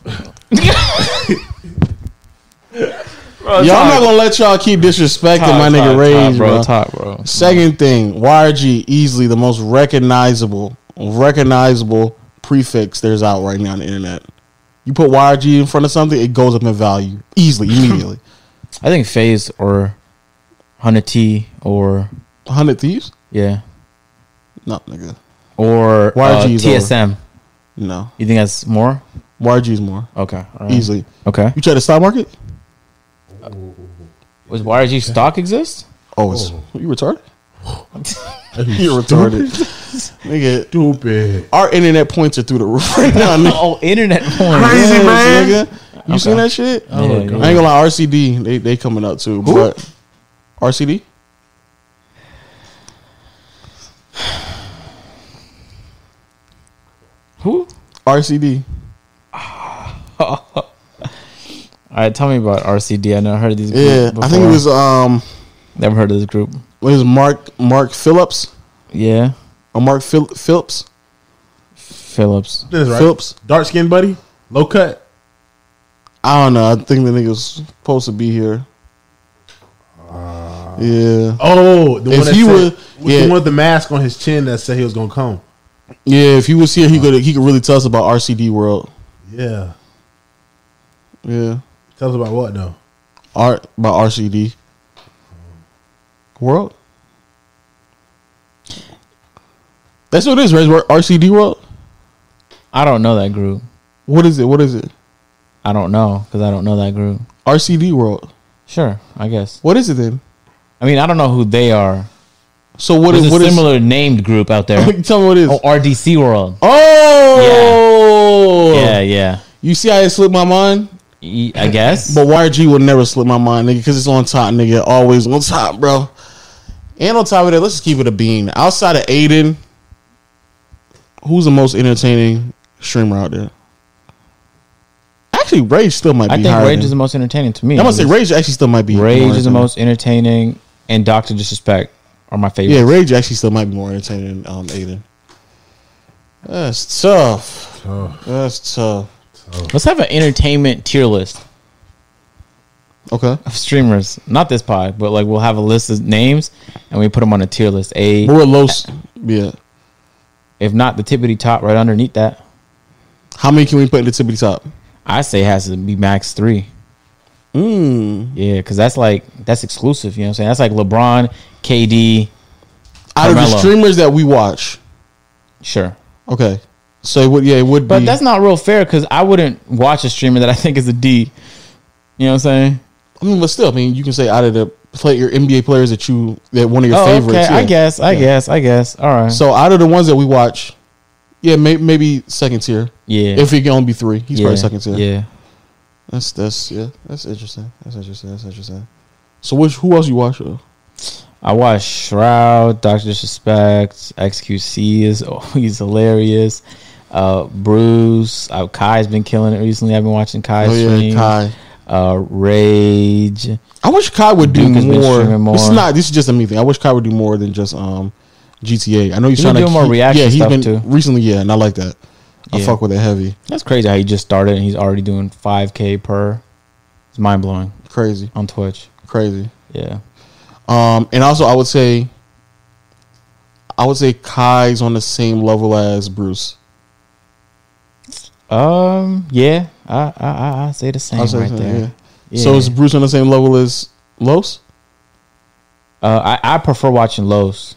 Y'all not gonna let y'all keep disrespecting my nigga Rage,
bro.
bro.
Top, bro.
Second thing, YRG easily the most recognizable, recognizable prefix there's out right now on the internet. You put YRG in front of something, it goes up in value [LAUGHS] easily, immediately.
I think Phase or Hunter T or
Hundred thieves?
yeah
No, nigga,
or uh,
YRG is over.
TSM.
no.
You think that's more?
YRG's more
Okay, all right.
easily.
Okay.
You try the stock market?
Was YRG stock exist?
Oh, it's, you retarded? [LAUGHS] You're retarded, nigga.
Stupid.
Our internet points are through the [LAUGHS] roof right now. nigga.
Oh, [LAUGHS] internet porn.
Crazy, man.
Nigga. You seen that shit?
Yeah, yeah.
I ain't gonna lie, RCD they they coming up too, but RCD.
Who?
RCD.
All right, tell me about RCD. I never heard of these. Group
Yeah, I think it was
before.
um,
Never heard of this group.
what is it, Mark Mark Phillips
Yeah,
or Mark Phil- Phillips
Phillips.
That's right.
Phillips.
Dark skin buddy, low cut.
I don't know. I think the nigga's supposed to be here. yeah,
Oh, the
If
one that
he
said,
would- yeah.
the one with the mask on his chin that said he was gonna come.
yeah. If he was here, he could he could really tell us about RCD World.
Yeah,
Yeah,
tell us about what though.
art by RCD World. That's what it is, right? It's RCD World.
I don't know that group.
What is it? What is it?
I don't know because I don't know that group.
RCD World.
Sure, I guess.
What is it then?
I mean, I don't know who they are.
So what
There's
is
a
what is?
similar named group out there.
[LAUGHS] tell me what it is.
oh, RDC World.
Oh,
Yeah, yeah.
You see how it slipped my mind?
E- I guess.
But YG will never slip my mind, nigga, because it's on top, nigga. Always on top, bro. And on top of that, let's just keep it a bean. Outside of Aiden, who's the most entertaining streamer out there? Actually, Rage still might be.
I think
higher
Rage
than-
is the most entertaining to me.
I'm gonna say
At least.
Rage actually still might be. more
Rage is the
entertaining.
most entertaining, and Doctor Disrespect are my favorite.
Yeah, Rage actually still might be more entertaining than um, Aiden. That's tough.
Tough.
That's tough.
Let's have an entertainment tier list
Okay.
of streamers. Not this pod, but like we'll have a list of names, and we put them on a tier list. A,
But we're low. s- Yeah.
if not the tippity top, right underneath that.
How many can we put in the tippity top?
I say it has to be max three. Mm. Yeah, because that's like that's exclusive. You know what I'm saying? That's like LeBron, KD.
Out of the
Carmelo.
streamers that we watch.
Sure,
Okay. So it would yeah, it would
but
be
that's not real fair because I wouldn't watch a streamer that I [LAUGHS] think is a D. You know what I'm saying?
I mean, Mm, but still, I mean you can say out of the play your NBA players that you that one of your
oh,
favorites.
okay. I
yeah.
guess. I guess. I guess. All right.
So out of the ones that we watch, yeah, may, maybe second tier.
yeah.
If it can only be three, he's
yeah,
probably second tier.
Yeah.
That's that's yeah, that's interesting. That's interesting. That's interesting. So which who else you watch though?
I watch Shroud, Doctor Disrespect, XQC is [LAUGHS] oh, he's hilarious. Uh, Bruce, uh, Kai's been killing it recently. I've been watching Kai
Oh
stream.
yeah, Kai.
Uh, Rage.
I wish Kai would do
Duke has been
more.
streaming
This is
more.
not. This is just a me thing. I wish Kai would do more than just um GTA. I know he's
He's
trying
been
to
doing more
keep-
reaction
Yeah, he's
stuff,
been
too.
recently. Yeah, and I like that. I
Yeah.
fuck with it heavy.
That's crazy how he just started and he's already doing 5K per. It's mind blowing
Crazy,
on Twitch.
crazy.
Yeah.
Um, and also I would say, I would say Kai's on the same level as Bruce.
Um. Yeah. I I I, I say the same
I would say
right
that,
there.
yeah.
Yeah.
So is Bruce on the same level as Los?
Uh, I, I prefer watching Los,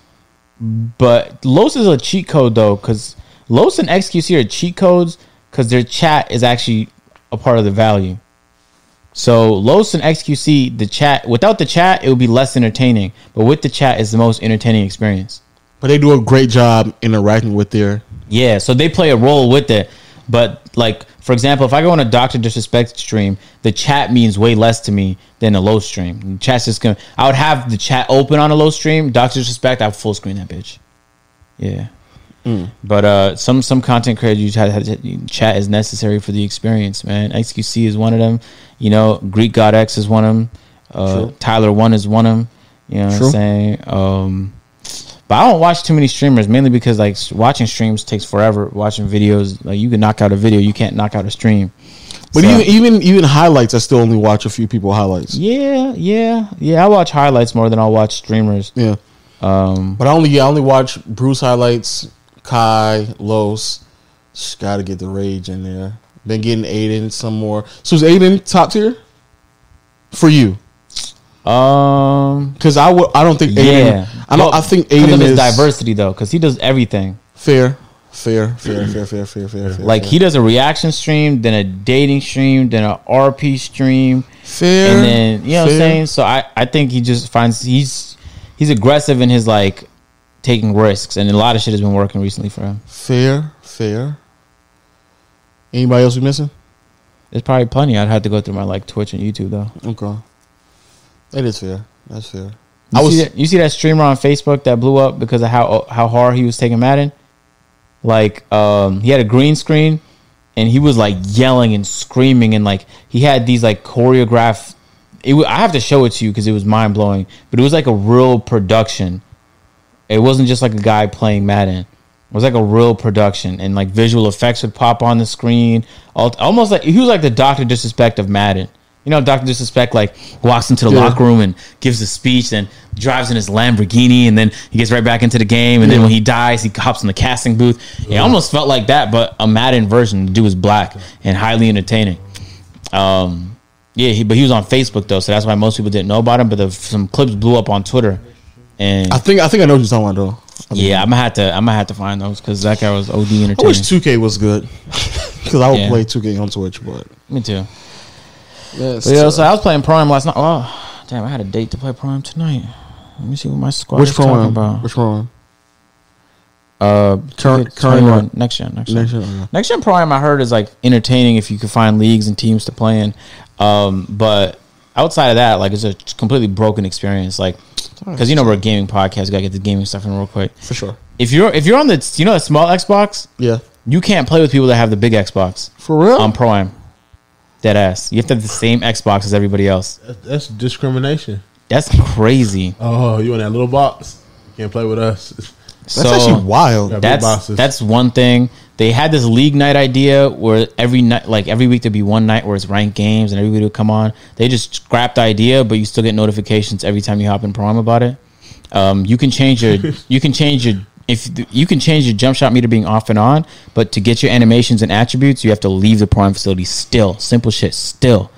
but Los is a cheat code though, because Los and XQC are cheat codes because their chat is actually a part of the value. So Los and XQC, the chat without the chat, it would be less entertaining, but with the chat, it's the most entertaining experience.
But they do a great job interacting with their.
Yeah, so they play a role with it, but like for example, if I go on a Doctor Disrespect stream, the chat means way less to me than a low stream. The chat's just gonna. I would have the chat open on a low stream. Doctor Disrespect, I would full screen that bitch. Yeah, but uh, some some content creators you have, have- chat is necessary for the experience, man. XQC is one of them. You know, Greek God X is one of them. Uh, Tyler One is one of them. You know what
True.
I'm saying? Um, but I don't watch too many streamers, mainly because like s- watching streams takes forever. Watching videos, like you can knock out a video, you can't knock out a stream.
But
So-
even even even highlights, I still only watch a few people highlights.
yeah, yeah, yeah. I watch highlights more than I watch streamers.
Yeah. Um, but I only I only watch Bruce highlights, Kai, Los. Just gotta get the rage in there. Been getting Aiden some more. So is Aiden top tier for you?
Um,
Because I would I don't think Aiden.
yeah,
I don't.
Well,
I think
'cause
Aiden
of his
is
diversity though, because he does everything.
Fair, fair, fair, fair, fair, fair, fair, fair.
Like he does a reaction stream, then a dating stream, then a RP stream,
fair,
and then you know what I'm
fair.
saying. So I I think he just finds he's he's aggressive in his like taking risks, and a lot of shit has been working recently for him.
Fair, fair. Anybody else we missing?
There's probably plenty. I'd have to go through my like Twitch and YouTube though.
Okay, that is fair. That's fair.
You
I was
see that, you see that streamer on Facebook that blew up because of how how hard he was taking Madden. Like um, he had a green screen, and he was like yelling and screaming and like he had these like choreographed. It, wa- I have to show it to you because it was mind blowing, but it was like a real production. It wasn't just like a guy playing Madden. It was like a real production, and like visual effects would pop on the screen. Al- Almost like he was like the Doctor Disrespect of Madden. You know, Doctor Disrespect like walks into the locker room and gives a speech, then drives in his Lamborghini, and then he gets right back into the game. And then when he dies, he hops in the casting booth. It almost felt like that, but a Madden version. The dude was black and highly entertaining. Um, yeah, he, but he was on Facebook though, so that's why most people didn't know about him. But the, some clips blew up on Twitter, and
I think I think I know what you're talking about though.
yeah, I'm gonna have to. I'm gonna have to find those because that guy was OD entertaining.
I wish 2K was good [LAUGHS] because I would
Yeah.
play 2K on Twitch, but
Me too.
yeah,
But yeah, so I was playing Prime last night. Oh, damn! I had a date to play Prime tonight. Let me see what my squad
which
is talking
one?
about.
Which one?
uh,
Current-
current,
current one.
next gen, next gen,
Next gen, okay.
Next gen Prime, I heard is like entertaining if you could find leagues and teams to play in. Um, but outside of that, like it's a completely broken experience. Like, because you know we're a gaming podcast, we gotta get the gaming stuff in real quick.
For sure.
If you're if you're on the you know a small Xbox,
Yeah.
you can't play with people that have the big Xbox
For real?
on Prime. Dead ass. You have to have the same Xbox as everybody else.
That's, that's discrimination.
That's crazy.
Oh, you in that little box? You can't play with us.
That's
so,
actually wild.
Yeah, big
that's
boxes.
that's one thing. They had this league night idea where every night, like every week, there'd be one night where it's ranked games and everybody would come on. They just scrapped the idea, but you still get notifications every time you hop in Prime about it. Um, you can change
[LAUGHS]
your you can change your if you can change your jump shot meter being off and on, but to get your animations and attributes, you have to leave the Prime facility still. Simple shit, still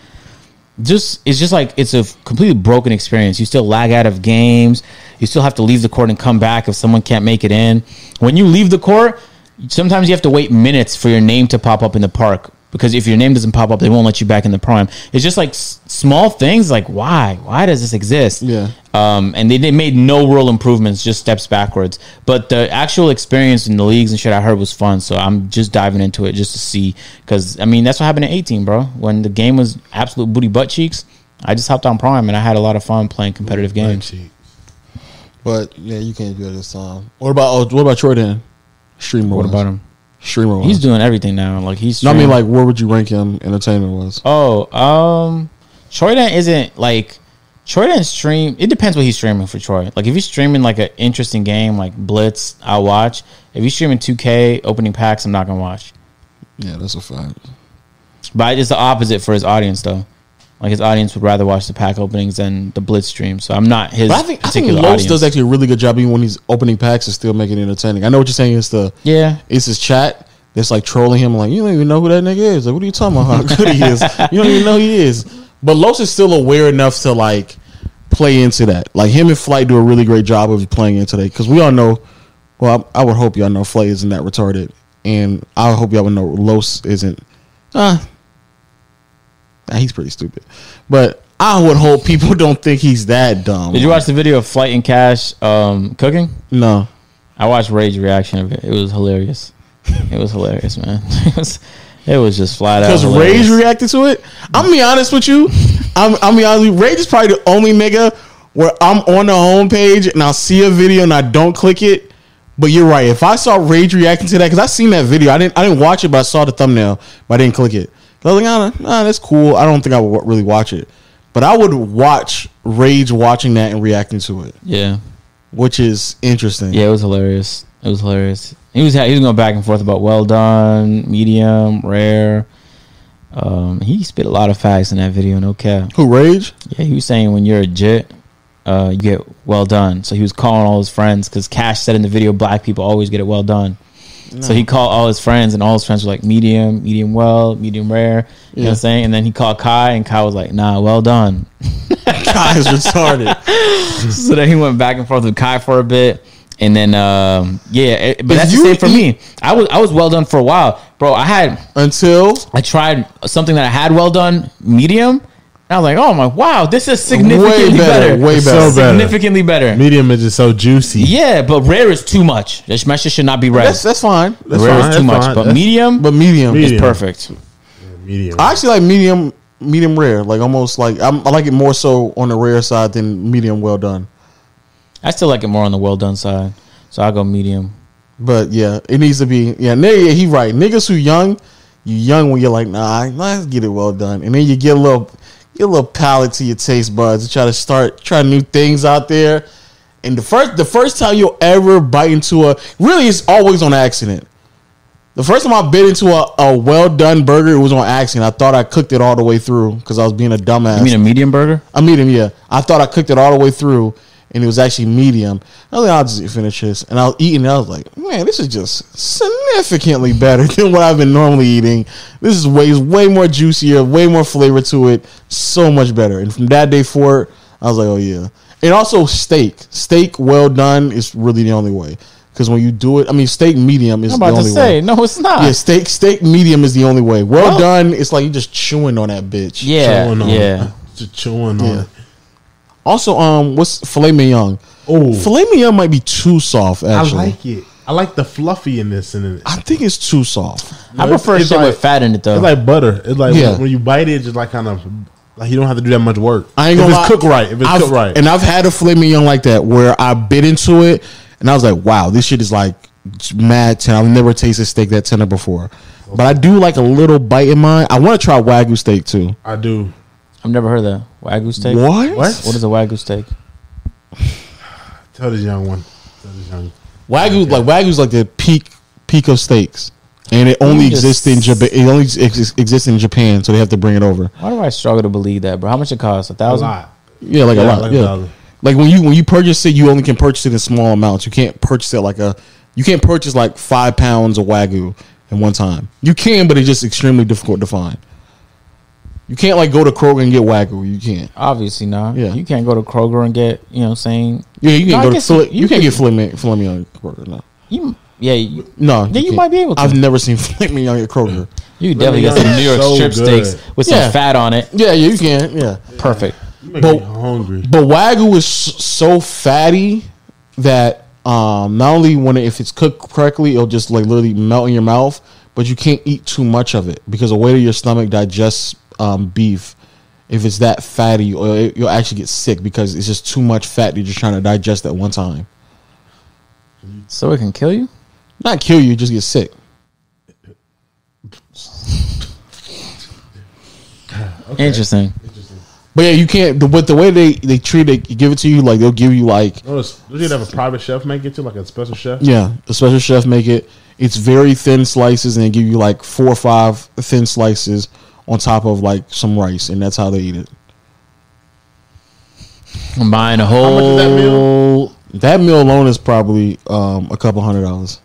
just it's just like it's a f- completely broken experience. You still lag out of games. You still have to leave the court and come back if someone can't make it in. When you leave the court, sometimes you have to wait minutes for your name to pop up in the park because if your name doesn't pop up, they won't let you back in the prime. It's just like s- small things like why? Why does this exist?
Yeah.
Um, and they, they made no real improvements, just steps backwards. But the actual experience in the leagues and shit I heard was fun. So I'm just diving into it just to see. Because, I mean, that's what happened in 18, bro. When the game was absolute booty butt cheeks, I just hopped on Prime and I had a lot of fun playing competitive games.
Cheat.
But yeah, you can't do it this time. What about oh, what about Troy then? Streamer.
What
wise.
about him?
Streamer.
He's
He's
doing everything now. Like, he's.
no, I mean
streaming.
like where would you rank him entertainment was?
Oh, um, Troyden isn't like Troyden stream. It depends what he's streaming for Troy. Like if he's streaming like an interesting game like Blitz, I'll watch. If he's streaming 2K opening packs, I'm not gonna watch.
Yeah, that's a fact.
But it's the opposite for his audience though. Like his audience would rather watch the pack openings than the Blitz stream. So I'm not his
But I think I think
particular
Los
audience.
does actually a really good job even when he's opening packs and still making it entertaining. I know what you're saying is the
yeah.
it's his chat that's like trolling him like you don't even know who that nigga is. Like what are you talking about? [LAUGHS] How good he is. You don't even know he is. But Los is still aware enough to like play into that. Like him and Flight do a really great job of playing into that because we all know. Well, I, I would hope y'all know Flay isn't that retarded, and I hope y'all would know Los isn't. Ah, nah, he's pretty stupid, but I would hope people [LAUGHS] don't think he's that dumb.
Did you watch the video of Flight and Cash um, cooking?
No,
I watched Ray's reaction of it. It was hilarious. It was hilarious, man. [LAUGHS] It was it was just flat out.
Because
hilarious.
Ray's reacted to it. I'm gonna be honest with you. I'm I'm be honest. With you. Ray is probably the only nigga where I'm on the homepage and I'll see a video and I don't click it. But you're right. If I saw Rage reacting to that, because I seen that video, I didn't I didn't watch it, but I saw the thumbnail, but I didn't click it. 'Cause I was like, nah, nah, nah, that's cool. I don't think I would wa- really watch it, but I would watch Rage watching that and reacting to it,
Yeah.
which is interesting.
Yeah, it was hilarious. It was hilarious. He was he was going back and forth about well done, medium, rare. Um, he spit a lot of facts in that video, no cap.
Who Rage? [LAUGHS]
Yeah, he was saying when you're a jit, uh, you get well done. So he was calling all his friends because Cash said in the video, black people always get it well done. So he called all his friends, and all his friends were like medium, medium well, medium rare. You know what
Yeah.
I'm saying? And then he called Kai, and Kai was like, "Nah, well done." [LAUGHS]
Kai is retarded.
so then he went back and forth with Kai for a bit, and then um, yeah, it- but
If
that's the
you
same for me. I was I was well done for a while, bro. I had
Until
I tried something that I had well done medium. And I was like, oh my wow, this is significantly
Way better,
better,
way
better. So better.
significantly better.
Medium is just so juicy.
Yeah, but rare is too much. That sh- my shit should not be rare.
that's that's fine, that's
rare
fine,
is too
that's
much,
fine.
but
That's-
medium,
but medium.
Medium.
is perfect.
Medium.
I actually like medium, medium rare. Like almost like I'm, I like it more so on the rare side than medium well done.
I still like it more on the well done side, so I go medium.
But yeah, it needs to be. Yeah, nigga, yeah, he right. Niggas who young you young when you're like, nah, let's get it well done, and then you get a little, get a little palate to your taste buds to try to start trying new things out there. And the first, the first time you'll ever bite into a, really, it's always on accident. The first time I bit into a, a well done burger, it was on accident. I thought I cooked it all the way through because I was being a dumbass.
You mean a medium burger?
I medium, yeah. I thought I cooked it all the way through, and it was actually medium. I was like, I'll just finish this, and I was eating. And I was like, man, this is just significantly better [LAUGHS] than what I've been normally eating. This is way, is way more juicier, way more flavor to it, so much better. And from that day forward, I was like, oh yeah. And also steak, steak well done is really the only way. Because when you do it, I mean, steak medium is
I'm
the
about to
only
say,
way.
no, it's not.
Yeah, steak steak medium is the only way. Well,
Well-
done, it's like you just chewing on that bitch.
yeah,
Chewing on it.
yeah.
[LAUGHS] Just chewing on
Yeah.
it.
Also, um, what's filet mignon?
Oh,
Filet mignon might be too soft.
I
Actually, I,
like it. I like the fluffiness in it.
think it's too soft.
I prefer
it's
shit
like-
with fat in it though.
It's like butter. It's like
Yeah.
when, when you bite it, it's just like kind of like you don't have to do that much work.
I ain't
if
gonna
it's
lie.
cooked right. If it's
I've-
cooked right,
and I've had a filet mignon like that where I bit into it and I was like, wow, this shit is like mad tender. I've never tasted steak that tender before, but I do like a little bite in mine. I want to try wagyu steak too.
I do.
I've never heard of that wagyu steak.
What?
What is a wagyu steak?
Tell this young one. Tell this young.
Wagyu like wagyu's like the peak peak of steaks, and it only
just-
exists in Japan. It only ex- ex- exists in Japan, so they have to bring it over.
Why do I struggle to believe that, bro? How much it costs? A
A
thousand?
lot.
Yeah, like a
Yeah,
lot.
like a
yeah.
thousand.
Like when you when you purchase it, you only can purchase it in small amounts. You can't purchase it like a you can't purchase like five pounds of wagyu in one time. You can, but it's just extremely difficult to find. You can't like go to Kroger and get wagyu. You can't.
Obviously not.
Yeah.
You can't go to Kroger and get, you know what I'm saying?
Yeah, you
No,
can't
I
go to
guess
filet.
you-
You,
you
can't get filet mi- filet mignon at Kroger. No,
You, yeah, you,
no.
Yeah, you
can't.
might be able to.
I've never seen [LAUGHS] filet mignon at Kroger.
you definitely
Mignon
get some
is
New York
so
strip
good.
steaks with
Yeah.
some fat on it.
Yeah, yeah, you can. Yeah,
Perfect.
You make me
But-
hungry.
But wagyu is s- so fatty that um, not only when it, if it's cooked correctly, it'll just like literally melt in your mouth, but you can't eat too much of it because the way that your stomach digests um, beef, if it's that fatty, or it, you'll actually get sick because it's just too much fat that you're trying to digest at one time.
So it can kill you?
Not kill you, just get sick.
Interesting.
But yeah, you can't. The, but the way they they treat it, give it to you like they'll give you like
Notice, do you have a private chef make it too, like a special chef?
Yeah, a special chef make it. It's very thin slices, and they give you like four or five thin slices on top of like some rice, and that's how they eat it.
I'm buying a
much is that meal?
whole.
Oh, That meal alone is probably um, a couple hundred dollars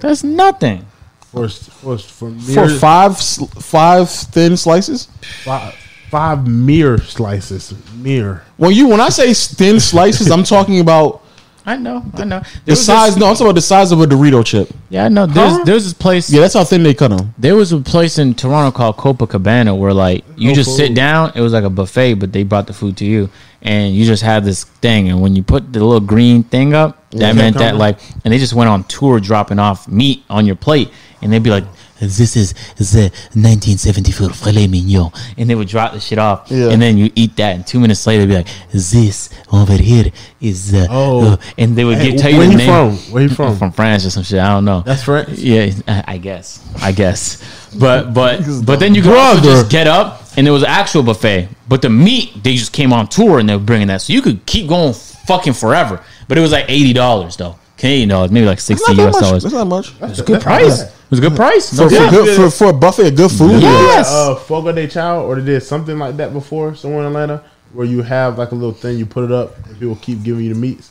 That's nothing.
For for
for
for, mere,
five sl- five thin slices.
five, five mere slices. Mere.
When you when I say thin slices, I'm talking about
I know. I know.
the size.
This,
No, I'm talking about the size of a Dorito chip.
yeah, I know. There's there's this place.
Yeah, that's how thin they cut them.
There was a place in Toronto called Copacabana where like
Oh,
you just sit down. It was like a buffet, but they brought the food to you, and you just had this thing. And when you put the little green thing up, that meant that
coming.
like, and they just went on tour dropping off meat on your plate, and they'd be like. This is the 1974 filet mignon, and they would drop the shit off,
Yeah.
and then you eat that, and two minutes later, they'd be like, "This over here is the,"
Oh.
and they would
Hey,
get, tell you
where
the
he
name
from? Where he from?
from France or some shit. I don't know.
That's French?
Yeah, I I guess. I guess. But but but then you could also
Brother.
just get up and it was actual buffet. But the meat they just came on tour and they were bringing that, so you could keep going fucking forever. But it was like eighty dollars though, Canadian dollars, maybe like
It's
sixty
not that
US
much.
dollars.
It's
It
not much.
That's
was a good price. It was a good price. No
For,
doubt.
for, good, for, for a buffet, of good food.
Yeah. Yes.
Uh, Fogo de Chao, or they did something like that before. Somewhere in Atlanta, where you have like a little thing, you put it up, and people keep giving you the meats.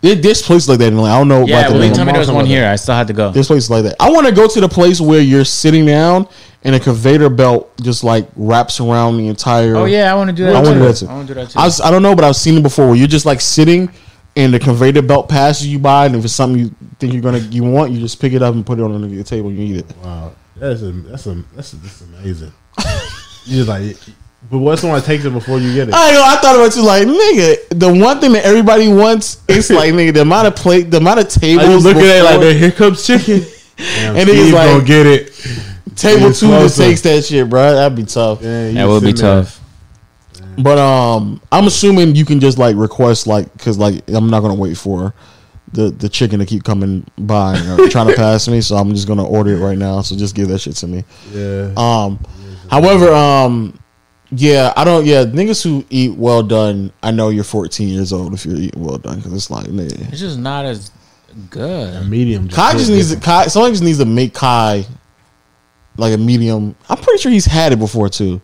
There- There's places like that in Atlanta. I don't know.
Yeah,
about the
well, you
name.
told me there was one here. I still had to go.
There's places like that. I want to go to the place where you're sitting down and a conveyor belt just like wraps around the entire.
Oh yeah, I want to do that.
I want to
too.
do that too.
I want to do that too.
I, was- I don't know, but I've seen it before where you're just like sitting and the conveyor belt passes you by, and if it's something you think you're gonna you want, you just pick it up and put it on the table and you eat it.
Wow, that's a, that's a, that's a, that's amazing. [LAUGHS] you just like, but what if someone takes it before you get it?
I know. I thought about you like nigga. The one thing that everybody wants is like nigga the amount of plate, the amount of tables. before-
here comes chicken,
[LAUGHS] And he's like-
gonna get it.
table
It's
two that
closer.
takes that shit, bro. That'd be tough.
that would be tough.
But um, I'm assuming you can just like request like because like I'm not gonna wait for the the chicken to keep coming by
[LAUGHS]
and uh, trying to pass me. So I'm just gonna order it right now. So just give that shit to me.
Yeah.
Um, however, um, yeah, I don't. Yeah, niggas who eat well done, I know you're 14 years old if you're eating well done because it's like, nigga,
It's just not as good.
medium.
Kai just
feels
needs to, Kai. Somebody just needs to make Kai like a medium. I'm pretty sure he's had it before too.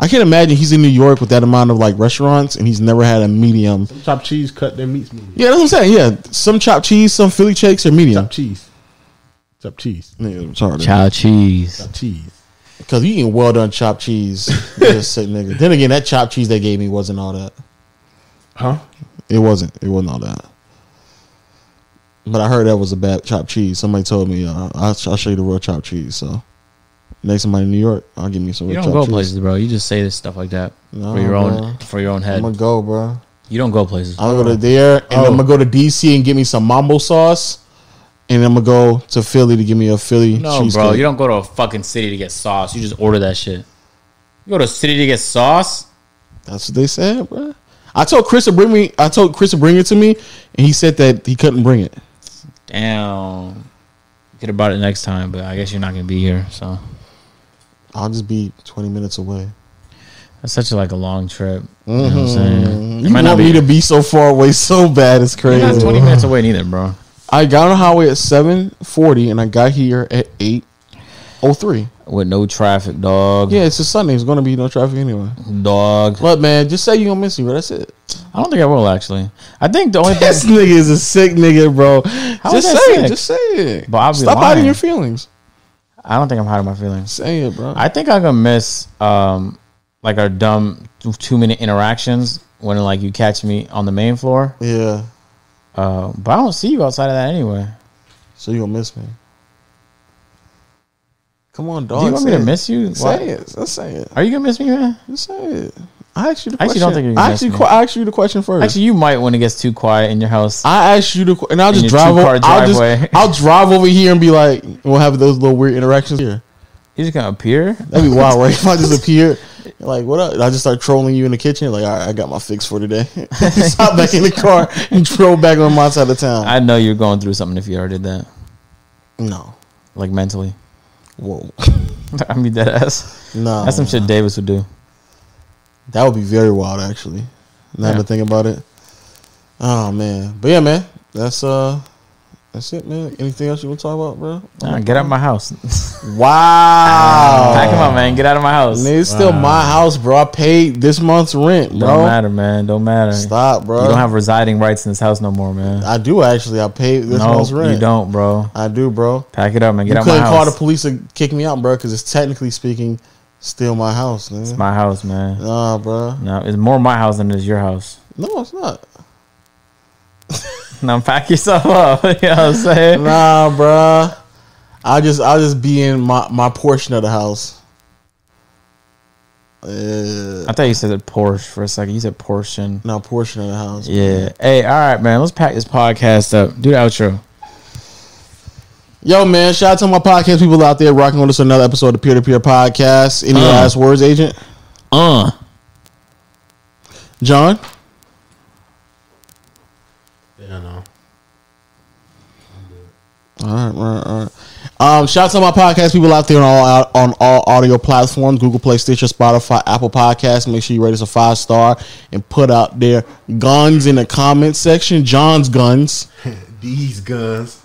I can't imagine he's in New York with that amount of like restaurants and he's never had a medium.
different. chopped cheese cut their meats medium.
Yeah, that's what I'm saying. Yeah, some chopped cheese, some Philly shakes are medium.
Chopped cheese. Chopped cheese.
Nigga, I'm sorry.
Child cheese.
Chopped cheese.
Because you eating well done chopped
[LAUGHS]
cheese. just said, nigga. Then again, that chopped cheese they gave me wasn't all that.
Huh?
It wasn't. It wasn't all that. But I heard that was a bad chopped cheese. Somebody told me, uh, I'll, I'll show you the real chopped cheese. So next time I'm in New York, I'll give me some
You
real
don't go
chopped cheese.
places, bro. You just say this stuff like that
No,
for your own
bro.
for your own
I'm
head.
going to go, bro.
you don't go places.
I'm going to go to there, and
Oh.
I'm going to go to D.C. and get me some mambo sauce. And I'm going to go to Philly to give me a Philly
no,
cheesecake.
bro. You don't go to a fucking city to get sauce. You just order that shit. You go to a city to get sauce.
That's what they said, bro. I told Chris to bring me. I told Chris to bring it to me, and he said that he couldn't bring it.
Damn. You could have brought it next time, but I guess you're not gonna be here. So
I'll just be twenty minutes away.
that's such a, like a long trip. You know what I'm saying? It
You want me to be so far away [LAUGHS] so bad? It's
you're not
crazy.
20 minutes away neither, bro.
I got on the highway at seven forty, and I got here at eight oh three.
With no traffic, dog.
Yeah, it's a Sunday. It's gonna be no traffic anyway.
Dog.
But man, just say you don't miss me, bro. That's it.
I don't think I will actually. I think the only thing
This nigga is a sick nigga, bro.
is
just
that
say it.
sick?
Just say it.
But I'll be
Stop hiding
lying.
your feelings.
I don't think I'm hiding my feelings.
Say it, bro.
I think I'm gonna miss um like our dumb two minute interactions when like you catch me on the main floor.
yeah.
Uh, but I don't see you outside of that anyway.
So you gonna miss me? Come on, dog.
Do you want
Oh,
me
say
to
it.
miss you?
Say
Why-
it. Let's say it.
Are you gonna miss me, man?
Just say it. I asked you the question.
I actually don't think you're gonna
I
miss
actually,
me.
qu- I asked you the question first.
Actually, you might when it gets too quiet in your house.
I asked you the qu- and I'll just
your
drive over.
two-car
I'll just
driveway. [LAUGHS]
I'll drive over here and be like, we'll have those little weird interactions here.
He's gonna appear.
That'd be wild, right? [LAUGHS] if I just appear, you're like, what up? And I just start trolling you in the kitchen. Like, all right, I got my fix for today. [LAUGHS] Stop back in the car and [LAUGHS] troll back on my side of town.
I know you're going through something if you already did that,
no,
like mentally. [LAUGHS]
whoa,
I mean, dead ass.
no,
That's some shit Davis would do.
That would be very wild, actually. Now that I
Yeah.
think about it. Oh man, but yeah, man, that's uh, that's it, man. Anything else you want to talk about, bro?
Nah, get out of my house. [LAUGHS]
Wow,
Pack him up, man. Get out of my house.
Ah, Man, it's still my house, bro. I paid this month's rent,
Don't
bro.
matter, man. Don't matter.
Stop, bro.
You don't have residing rights in this house no more, man.
I do actually. I paid this
No,
month's rent.
you don't, bro.
I do, bro.
Pack it up and get
you
out my
couldn't call
house.
the police to kick me out, bro, because it's technically speaking still my house, man.
it's my house, man.
nah, bro.
No, it's more my house than it is your house.
No, it's not.
Now pack yourself up. [LAUGHS] you know what I'm saying?
Nah, bruh. I just I just be in my, my portion of the house. Uh,
I thought you said the Porsche for a second. You said portion.
no portion of the house.
Yeah. Hey, all right, man. Let's pack this podcast up. Do the outro.
Yo, man, shout out to my podcast people out there rocking with us another episode of Peer to Peer Podcast. Any last words, agent?
Uh.
John?
Yeah, no.
All right, all right, all right. Um, shout out to my podcast people out there on all on all audio platforms: Google Play, Stitcher, Spotify, Apple Podcasts. Make sure you rate us a five star and put out their guns in the comment section. John's guns.
These guns.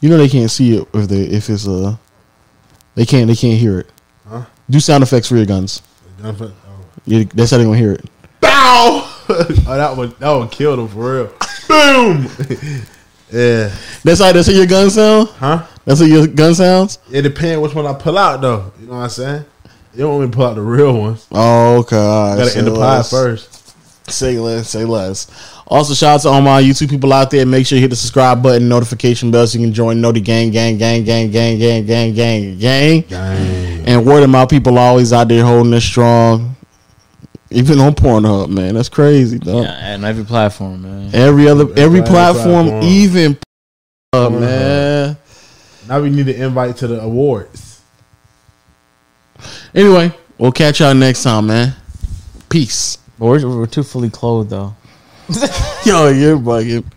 You know they can't see it if they if it's uh they can't they can't hear it. Do sound effects for your guns.
Gun for- oh.
You, that's how they gonna hear it.
Bow! oh, that one, that one killed him for real. Boom! yeah.
That's how that's how your gun sound.
Huh?
That's how your gun sounds.
It depends which one I pull out, though. You know what I'm saying? You don't want me to pull out the real ones.
Oh, okay. All
I
right.
gotta
Say
end the pie
less.
first.
Say less. Say less. Also, shout out to all my YouTube people out there. Make sure you hit the subscribe button, notification bell, so you can join. Know the gang, gang, gang, gang, gang, gang, gang, gang, gang.
Dang.
And word of mouth people always out there holding us strong. Even on Pornhub, man. That's crazy, dog.
Yeah, and every platform, man.
Every other every,
Every
platform,
platform.
even uh,
Pornhub.
man.
Now we need an invite to the awards.
Anyway, we'll catch y'all next time, man. Peace.
But we're, we're too fully clothed, though.
Yo, you're bugging.